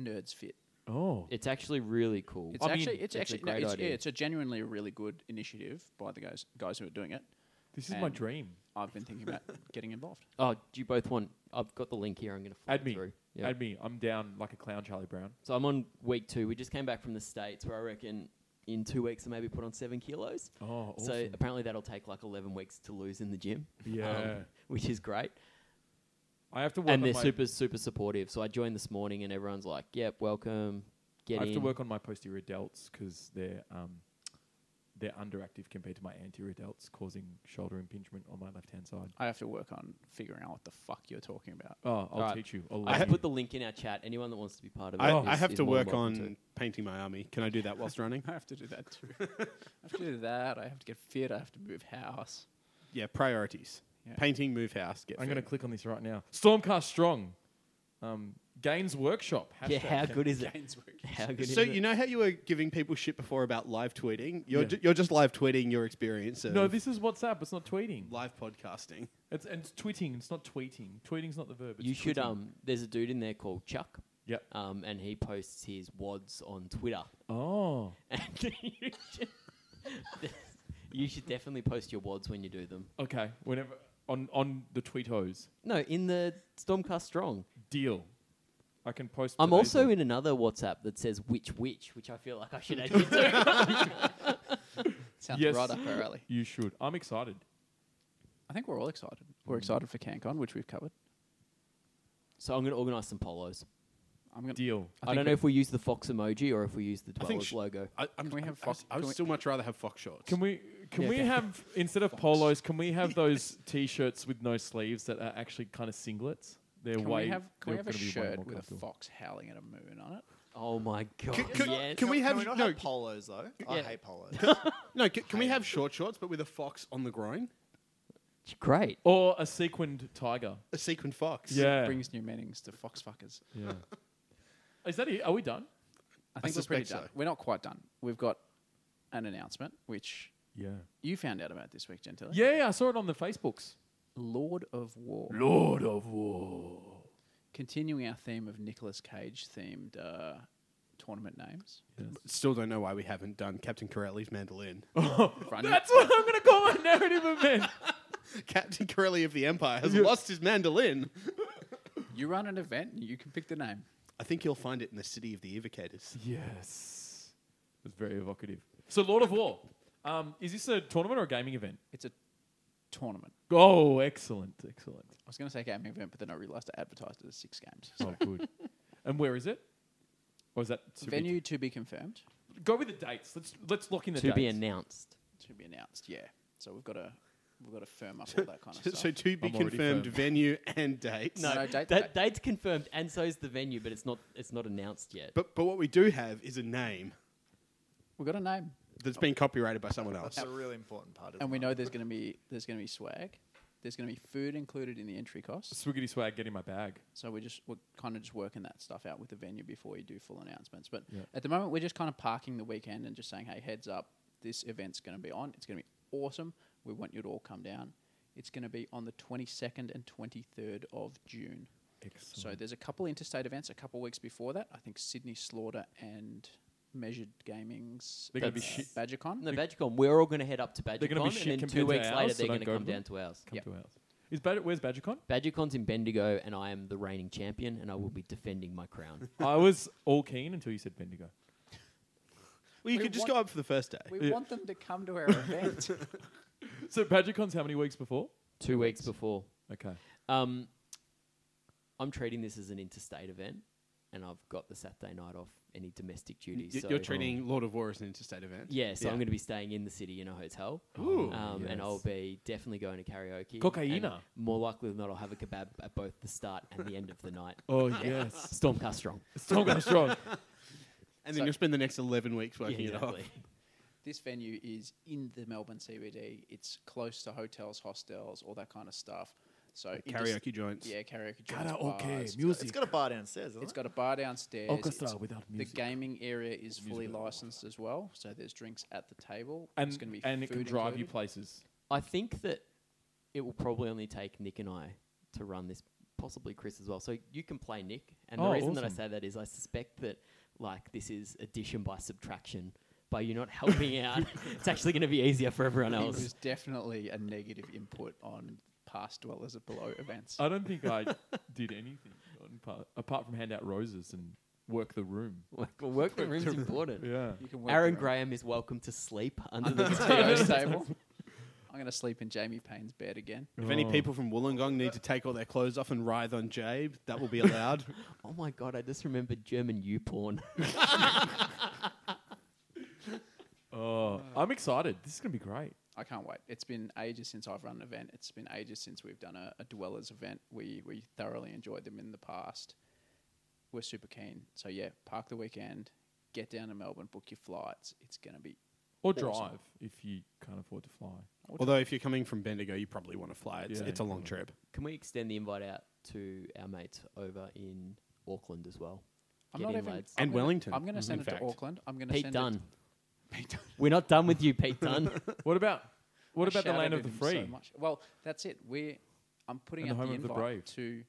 Nerds Fit. Oh, It's actually really cool. It's I mean, actually, it's, it's a actually, no, great it's, yeah, idea. it's a genuinely really good initiative by the guys guys who are doing it. this is my and- dream. I've been thinking about getting involved. oh, do you both want? I've got the link here. I'm going to Add me. through. Yeah. Add me. I'm down like a clown, Charlie Brown. So I'm on week two. We just came back from the states, where I reckon in two weeks I maybe put on seven kilos. Oh, awesome. So apparently that'll take like 11 weeks to lose in the gym. um, Yeah. which is great. I have to work. And on they're my, super, super supportive. So I joined this morning and everyone's like, yep, welcome. Get I have in. to work on my posterior delts because they're um, they're underactive compared to my anterior delts, causing shoulder impingement on my left hand side. I have to work on figuring out what the fuck you're talking about. *laughs* Oh, I'll Alright. teach you. I'll I learn put the link in our chat. Anyone that wants to be part of it. I, is- I have is to more than work on welcome painting my army. Can I do that *laughs* whilst running? I have to do that too. I have to do that. I have to get fit. I have to move house. Yeah, priorities. Yeah. Painting, move house, get I'm going to fit. click on this right now. Stormcast Strong. Um, Gaines Workshop. to. Yeah, Hashtag how Gaines- good is it? Gainsborough. *laughs* How good So is you it? know how you were giving people shit before about live tweeting? You're, Yeah. ju- you're just live tweeting your experience of No, this is WhatsApp. It's not tweeting. live podcasting. It's and it's tweeting. It's not tweeting. Tweeting's not the verb. It's You should. tweeting. Um, there's a dude in there called Chuck. Yep. Um, and he posts his wads on Twitter. *laughs* Oh, And *laughs* you should- you should definitely post your wads when you do them. okay. Whenever on on the tweetos No, in the Stormcast Strong. deal, I can post. I'm today's also one. in another WhatsApp that says which which, which I feel like I should actually do. Sounds Yes. right up our alley. You should. I'm excited. I think we're all excited. We're excited for CanCon, which we've covered. So I'm going to organise some polos. I'm gonna. Deal. I, don't know if we use the fox emoji or if we use the think Dwellers sh- logo. I, I'm, Can we have I- fox- I, would can we- still much rather have fox shorts. Can we? Can Yeah, we *laughs* okay. have instead of polos? Can we have those t-shirts with no sleeves that are actually kind of singlets? They're Can way. we have, can we they're have a gonna be way more shirt with a comfortable. fox howling at a moon on it? Oh my god! Can- can- yes. can we have- we not no, have polos though? I yeah. hate polos. *laughs* no, can, can we have short shorts but with a fox on the groin? Great. Or a sequined tiger. A sequined fox. Yeah. Brings new meanings to fox fuckers. *laughs* yeah. Is that it? Are we done? I think we're pretty suspect done. so. We're not quite done. We've got an announcement which Yeah. you found out about this week, Gentile. Yeah, I saw it on the Facebooks. Lord of War. Lord of War. Continuing our theme of Nicolas Cage themed uh, tournament names. Still don't know why we haven't done Captain Corelli's mandolin. *laughs* *laughs* Run- That's what I'm going to call my *laughs* narrative event. Captain Corelli of the Empire has lost his mandolin. you run an event and you can pick the name. I think you'll find it in the city of the evocators. yes. It's very evocative. So, Lord of War. Um, is this a tournament or a gaming event? It's a tournament. Oh, excellent. Excellent. I was going to say gaming event, but then I realised I advertised it as six games. Oh, good. *laughs* and where is it? Or is that to be- Venue to be confirmed, Go with the dates. Let's let's lock in the To be dates. announced. to be announced. Yeah. So we've got to we've got to firm up all that kind of stuff. *laughs* So to be I'm already confirmed firm. venue and dates. No, no, date- That date's confirmed, and so's the venue, but it's not. It's not announced yet. But but what we do have is a name we've got a name, that's been copyrighted by someone else. That's a really important part of. and we it. know there's going to be there's going to be swag. There's going to be food included in the entry costs. Swiggity swag, get in my bag. So we're just we're kind of just working that stuff out with the venue before we do full announcements. But Yeah. at the moment, we're just kind of parking the weekend and just saying, hey, heads up, this event's going to be on. It's going to be awesome. We want you to all come down. It's going to be on the 22nd and 23rd of June. So Excellent. there's a couple interstate events a couple weeks before that. I think Sydney Slaughter and Measured Gaming's They're gonna be uh, shit- *laughs* BadgerCon. no, BadgerCon. We're all going to head up to They're gonna be BadgerCon, shit and then compared to two weeks ours, later so they're don't going to go come to down to ours. Come Yep. to ours. Is Bad- where's Badgercon? BadgerCon's in Bendigo, and I am the reigning champion, and I will be defending my *laughs* crown. I was all keen until you said Bendigo. Well, you We could just want- go up for the first day. We want them to come to our *laughs* event. So Badgercon's how many weeks before? Two weeks before. Okay. Um, I'm treating this as an interstate event, and I've got the Saturday night off any domestic duties. Y- so You're treating Lord of War as an interstate event. Yeah, so Yeah. I'm going to be staying in the city in a hotel, Ooh. um, and I'll yes. be definitely going to karaoke. and Cocaina. More likely than not, I'll have a kebab at both the start and the end of the *laughs* night. Oh yes. Stormcast strong. Strong, strong. And then you'll spend the next 11 weeks Yeah, working it exactly. off. This venue is in the Melbourne CBD. It's close to hotels, hostels, all that kind of stuff. So it just- Karaoke joints. yeah, karaoke. joints, Karaoke, bars. music. It's got a bar downstairs. Isn't It's it? got a bar downstairs. Orchestra It's- without The music. gaming area is fully licensed as well, so there's drinks at the table. it's and going to be and it food can drive you included. places. I think that it will probably only take Nick and I to run this possibly Chris as well. So you can play Nick, and Oh, the reason that I awesome. say that is I suspect that like this is addition by subtraction. By you not *laughs* helping out, it's actually going to be easier for everyone It else. was definitely a negative input on past dwellers of below events. I don't think I *laughs* did anything on par- apart from hand out roses and work the room. Work, work the room's important. Yeah. You can work Aaron your own- Graham is welcome to sleep under *laughs* *laughs* the Theo's mosquitoes. table. I'm going to sleep in Jamie Payne's bed again. If any Oh. people from Wollongong need to take all their clothes off and writhe on Jabe, that will be allowed. Oh my god, I just remembered German U *laughs* porn. Oh, I'm excited. This is gonna be great. I can't wait. It's been ages since I've run an event. It's been ages since we've done a, a dwellers event. We we thoroughly enjoyed them in the past. We're super keen. So yeah, park the weekend, get down to Melbourne, book your flights. It's going to be Or Awesome. drive if you can't afford to fly. Although, if you're coming from Bendigo, you probably want to fly. It's, Yeah. Mm. it's a long trip. Can we extend the invite out to our mates over in Auckland as well? I'm Get not in, even- lads. I'm And gonna- Wellington. Mm-hmm. I'm going to in send it fact. to Auckland. I'm going to Pete send Dunn. it. Pete Dunn. We're not done with *laughs* you, Pete Dunn. What about what I about the land shouted of the at him so free? much. Well, that's it. We're I'm putting out And the the, home of the invite brave. to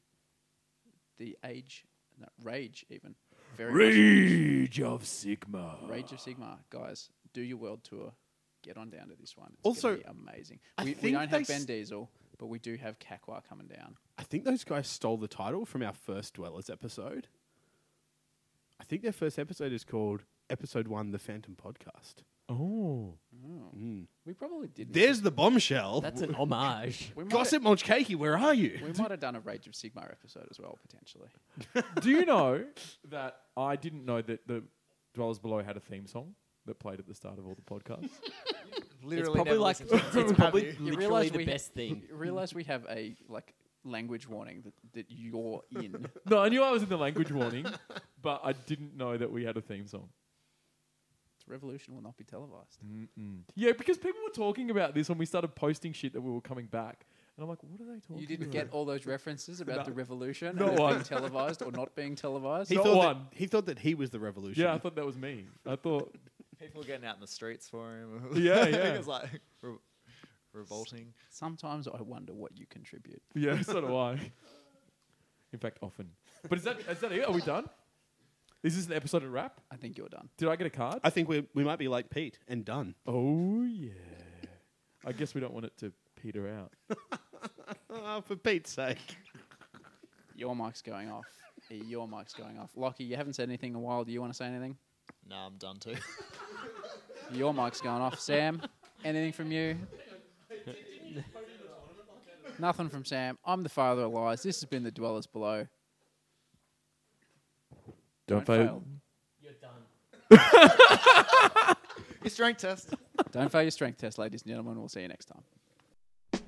the age, no, rage even. Very Rage of Sigma. much. Rage of Sigma, guys. Do your world tour. Get on down to this one. It's Also, gonna be amazing. I We, we think don't have they Ben s- Diesel, but we do have Kakwa coming down. I think those guys stole the title from our first Dwellers episode. I think their first episode is called Episode One The Phantom Podcast. Oh, We probably didn't. There's the bombshell. That's an homage. we might Gossip Munchcakey, where are you? Have, *laughs* we might have done a Rage of Sigma episode as well potentially. *laughs* do you know that I didn't know that the Dwellers Below had a theme song that played at the start of all *laughs* the podcasts? it's Literally probably never like listened to it. it's probably You literally realise the we- best thing. You realize we have a like language warning that, that you're *laughs* in. no, I knew I was in the language warning, but I didn't know that we had a theme song. Revolution will not be televised. Yeah, because people were talking about this when we started posting shit that we were coming back, and I'm like, what are they talking? You didn't about? get all those references about the revolution Not and it being one. televised or not being televised. He Not thought, one. That, he thought that he was the revolution. Yeah, I thought that was me. I thought People getting out in the streets for him. Yeah, *laughs* yeah. it's like re- revolting. Sometimes I wonder what you contribute. Yeah, *laughs* so do I. In fact, often. But is that is that it? Are we done? Is this an episode of wrap? I think you're done. Did I get a card? I think we, we might be like Pete and done. oh yeah. I guess we don't want it to peter out. Oh, for Pete's sake. Your mic's going off. E, Your mic's going off. Lockie, you haven't said anything in a while. Do you want to say anything? Nah, I'm done *laughs* too. Your mic's going off. Sam, anything from you? Nothing from Sam. I'm the father of lies. This has been the Dwellers Below. Don't fail. His drink test. Don't fail your strength test, ladies and gentlemen. We'll see you next time.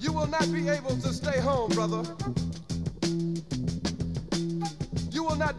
You will not be able to stay home, brother. You will not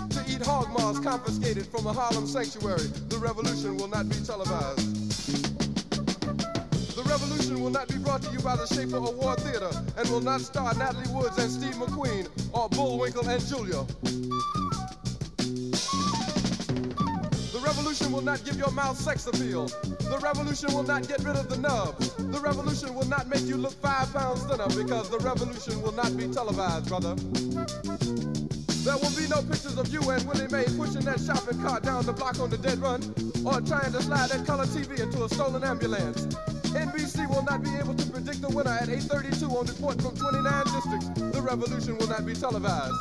to eat hog maws confiscated from a Harlem sanctuary. The revolution will not be televised. The revolution will not be brought to you by the Schaefer Award Theater and will not star Natalie Woods and Steve McQueen or Bullwinkle and Julia. The revolution will not give your mouth sex appeal. The revolution will not get rid of the nub. The revolution will not make you look five pounds thinner because the revolution will not be televised, brother. There will be no pictures of you and Willie Mae pushing that shopping cart down the block on the dead run or trying to slide that color TV into a stolen ambulance. NBC will not be able to predict the winner at 8:32 on report from 29 districts. The revolution will not be televised.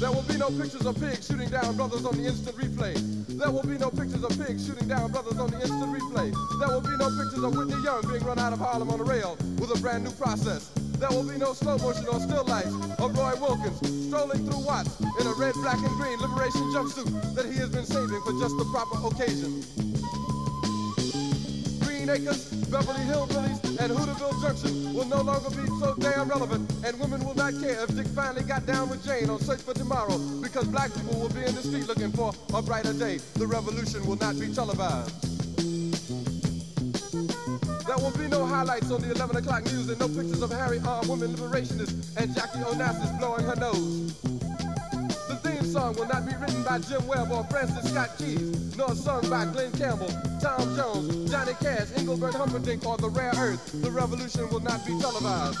There will be no pictures of pigs shooting down brothers on the instant replay. There will be no pictures of pigs shooting down brothers on the instant replay. There will be no pictures of Whitney Young being run out of Harlem on a rail with a brand new process. There will be no slow motion or still life of Roy Wilkins strolling through Watts in a red, black, and green liberation jumpsuit that he has been saving for just the proper occasion. Green Acres, Beverly Hillbillies, and Hooterville Junction will no longer be so damn relevant, and women will not care if Dick finally got down with Jane on Search for Tomorrow, because black people will be in the street looking for a brighter day. The revolution will not be televised. There will be no highlights on the 11 o'clock news and no pictures of Harry armed women liberationists and Jackie Onassis blowing her nose. The theme song will not be written by Jim Webb or Francis Scott Keys, nor sung by Glenn Campbell, Tom Jones, Johnny Cash, Engelbert Humperdinck, or The Rare Earth. The revolution will not be televised.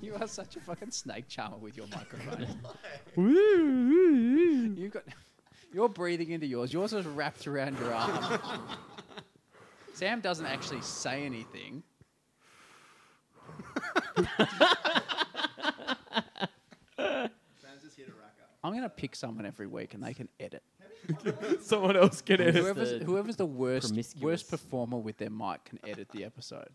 You are such a fucking snake charmer with your microphone. *laughs* You've got. You're breathing into yours. Yours is wrapped around your arm. Sam doesn't actually say anything. Sam's just here to rack up. I'm gonna pick someone every week, and they can edit. Someone else get *laughs* it. Whoever's, the whoever's the worst promiscuous- worst performer with their mic can edit the episode.